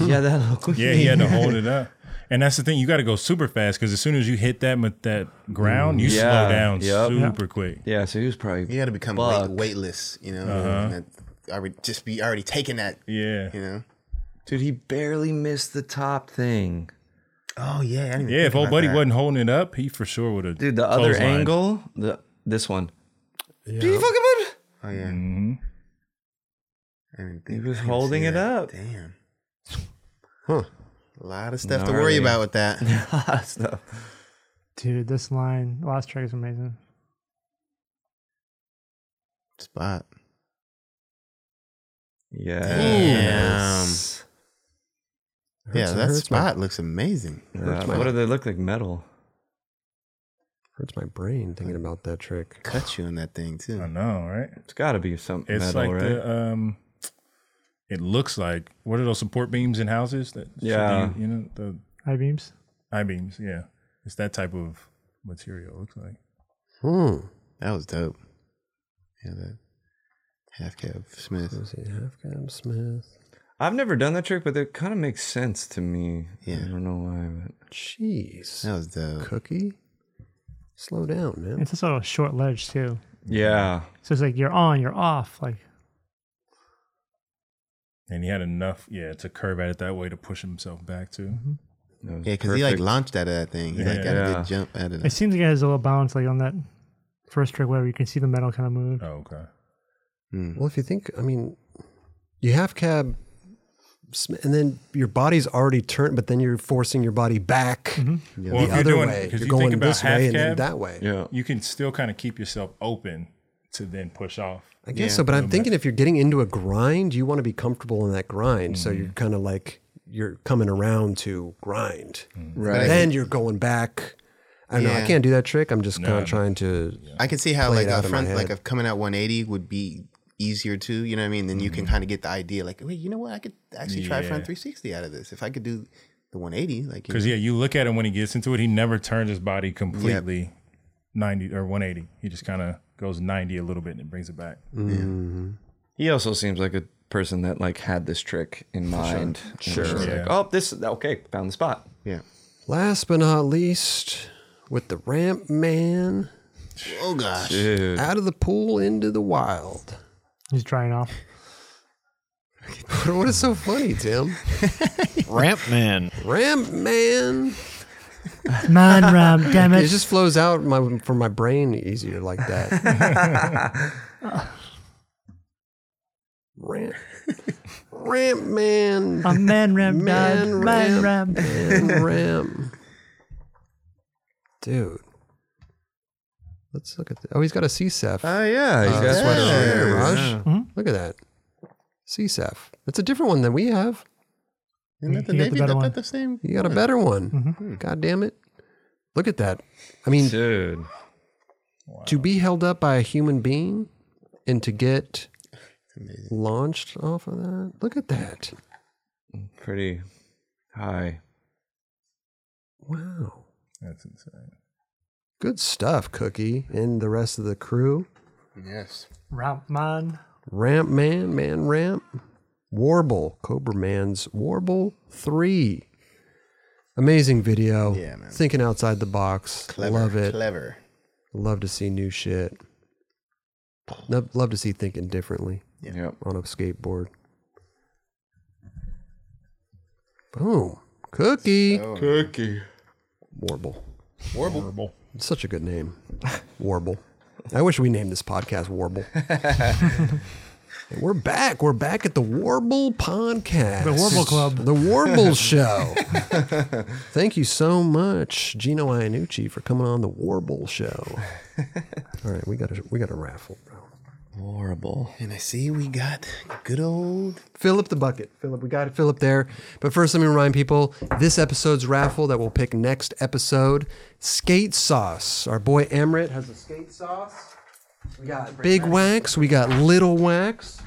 S7: Yeah, that look.
S6: Yeah, he had to hold it up, and that's the thing. You got to go super fast because as soon as you hit that ma- that ground,
S3: Mm-hmm.
S6: you
S7: Yeah,
S6: slow down
S7: yep.
S6: super quick.
S7: Yeah, so he was probably
S3: you got to become
S7: Fuck.
S3: weight, weightless. You know,
S6: Uh-huh.
S3: and that- I would just be already taking that.
S6: Yeah.
S3: You know.
S7: dude. He barely missed the top thing,
S3: Oh yeah, I didn't even
S6: Yeah,
S3: think
S6: if old
S3: about
S6: buddy
S3: that.
S6: wasn't holding it up, he for sure would have.
S7: dude. The other angle, the this one. Did you fucking put it?
S3: Oh yeah.
S6: hmm
S3: I didn't
S7: He
S3: think-
S7: was
S3: I didn't
S7: holding
S3: see
S7: it
S3: that.
S7: up.
S3: Damn.
S1: Huh.
S3: A lot of stuff to
S7: Gnarly.
S3: worry about with that.
S7: Stuff.
S4: Dude, this line, the last trick is amazing.
S3: Spot.
S7: Yes.
S3: Yeah,
S1: Hurts-
S3: that
S1: hurts my-
S3: spot looks amazing.
S7: Yeah, what do they look like? Metal.
S1: Hurts my brain thinking about that trick.
S3: Cut you on that thing
S6: I
S3: too.
S6: know, right?
S7: It's got to be something
S6: It's
S7: metal,
S6: like
S7: right?
S6: the um, it looks like what are those support beams in houses that? should be,
S7: Yeah.
S6: you know the
S4: High beams.
S6: I beams. Yeah, it's that type of material. It looks like.
S1: Hmm.
S3: That was dope. Yeah, that half cab Smith.
S1: Let's see, half cab Smith.
S7: I've never done that trick, but it kind of makes sense to me.
S3: Yeah.
S7: I don't know why, but
S1: Jeez.
S3: That was dope.
S1: Cookie. Slow down, man.
S4: It's also a short ledge, too.
S7: yeah,
S4: So it's like you're on, you're off. Like,
S6: And he had enough, yeah, to curve at it that way to push himself back too.
S3: Mm-hmm.
S7: That was
S3: Yeah, because he like
S7: perfect.
S3: launched out of that uh, thing. He like got a
S7: Yeah.
S3: good jump out of
S4: it
S3: it.
S4: seems like it has a little bounce, like on that first trick, where you can see the metal kind of move.
S6: Oh, okay.
S1: Well, if you think, I mean, you half cab, Sm- and then your body's already turned, but then you're forcing your body back
S6: Well,
S1: the
S6: Mm-hmm. if you're
S1: other
S6: doing-
S1: way. You're
S6: 'cause you think
S1: going
S6: about
S1: this way and then
S6: half-cab,
S1: that way.
S7: Yeah,
S6: You can still kind of keep yourself open to then push off.
S1: I guess so, but I'm thinking if you're getting into a grind, you want to be comfortable in that grind. So
S6: Mm.
S1: you're kind of like you're coming around to grind.
S6: Mm.
S7: right.
S1: Then you're going back. I don't know. I
S3: Yeah.
S1: can't do that trick. I'm just kind of trying to.
S3: I can see how
S1: Play it
S3: like
S1: out
S3: a
S1: in my
S3: front, like
S1: head.
S3: a coming out 180 would be easier too. You know what I mean? Then you can
S1: Mm-hmm.
S3: kind of get the idea like, wait, you know what? I could actually try front 360 out of this if I could do the 180. Like, you
S6: Because yeah, you look at him when he gets into it, he never turns his body completely 90 or 180. He just kind of goes 90 a little bit and brings it back.
S7: He also seems like a person that like had this trick in mind. Sure.
S6: Yeah.
S7: Like, oh, this okay. Found the spot.
S3: Yeah.
S1: Last but not least, with the ramp man
S3: Oh gosh.
S7: Dude.
S1: out of the pool into the wild.
S4: He's drying off.
S1: what is so funny, Tim?
S8: Ramp man.
S1: Ramp man.
S4: Man, Ram, damn
S1: It
S4: it.
S1: just flows out my, from my brain easier like that. ramp. Ramp man.
S4: A man, Ram, died.
S1: Man
S4: Man,
S1: Ram.
S4: Ram.
S1: Man ramp. Dude. Let's look at that. Oh, he's got a CSEF.
S7: Oh yeah,
S1: Uh,
S7: he's got
S1: sweater over
S7: yeah.
S1: here, Raj.
S7: Yeah.
S1: Look at that. CSEF. That's a different one than we have.
S3: Isn't that the
S4: You got
S3: Navy
S4: the better
S3: that
S4: one.
S3: that the same?
S1: You got a better one.
S7: Hmm.
S1: God damn it. Look at that. I mean,
S7: Dude,
S1: to be held up by a human being and to get launched off of that. Look at that.
S7: pretty high.
S1: Wow.
S6: That's insane.
S1: Good stuff, Cookie and the rest of the crew.
S3: Yes.
S4: Ramp, man.
S1: Ramp Man, Man Ramp, Warble, Cobra Man's Warble 3. Amazing video.
S3: Yeah, man.
S1: Thinking outside the box.
S3: Clever.
S1: Love it.
S3: Clever.
S1: Love to see new shit. Love, love to see thinking differently
S7: Yeah.
S1: on a skateboard. Boom. Cookie.
S7: Cookie.
S1: Warble.
S6: Horrible.
S1: It's such a good name. Warble. I wish we named this podcast Warble. And we're back. We're back at the Warble Podcast.
S4: The Warble Club.
S1: The Warble Show. Thank you so much, Gino Iannucci, for coming on the Warble Show. All right, we got a we got a raffle, bro.
S7: Horrible.
S3: And I see we got good old
S1: Fill up the bucket. Philip, we got it. Philip there. But first, let me remind people this episode's raffle that we'll pick next episode Skate Sauce. Our boy Emrit has a skate sauce. We got Big Wax. We got Little Wax.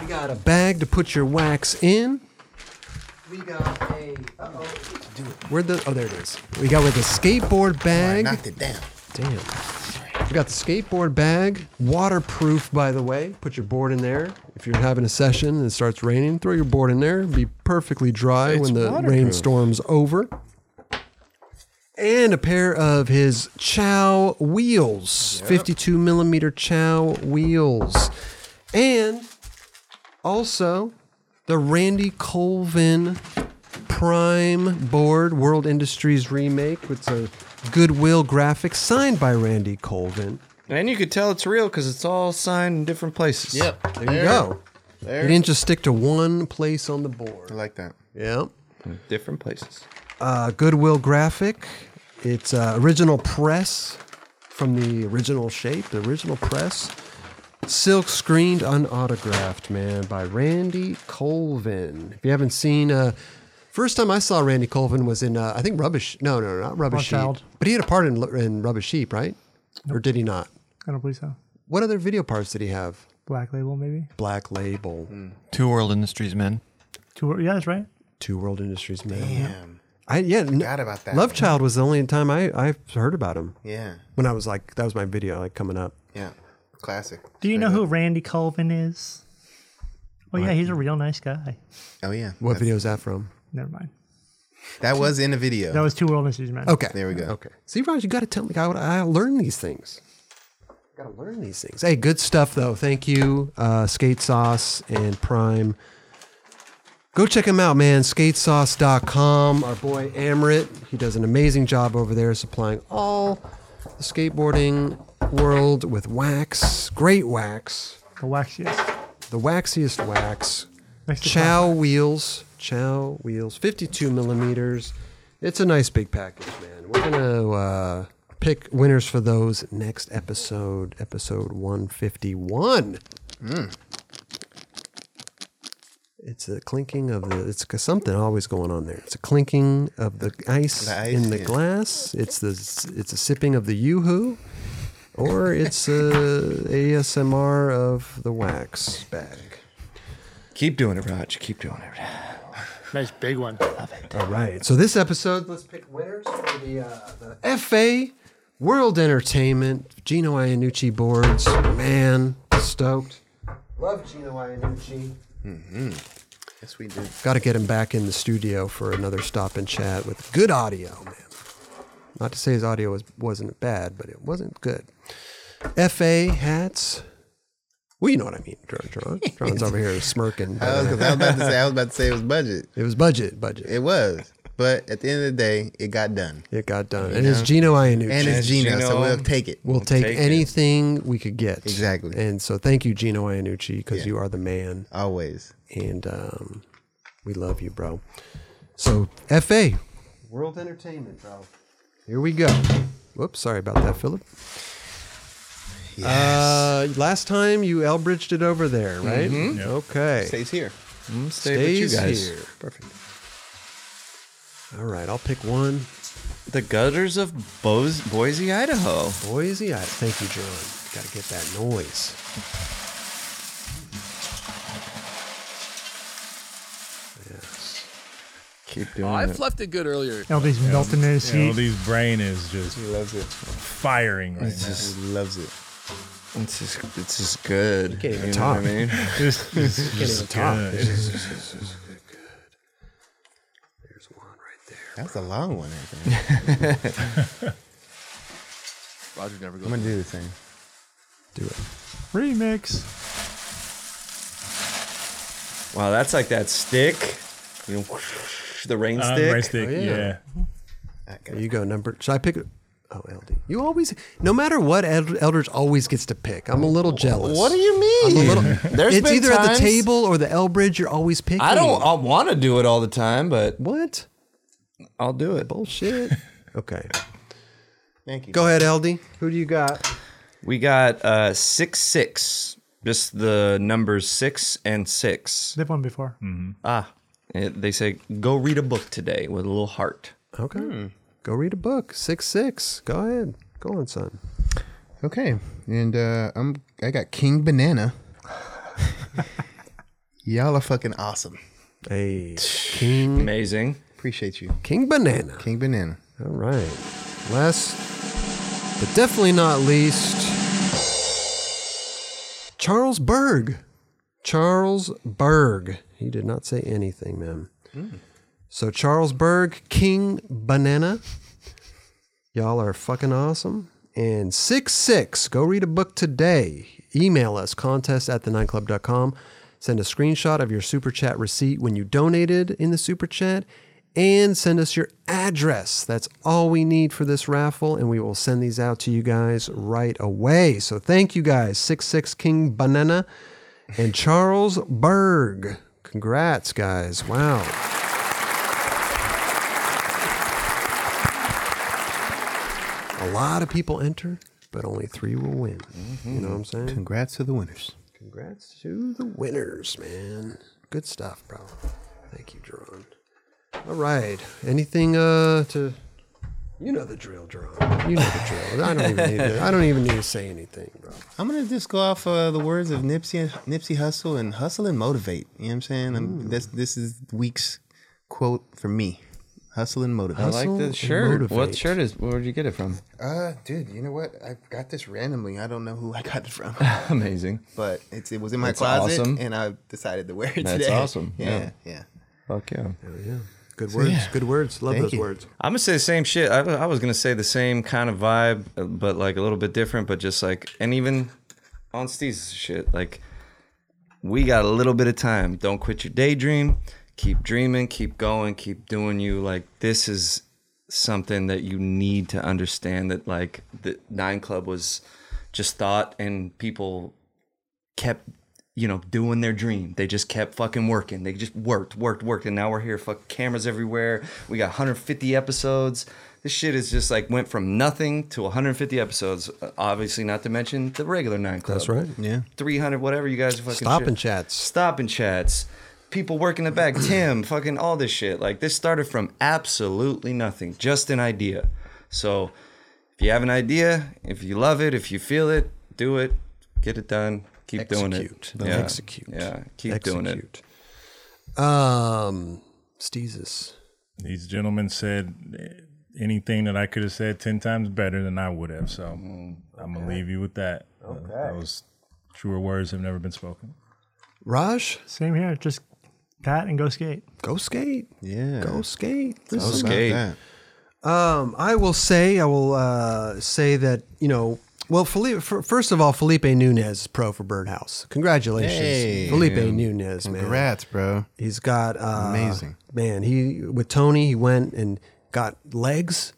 S1: We got a bag to put your wax in. We got a. Uh oh. Where'd the. Oh, there it is. We got with a skateboard bag.
S3: knocked it down.
S1: Damn. We got the skateboard bag, waterproof, by the way. Put your board in there. If you're having a session and it starts raining, throw your board in there. Be perfectly dry when the rainstorm's over. And a pair of his Chow wheels, 52 millimeter Chow wheels. And also the Randy Colvin Prime Board World Industries remake. It's a Goodwill graphic signed by Randy Colvin.
S7: And you could tell it's real because it's all signed in different places.
S1: There, you go.
S3: There.
S1: He didn't just stick to one place on the board.
S3: I like that.
S1: Yeah.
S7: Different places.
S1: Uh, Goodwill graphic. It's uh, original press from the original shape, the original press. Silk screened, unautographed, man, by Randy Colvin. If you haven't seen, uh, first time I saw Randy Colvin was in, uh, I think Rubbish. No, no, no, not Rubbish
S4: Wrong
S1: Sheep.
S4: Child.
S1: But he had a part in, in Rubbish Sheep, right? Or did he not?
S4: I don't believe so.
S1: What other video parts did he have?
S4: Black label, maybe.
S1: Black Label,
S3: Hmm.
S8: Two World Industries men.
S4: Two, yeah, that's right.
S1: Two World Industries, man. I yeah, n-
S3: Forgot about that.
S1: Love Child was the only time I I heard about him
S3: Yeah.
S1: when I was like that was my video like coming up.
S3: Yeah. Classic.
S4: Do you know who Randy Colvin is? Well, yeah, he's a real nice guy.
S3: Oh yeah.
S1: What video is that from?
S4: Never mind.
S3: That was in a video.
S4: That was two world mysteries, man.
S1: Okay,
S3: there we go.
S1: Okay, see, Raj, you got to tell me. I I learn these things. I gotta learn these things. Hey, good stuff though. Thank you, uh, Skate Sauce and Prime. Go check him out, man. Skatesauce.com. Our boy Amrit, he does an amazing job over there supplying all the skateboarding world with wax, great wax.
S4: The waxiest.
S1: the waxiest wax.
S4: Next to
S1: Chow wheels, chow wheels, 52 millimeters. It's a nice big package, man. We're gonna uh, pick winners for those next episode, episode 151. Hmm. It's a clinking of the. It's 'cause something always going on there. It's a clinking of the ice,
S3: The ice,
S1: in the
S3: yeah.
S1: glass. It's the. It's a sipping of the yoo-hoo, or it's a ASMR of the wax bag.
S7: Keep doing it, Raj. Keep doing it.
S10: Nice big one.
S1: All right. So this episode, let's pick winners for the, uh, the FA World Entertainment Gino Iannucci boards. Man, stoked. Love Gino Iannucci.
S3: Mm-hmm. Yes, we did.
S1: Got to get him back in the studio for another stop and chat with good audio, man. Not to say his audio was, wasn't bad, but it wasn't good. FA hats. Well, you know what I mean, Dron. Dron. Dron's over here smirking.
S3: I was, 'cause I was about to say I was about to say it was budget.
S1: It was budget, budget.
S3: It was, but at the end of the day, it got done,
S1: It got done. And it's Gino Iannucci.
S3: and it's
S7: It's
S3: Gino, so
S7: Gino.
S3: we'll take it.
S1: We'll take,
S7: take it.
S1: anything we could get.
S3: Exactly.
S1: And so thank you, Gino Iannucci, because
S3: Yeah.
S1: you are the man.
S3: Always.
S1: And um, we love you, bro. So, FA. World Entertainment, bro. Here we go. Whoops, sorry about that, Philip. Uh, last time you Elbridged it over there, right? Okay.
S3: Stays here.
S7: Mm-hmm. Stay with you guys.
S1: here. Perfect. All right, I'll pick one.
S7: The gutters of Boise, Boise, Idaho.
S1: Boise, I thank you, John. Gotta get that noise. Yes.
S7: Keep doing
S5: I
S7: it.
S5: fluffed it good earlier.
S4: Elby's melting in his
S6: You know,
S4: seat.
S6: Lee's brain is just
S3: He loves it.
S6: firing right now.
S7: Just-
S3: He loves it.
S7: It's just, it's just good. You
S1: can't even
S7: know what
S1: talk.
S7: I mean,
S6: Just, just, just good.
S1: There's one right there.
S3: That was a long one, Anthony.
S5: Roger never
S3: I'm
S5: goes.
S3: gonna do this thing.
S1: Do it.
S4: Remix.
S7: wow, that's like that stick. You know, the rain
S6: Um,
S7: stick.
S6: rice stick,
S1: Oh, yeah.
S6: yeah.
S1: There you go. Number. Should I pick? it? Oh, LD. You always, no matter what, Eld- Eldridge always gets to pick. I'm a little jealous.
S7: What do you mean? There's
S1: it's
S7: been
S1: either at
S7: times-
S1: the table or the Elbridge. You're always picking.
S7: I don't. I want to do it all the time, but
S1: What?
S7: I'll do it.
S1: Bullshit. okay.
S3: Thank you.
S1: Go ahead, LD. Who do you got?
S7: We got uh six six. Just the numbers six and six.
S4: They've won before.
S7: Ah, it, they say go read a book today with a little heart.
S1: Okay.
S7: Hmm.
S1: Go read a book. Six six. Go ahead. Go on, son.
S3: Okay, and uh, I'm I got King Banana. Y'all are fucking awesome.
S1: Hey, King
S7: Amazing.
S3: Appreciate you,
S1: King Banana.
S3: King Banana.
S1: All right. Last, but definitely not least, Charles Berg. Charles Berg. He did not say anything, man. So, Charles Berg, King Banana. Y'all are fucking awesome. And 6 6, go read a book today. Email us contest at thenightclub.com. Send a screenshot of your super chat receipt when you donated in the super chat and send us your address. That's all we need for this raffle, and we will send these out to you guys right away. So thank you guys, 66 King Banana and Charles Berg. Congrats, guys. Wow. A lot of people enter, but only three will win. You know what I'm saying?
S3: Congrats to the winners.
S1: Congrats to the winners, man. Good stuff, bro. Thank you, Jerron. All right. Anything uh to you know the drill, Jerron. You know the drill. I don't even need to I don't even need to say anything, bro.
S3: I'm gonna just go off uh, the words of Nipsey Nipsey Hustle and hustle and motivate. You know what I'm saying? I'm, this this is the week's quote for me. Hustle and motivate.
S7: I like
S1: and
S7: the shirt.
S1: motivate.
S7: What shirt is? Where'd you get it from?
S3: Uh, dude, you know what? I got this randomly. I don't know who I got it from,
S7: Amazing.
S3: but it's, it was in my
S7: That's
S3: closet,
S7: awesome.
S3: and I decided to wear it
S7: That's
S3: today.
S7: awesome.
S3: Yeah,
S7: Yeah.
S3: yeah.
S7: Fuck yeah.
S1: Good words. Good words. Love
S3: Thank
S1: those
S3: you.
S1: words.
S7: I'm gonna say the same shit. I, I was gonna say the same kind of vibe, uh, but like a little bit different. But just like, and even on Steve's shit, like we got a little bit of time. Don't quit your daydream. Keep dreaming. Keep going. Keep doing you. Like this is something that you need to understand. That like the Nine Club was just thought, and people kept you know doing their dream they just kept fucking working they just worked worked worked and now we're here fuck cameras everywhere we got 150 episodes this shit is just like went from nothing to 150 episodes Uh, obviously not to mention the regular nine club
S1: That's right.
S3: Yeah.
S7: 300 whatever you guys are fucking
S1: Stop
S7: shit.
S1: and chats.
S7: Stop and chats people working the back tim fucking all this shit like this started from absolutely nothing just an idea so if you have an idea if you love it if you feel it do it get it done keep doing it
S1: Execute.
S7: yeah.
S1: Execute.
S7: yeah keep doing it
S1: it. Um Steezus.
S6: These gentlemen said eh, anything that I could have said 10 times better than I would have. So I'm going to leave you with that. Okay. Those truer words have never been spoken.
S1: Raj,
S4: Same here. Just that and go skate.
S1: go skate.
S3: Yeah.
S1: Go skate.
S3: Something
S1: Listen.
S3: about
S7: skate.
S3: that.
S1: Um, I will say, I will uh, say that you know. Well, Felipe, fir- first of all, Felipe Nunez is pro for Birdhouse. Congratulations,
S3: Hey.
S1: Felipe Nunez, man.
S3: Congrats, bro.
S1: He's got uh,
S3: Amazing.
S1: man. He with Tony, he went and got legs.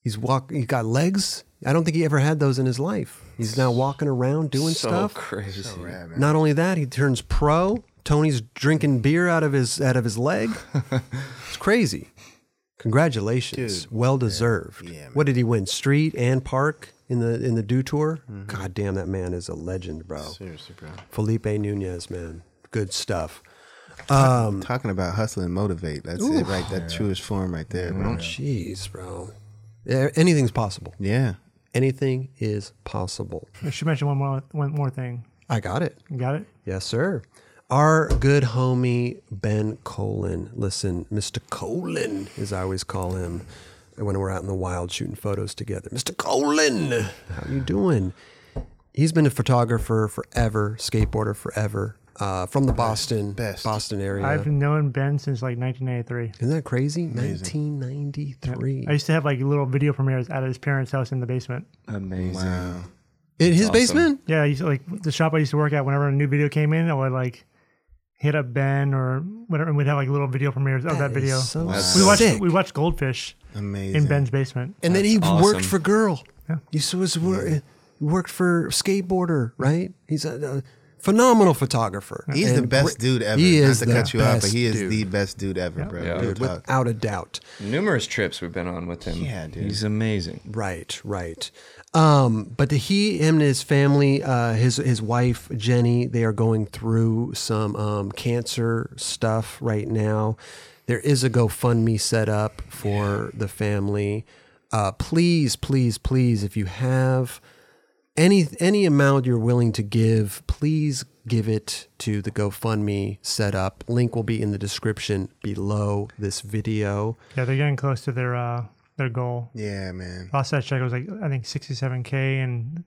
S1: He's walk. He got legs. I don't think he ever had those in his life. He's now walking around doing
S7: so
S1: stuff.
S7: crazy.
S1: Not only that, he turns pro. Tony's drinking beer out of his out of his leg. it's crazy. Congratulations, well deserved. what did he win? Street and park in the in the do tour. God damn, that man is a legend, bro.
S3: Mm-hmm. Seriously, bro.
S1: Felipe Nunez, man, good stuff.
S3: Talking about hustle and motivate. That's it, right? That truest form right there, bro.
S1: Jeez, bro. Yeah, Anything's possible.
S3: Yeah.
S1: Anything is possible.
S4: I should mention one more one more thing.
S1: I got it.
S4: You got it?
S1: Yes, sir. Our good homie Ben Colin. Listen, Mr. Colin, as I always call him when we're out in the wild shooting photos together. Mr. Colin, how you doing? He's been a photographer forever, skateboarder forever, uh, from the Boston
S3: Best.
S1: Boston area.
S4: I've known Ben since like 1993.
S1: Isn't that crazy? 1993.
S4: I used to have like little video premieres at his parents' house in the basement.
S7: Amazing.
S1: in his basement?
S4: Yeah, I used to, like the shop I used to work at. Whenever a new video came in, I would like hit up Ben or whatever, and we'd have like little video premieres of that
S1: is
S4: video.
S1: so
S4: we watched
S1: sick.
S4: we watched Goldfish
S3: Amazing.
S4: in Ben's basement.
S1: and then he worked
S7: awesome.
S1: for Girl. He s- was wor- worked for skateboarder, right? He's a, a phenomenal photographer.
S3: He's the
S1: And
S3: best
S1: gre-
S3: dude ever.
S1: He is
S3: Not to
S1: the
S3: cut you off, but
S1: best
S3: he is
S1: dude.
S3: the best dude ever, bro.
S7: Yeah.
S3: Real
S7: Dude,
S3: talk.
S1: without a doubt.
S7: Numerous trips we've been on with him.
S3: Yeah, dude.
S7: He's amazing.
S1: Right, right. Um, but the, he, him, and his family, uh, his his wife Jenny, they are going through some um, cancer stuff right now. There is a GoFundMe set up for the family. Uh, please, please, please, if you have any any amount you're willing to give, please give it to the GoFundMe set up. Link will be in the description below this video.
S4: Yeah, they're getting close to their uh, their goal.
S3: yeah, man.
S4: Last I checked, it was like I think 67k, and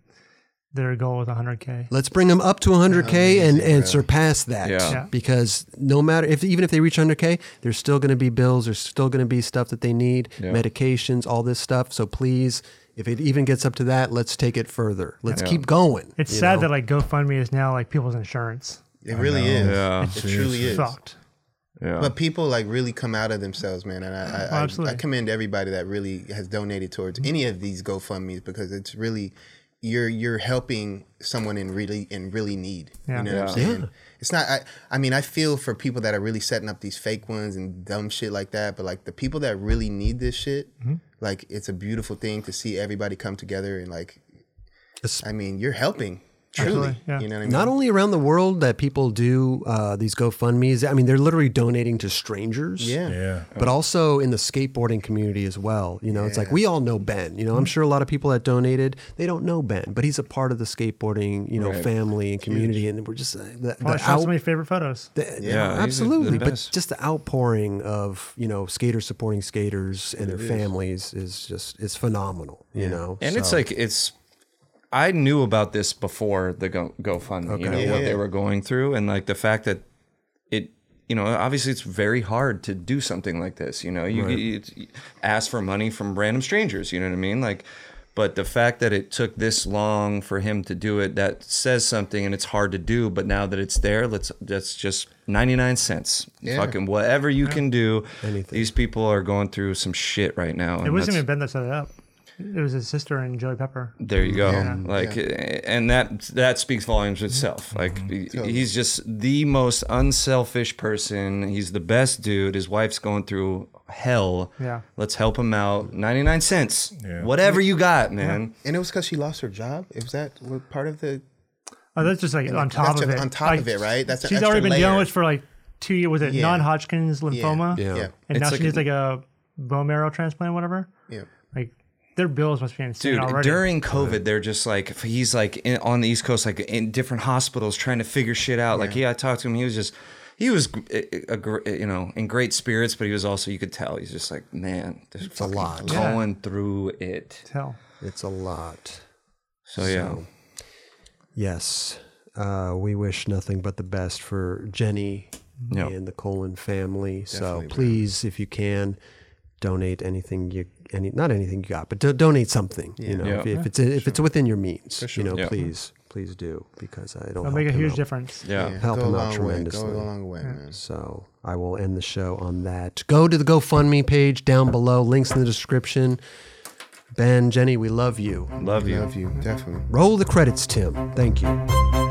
S4: their goal was 100k.
S1: Let's bring them up to 100k and, and surpass that.
S7: Yeah. Yeah.
S1: Because no matter if even if they reach 100k, there's still going to be bills. There's still going to be stuff that they need, medications, all this stuff. So please, if it even gets up to that, let's take it further. Let's keep going.
S4: It's
S1: you
S4: sad
S1: know?
S4: that like GoFundMe is now like people's insurance.
S3: It really is.
S7: Yeah.
S3: It truly is.
S4: Fucked.
S7: Yeah.
S3: But people like really come out of themselves, man, and I I, I,
S4: absolutely.
S3: I commend everybody that really has donated towards any of these GoFundmes because it's really you're you're helping someone in really in really need.
S4: Yeah.
S3: You know what I'm saying? It's not. I I mean, I feel for people that are really setting up these fake ones and dumb shit like that, but like the people that really need this shit,
S4: Mm-hmm.
S3: like it's a beautiful thing to see everybody come together and like.
S1: It's-
S3: I mean, you're helping. Truly,
S4: Absolutely, yeah.
S3: you know what I mean.
S1: not only around the world that people do uh, these GoFundMe's. I mean, they're literally donating to strangers.
S3: yeah.
S6: Yeah.
S1: but also in the skateboarding community as well. You know, it's like we all know Ben. You know,
S7: Mm-hmm.
S1: I'm sure a lot of people that donated they don't know Ben, but he's a part of the skateboarding you know family and community, and we're just uh, the,
S4: Well,
S1: the
S4: I shot so
S1: out.
S4: many favorite photos.
S1: the-
S7: Yeah, he's the
S1: absolutely. But
S7: best.
S1: just the outpouring of you know skaters supporting skaters and their families is just is phenomenal. You know,
S7: And it's
S1: So-
S7: like it's. I knew about this before the Go GoFundMe. You know what they were going through, and like the fact that it. You know, obviously, it's very hard to do something like this. You know, you, you, you ask for money from random strangers. You know what I mean? Like, but the fact that it took this long for him to do it, that says something, and it's hard to do. But now that it's there, let's that's just ninety nine cents. Fucking whatever you can do. Anything. These people are going through some shit right now.
S4: It
S7: and
S4: wasn't
S7: that's-
S4: even Ben that set it up. It was his sister and Joey Pepper.
S7: there you go. Like, eh, and that that speaks volumes itself. Like, he's just the most unselfish person. He's the best dude. His wife's going through hell.
S4: Yeah.
S7: Let's help him out. Ninety nine cents. Whatever you got, man.
S3: And it was because she lost her job. It was that was part of the
S4: Oh, that's just like on top
S3: that's
S4: of
S3: a-
S4: it.
S3: on top
S4: Like,
S3: of it, right? That's an
S4: she's
S3: extra
S4: already been dealing
S3: layer.
S4: with for like two years. Was it
S3: Yeah.
S4: non-Hodgkin's lymphoma?
S1: Yeah.
S3: yeah.
S4: And now
S7: It's like
S4: she needs
S7: a-
S4: like a bone marrow transplant, or whatever.
S3: Yeah.
S4: Like their bills must be insane
S7: Dude,
S4: already.
S7: during COVID, they're just like he's like in, on the East Coast, like in different hospitals, trying to figure shit out. Like, yeah, I talked to him. He was just, he was, a, a, gr- eh, you know, in great spirits, but he was also, you could tell, he's just like, man, there's
S1: It's a lot.
S7: going through it.
S4: Hell.
S1: It's a lot.
S7: So yeah,
S1: Yes. Uh, we wish nothing but the best for Jenny
S7: Yep.
S1: and the Colin family. so please, if you can, donate anything you any not anything you got, but do, donate something. You know,
S7: Yeah.
S1: if, if it's if it's within your means, you know,
S7: Yeah.
S1: please please do because I don't
S4: That'll make a huge
S1: difference.
S4: difference.
S7: Yeah.
S1: Help
S3: go
S1: him
S3: a
S1: out
S3: long
S1: tremendously.
S3: Way. Go a long way, man.
S1: So I will end the show on that. Go to the GoFundMe page down below. Links in the description. Ben, Jenny, we love you.
S7: Love you.
S3: Love you, definitely.
S1: Roll the credits, Tim. Thank you.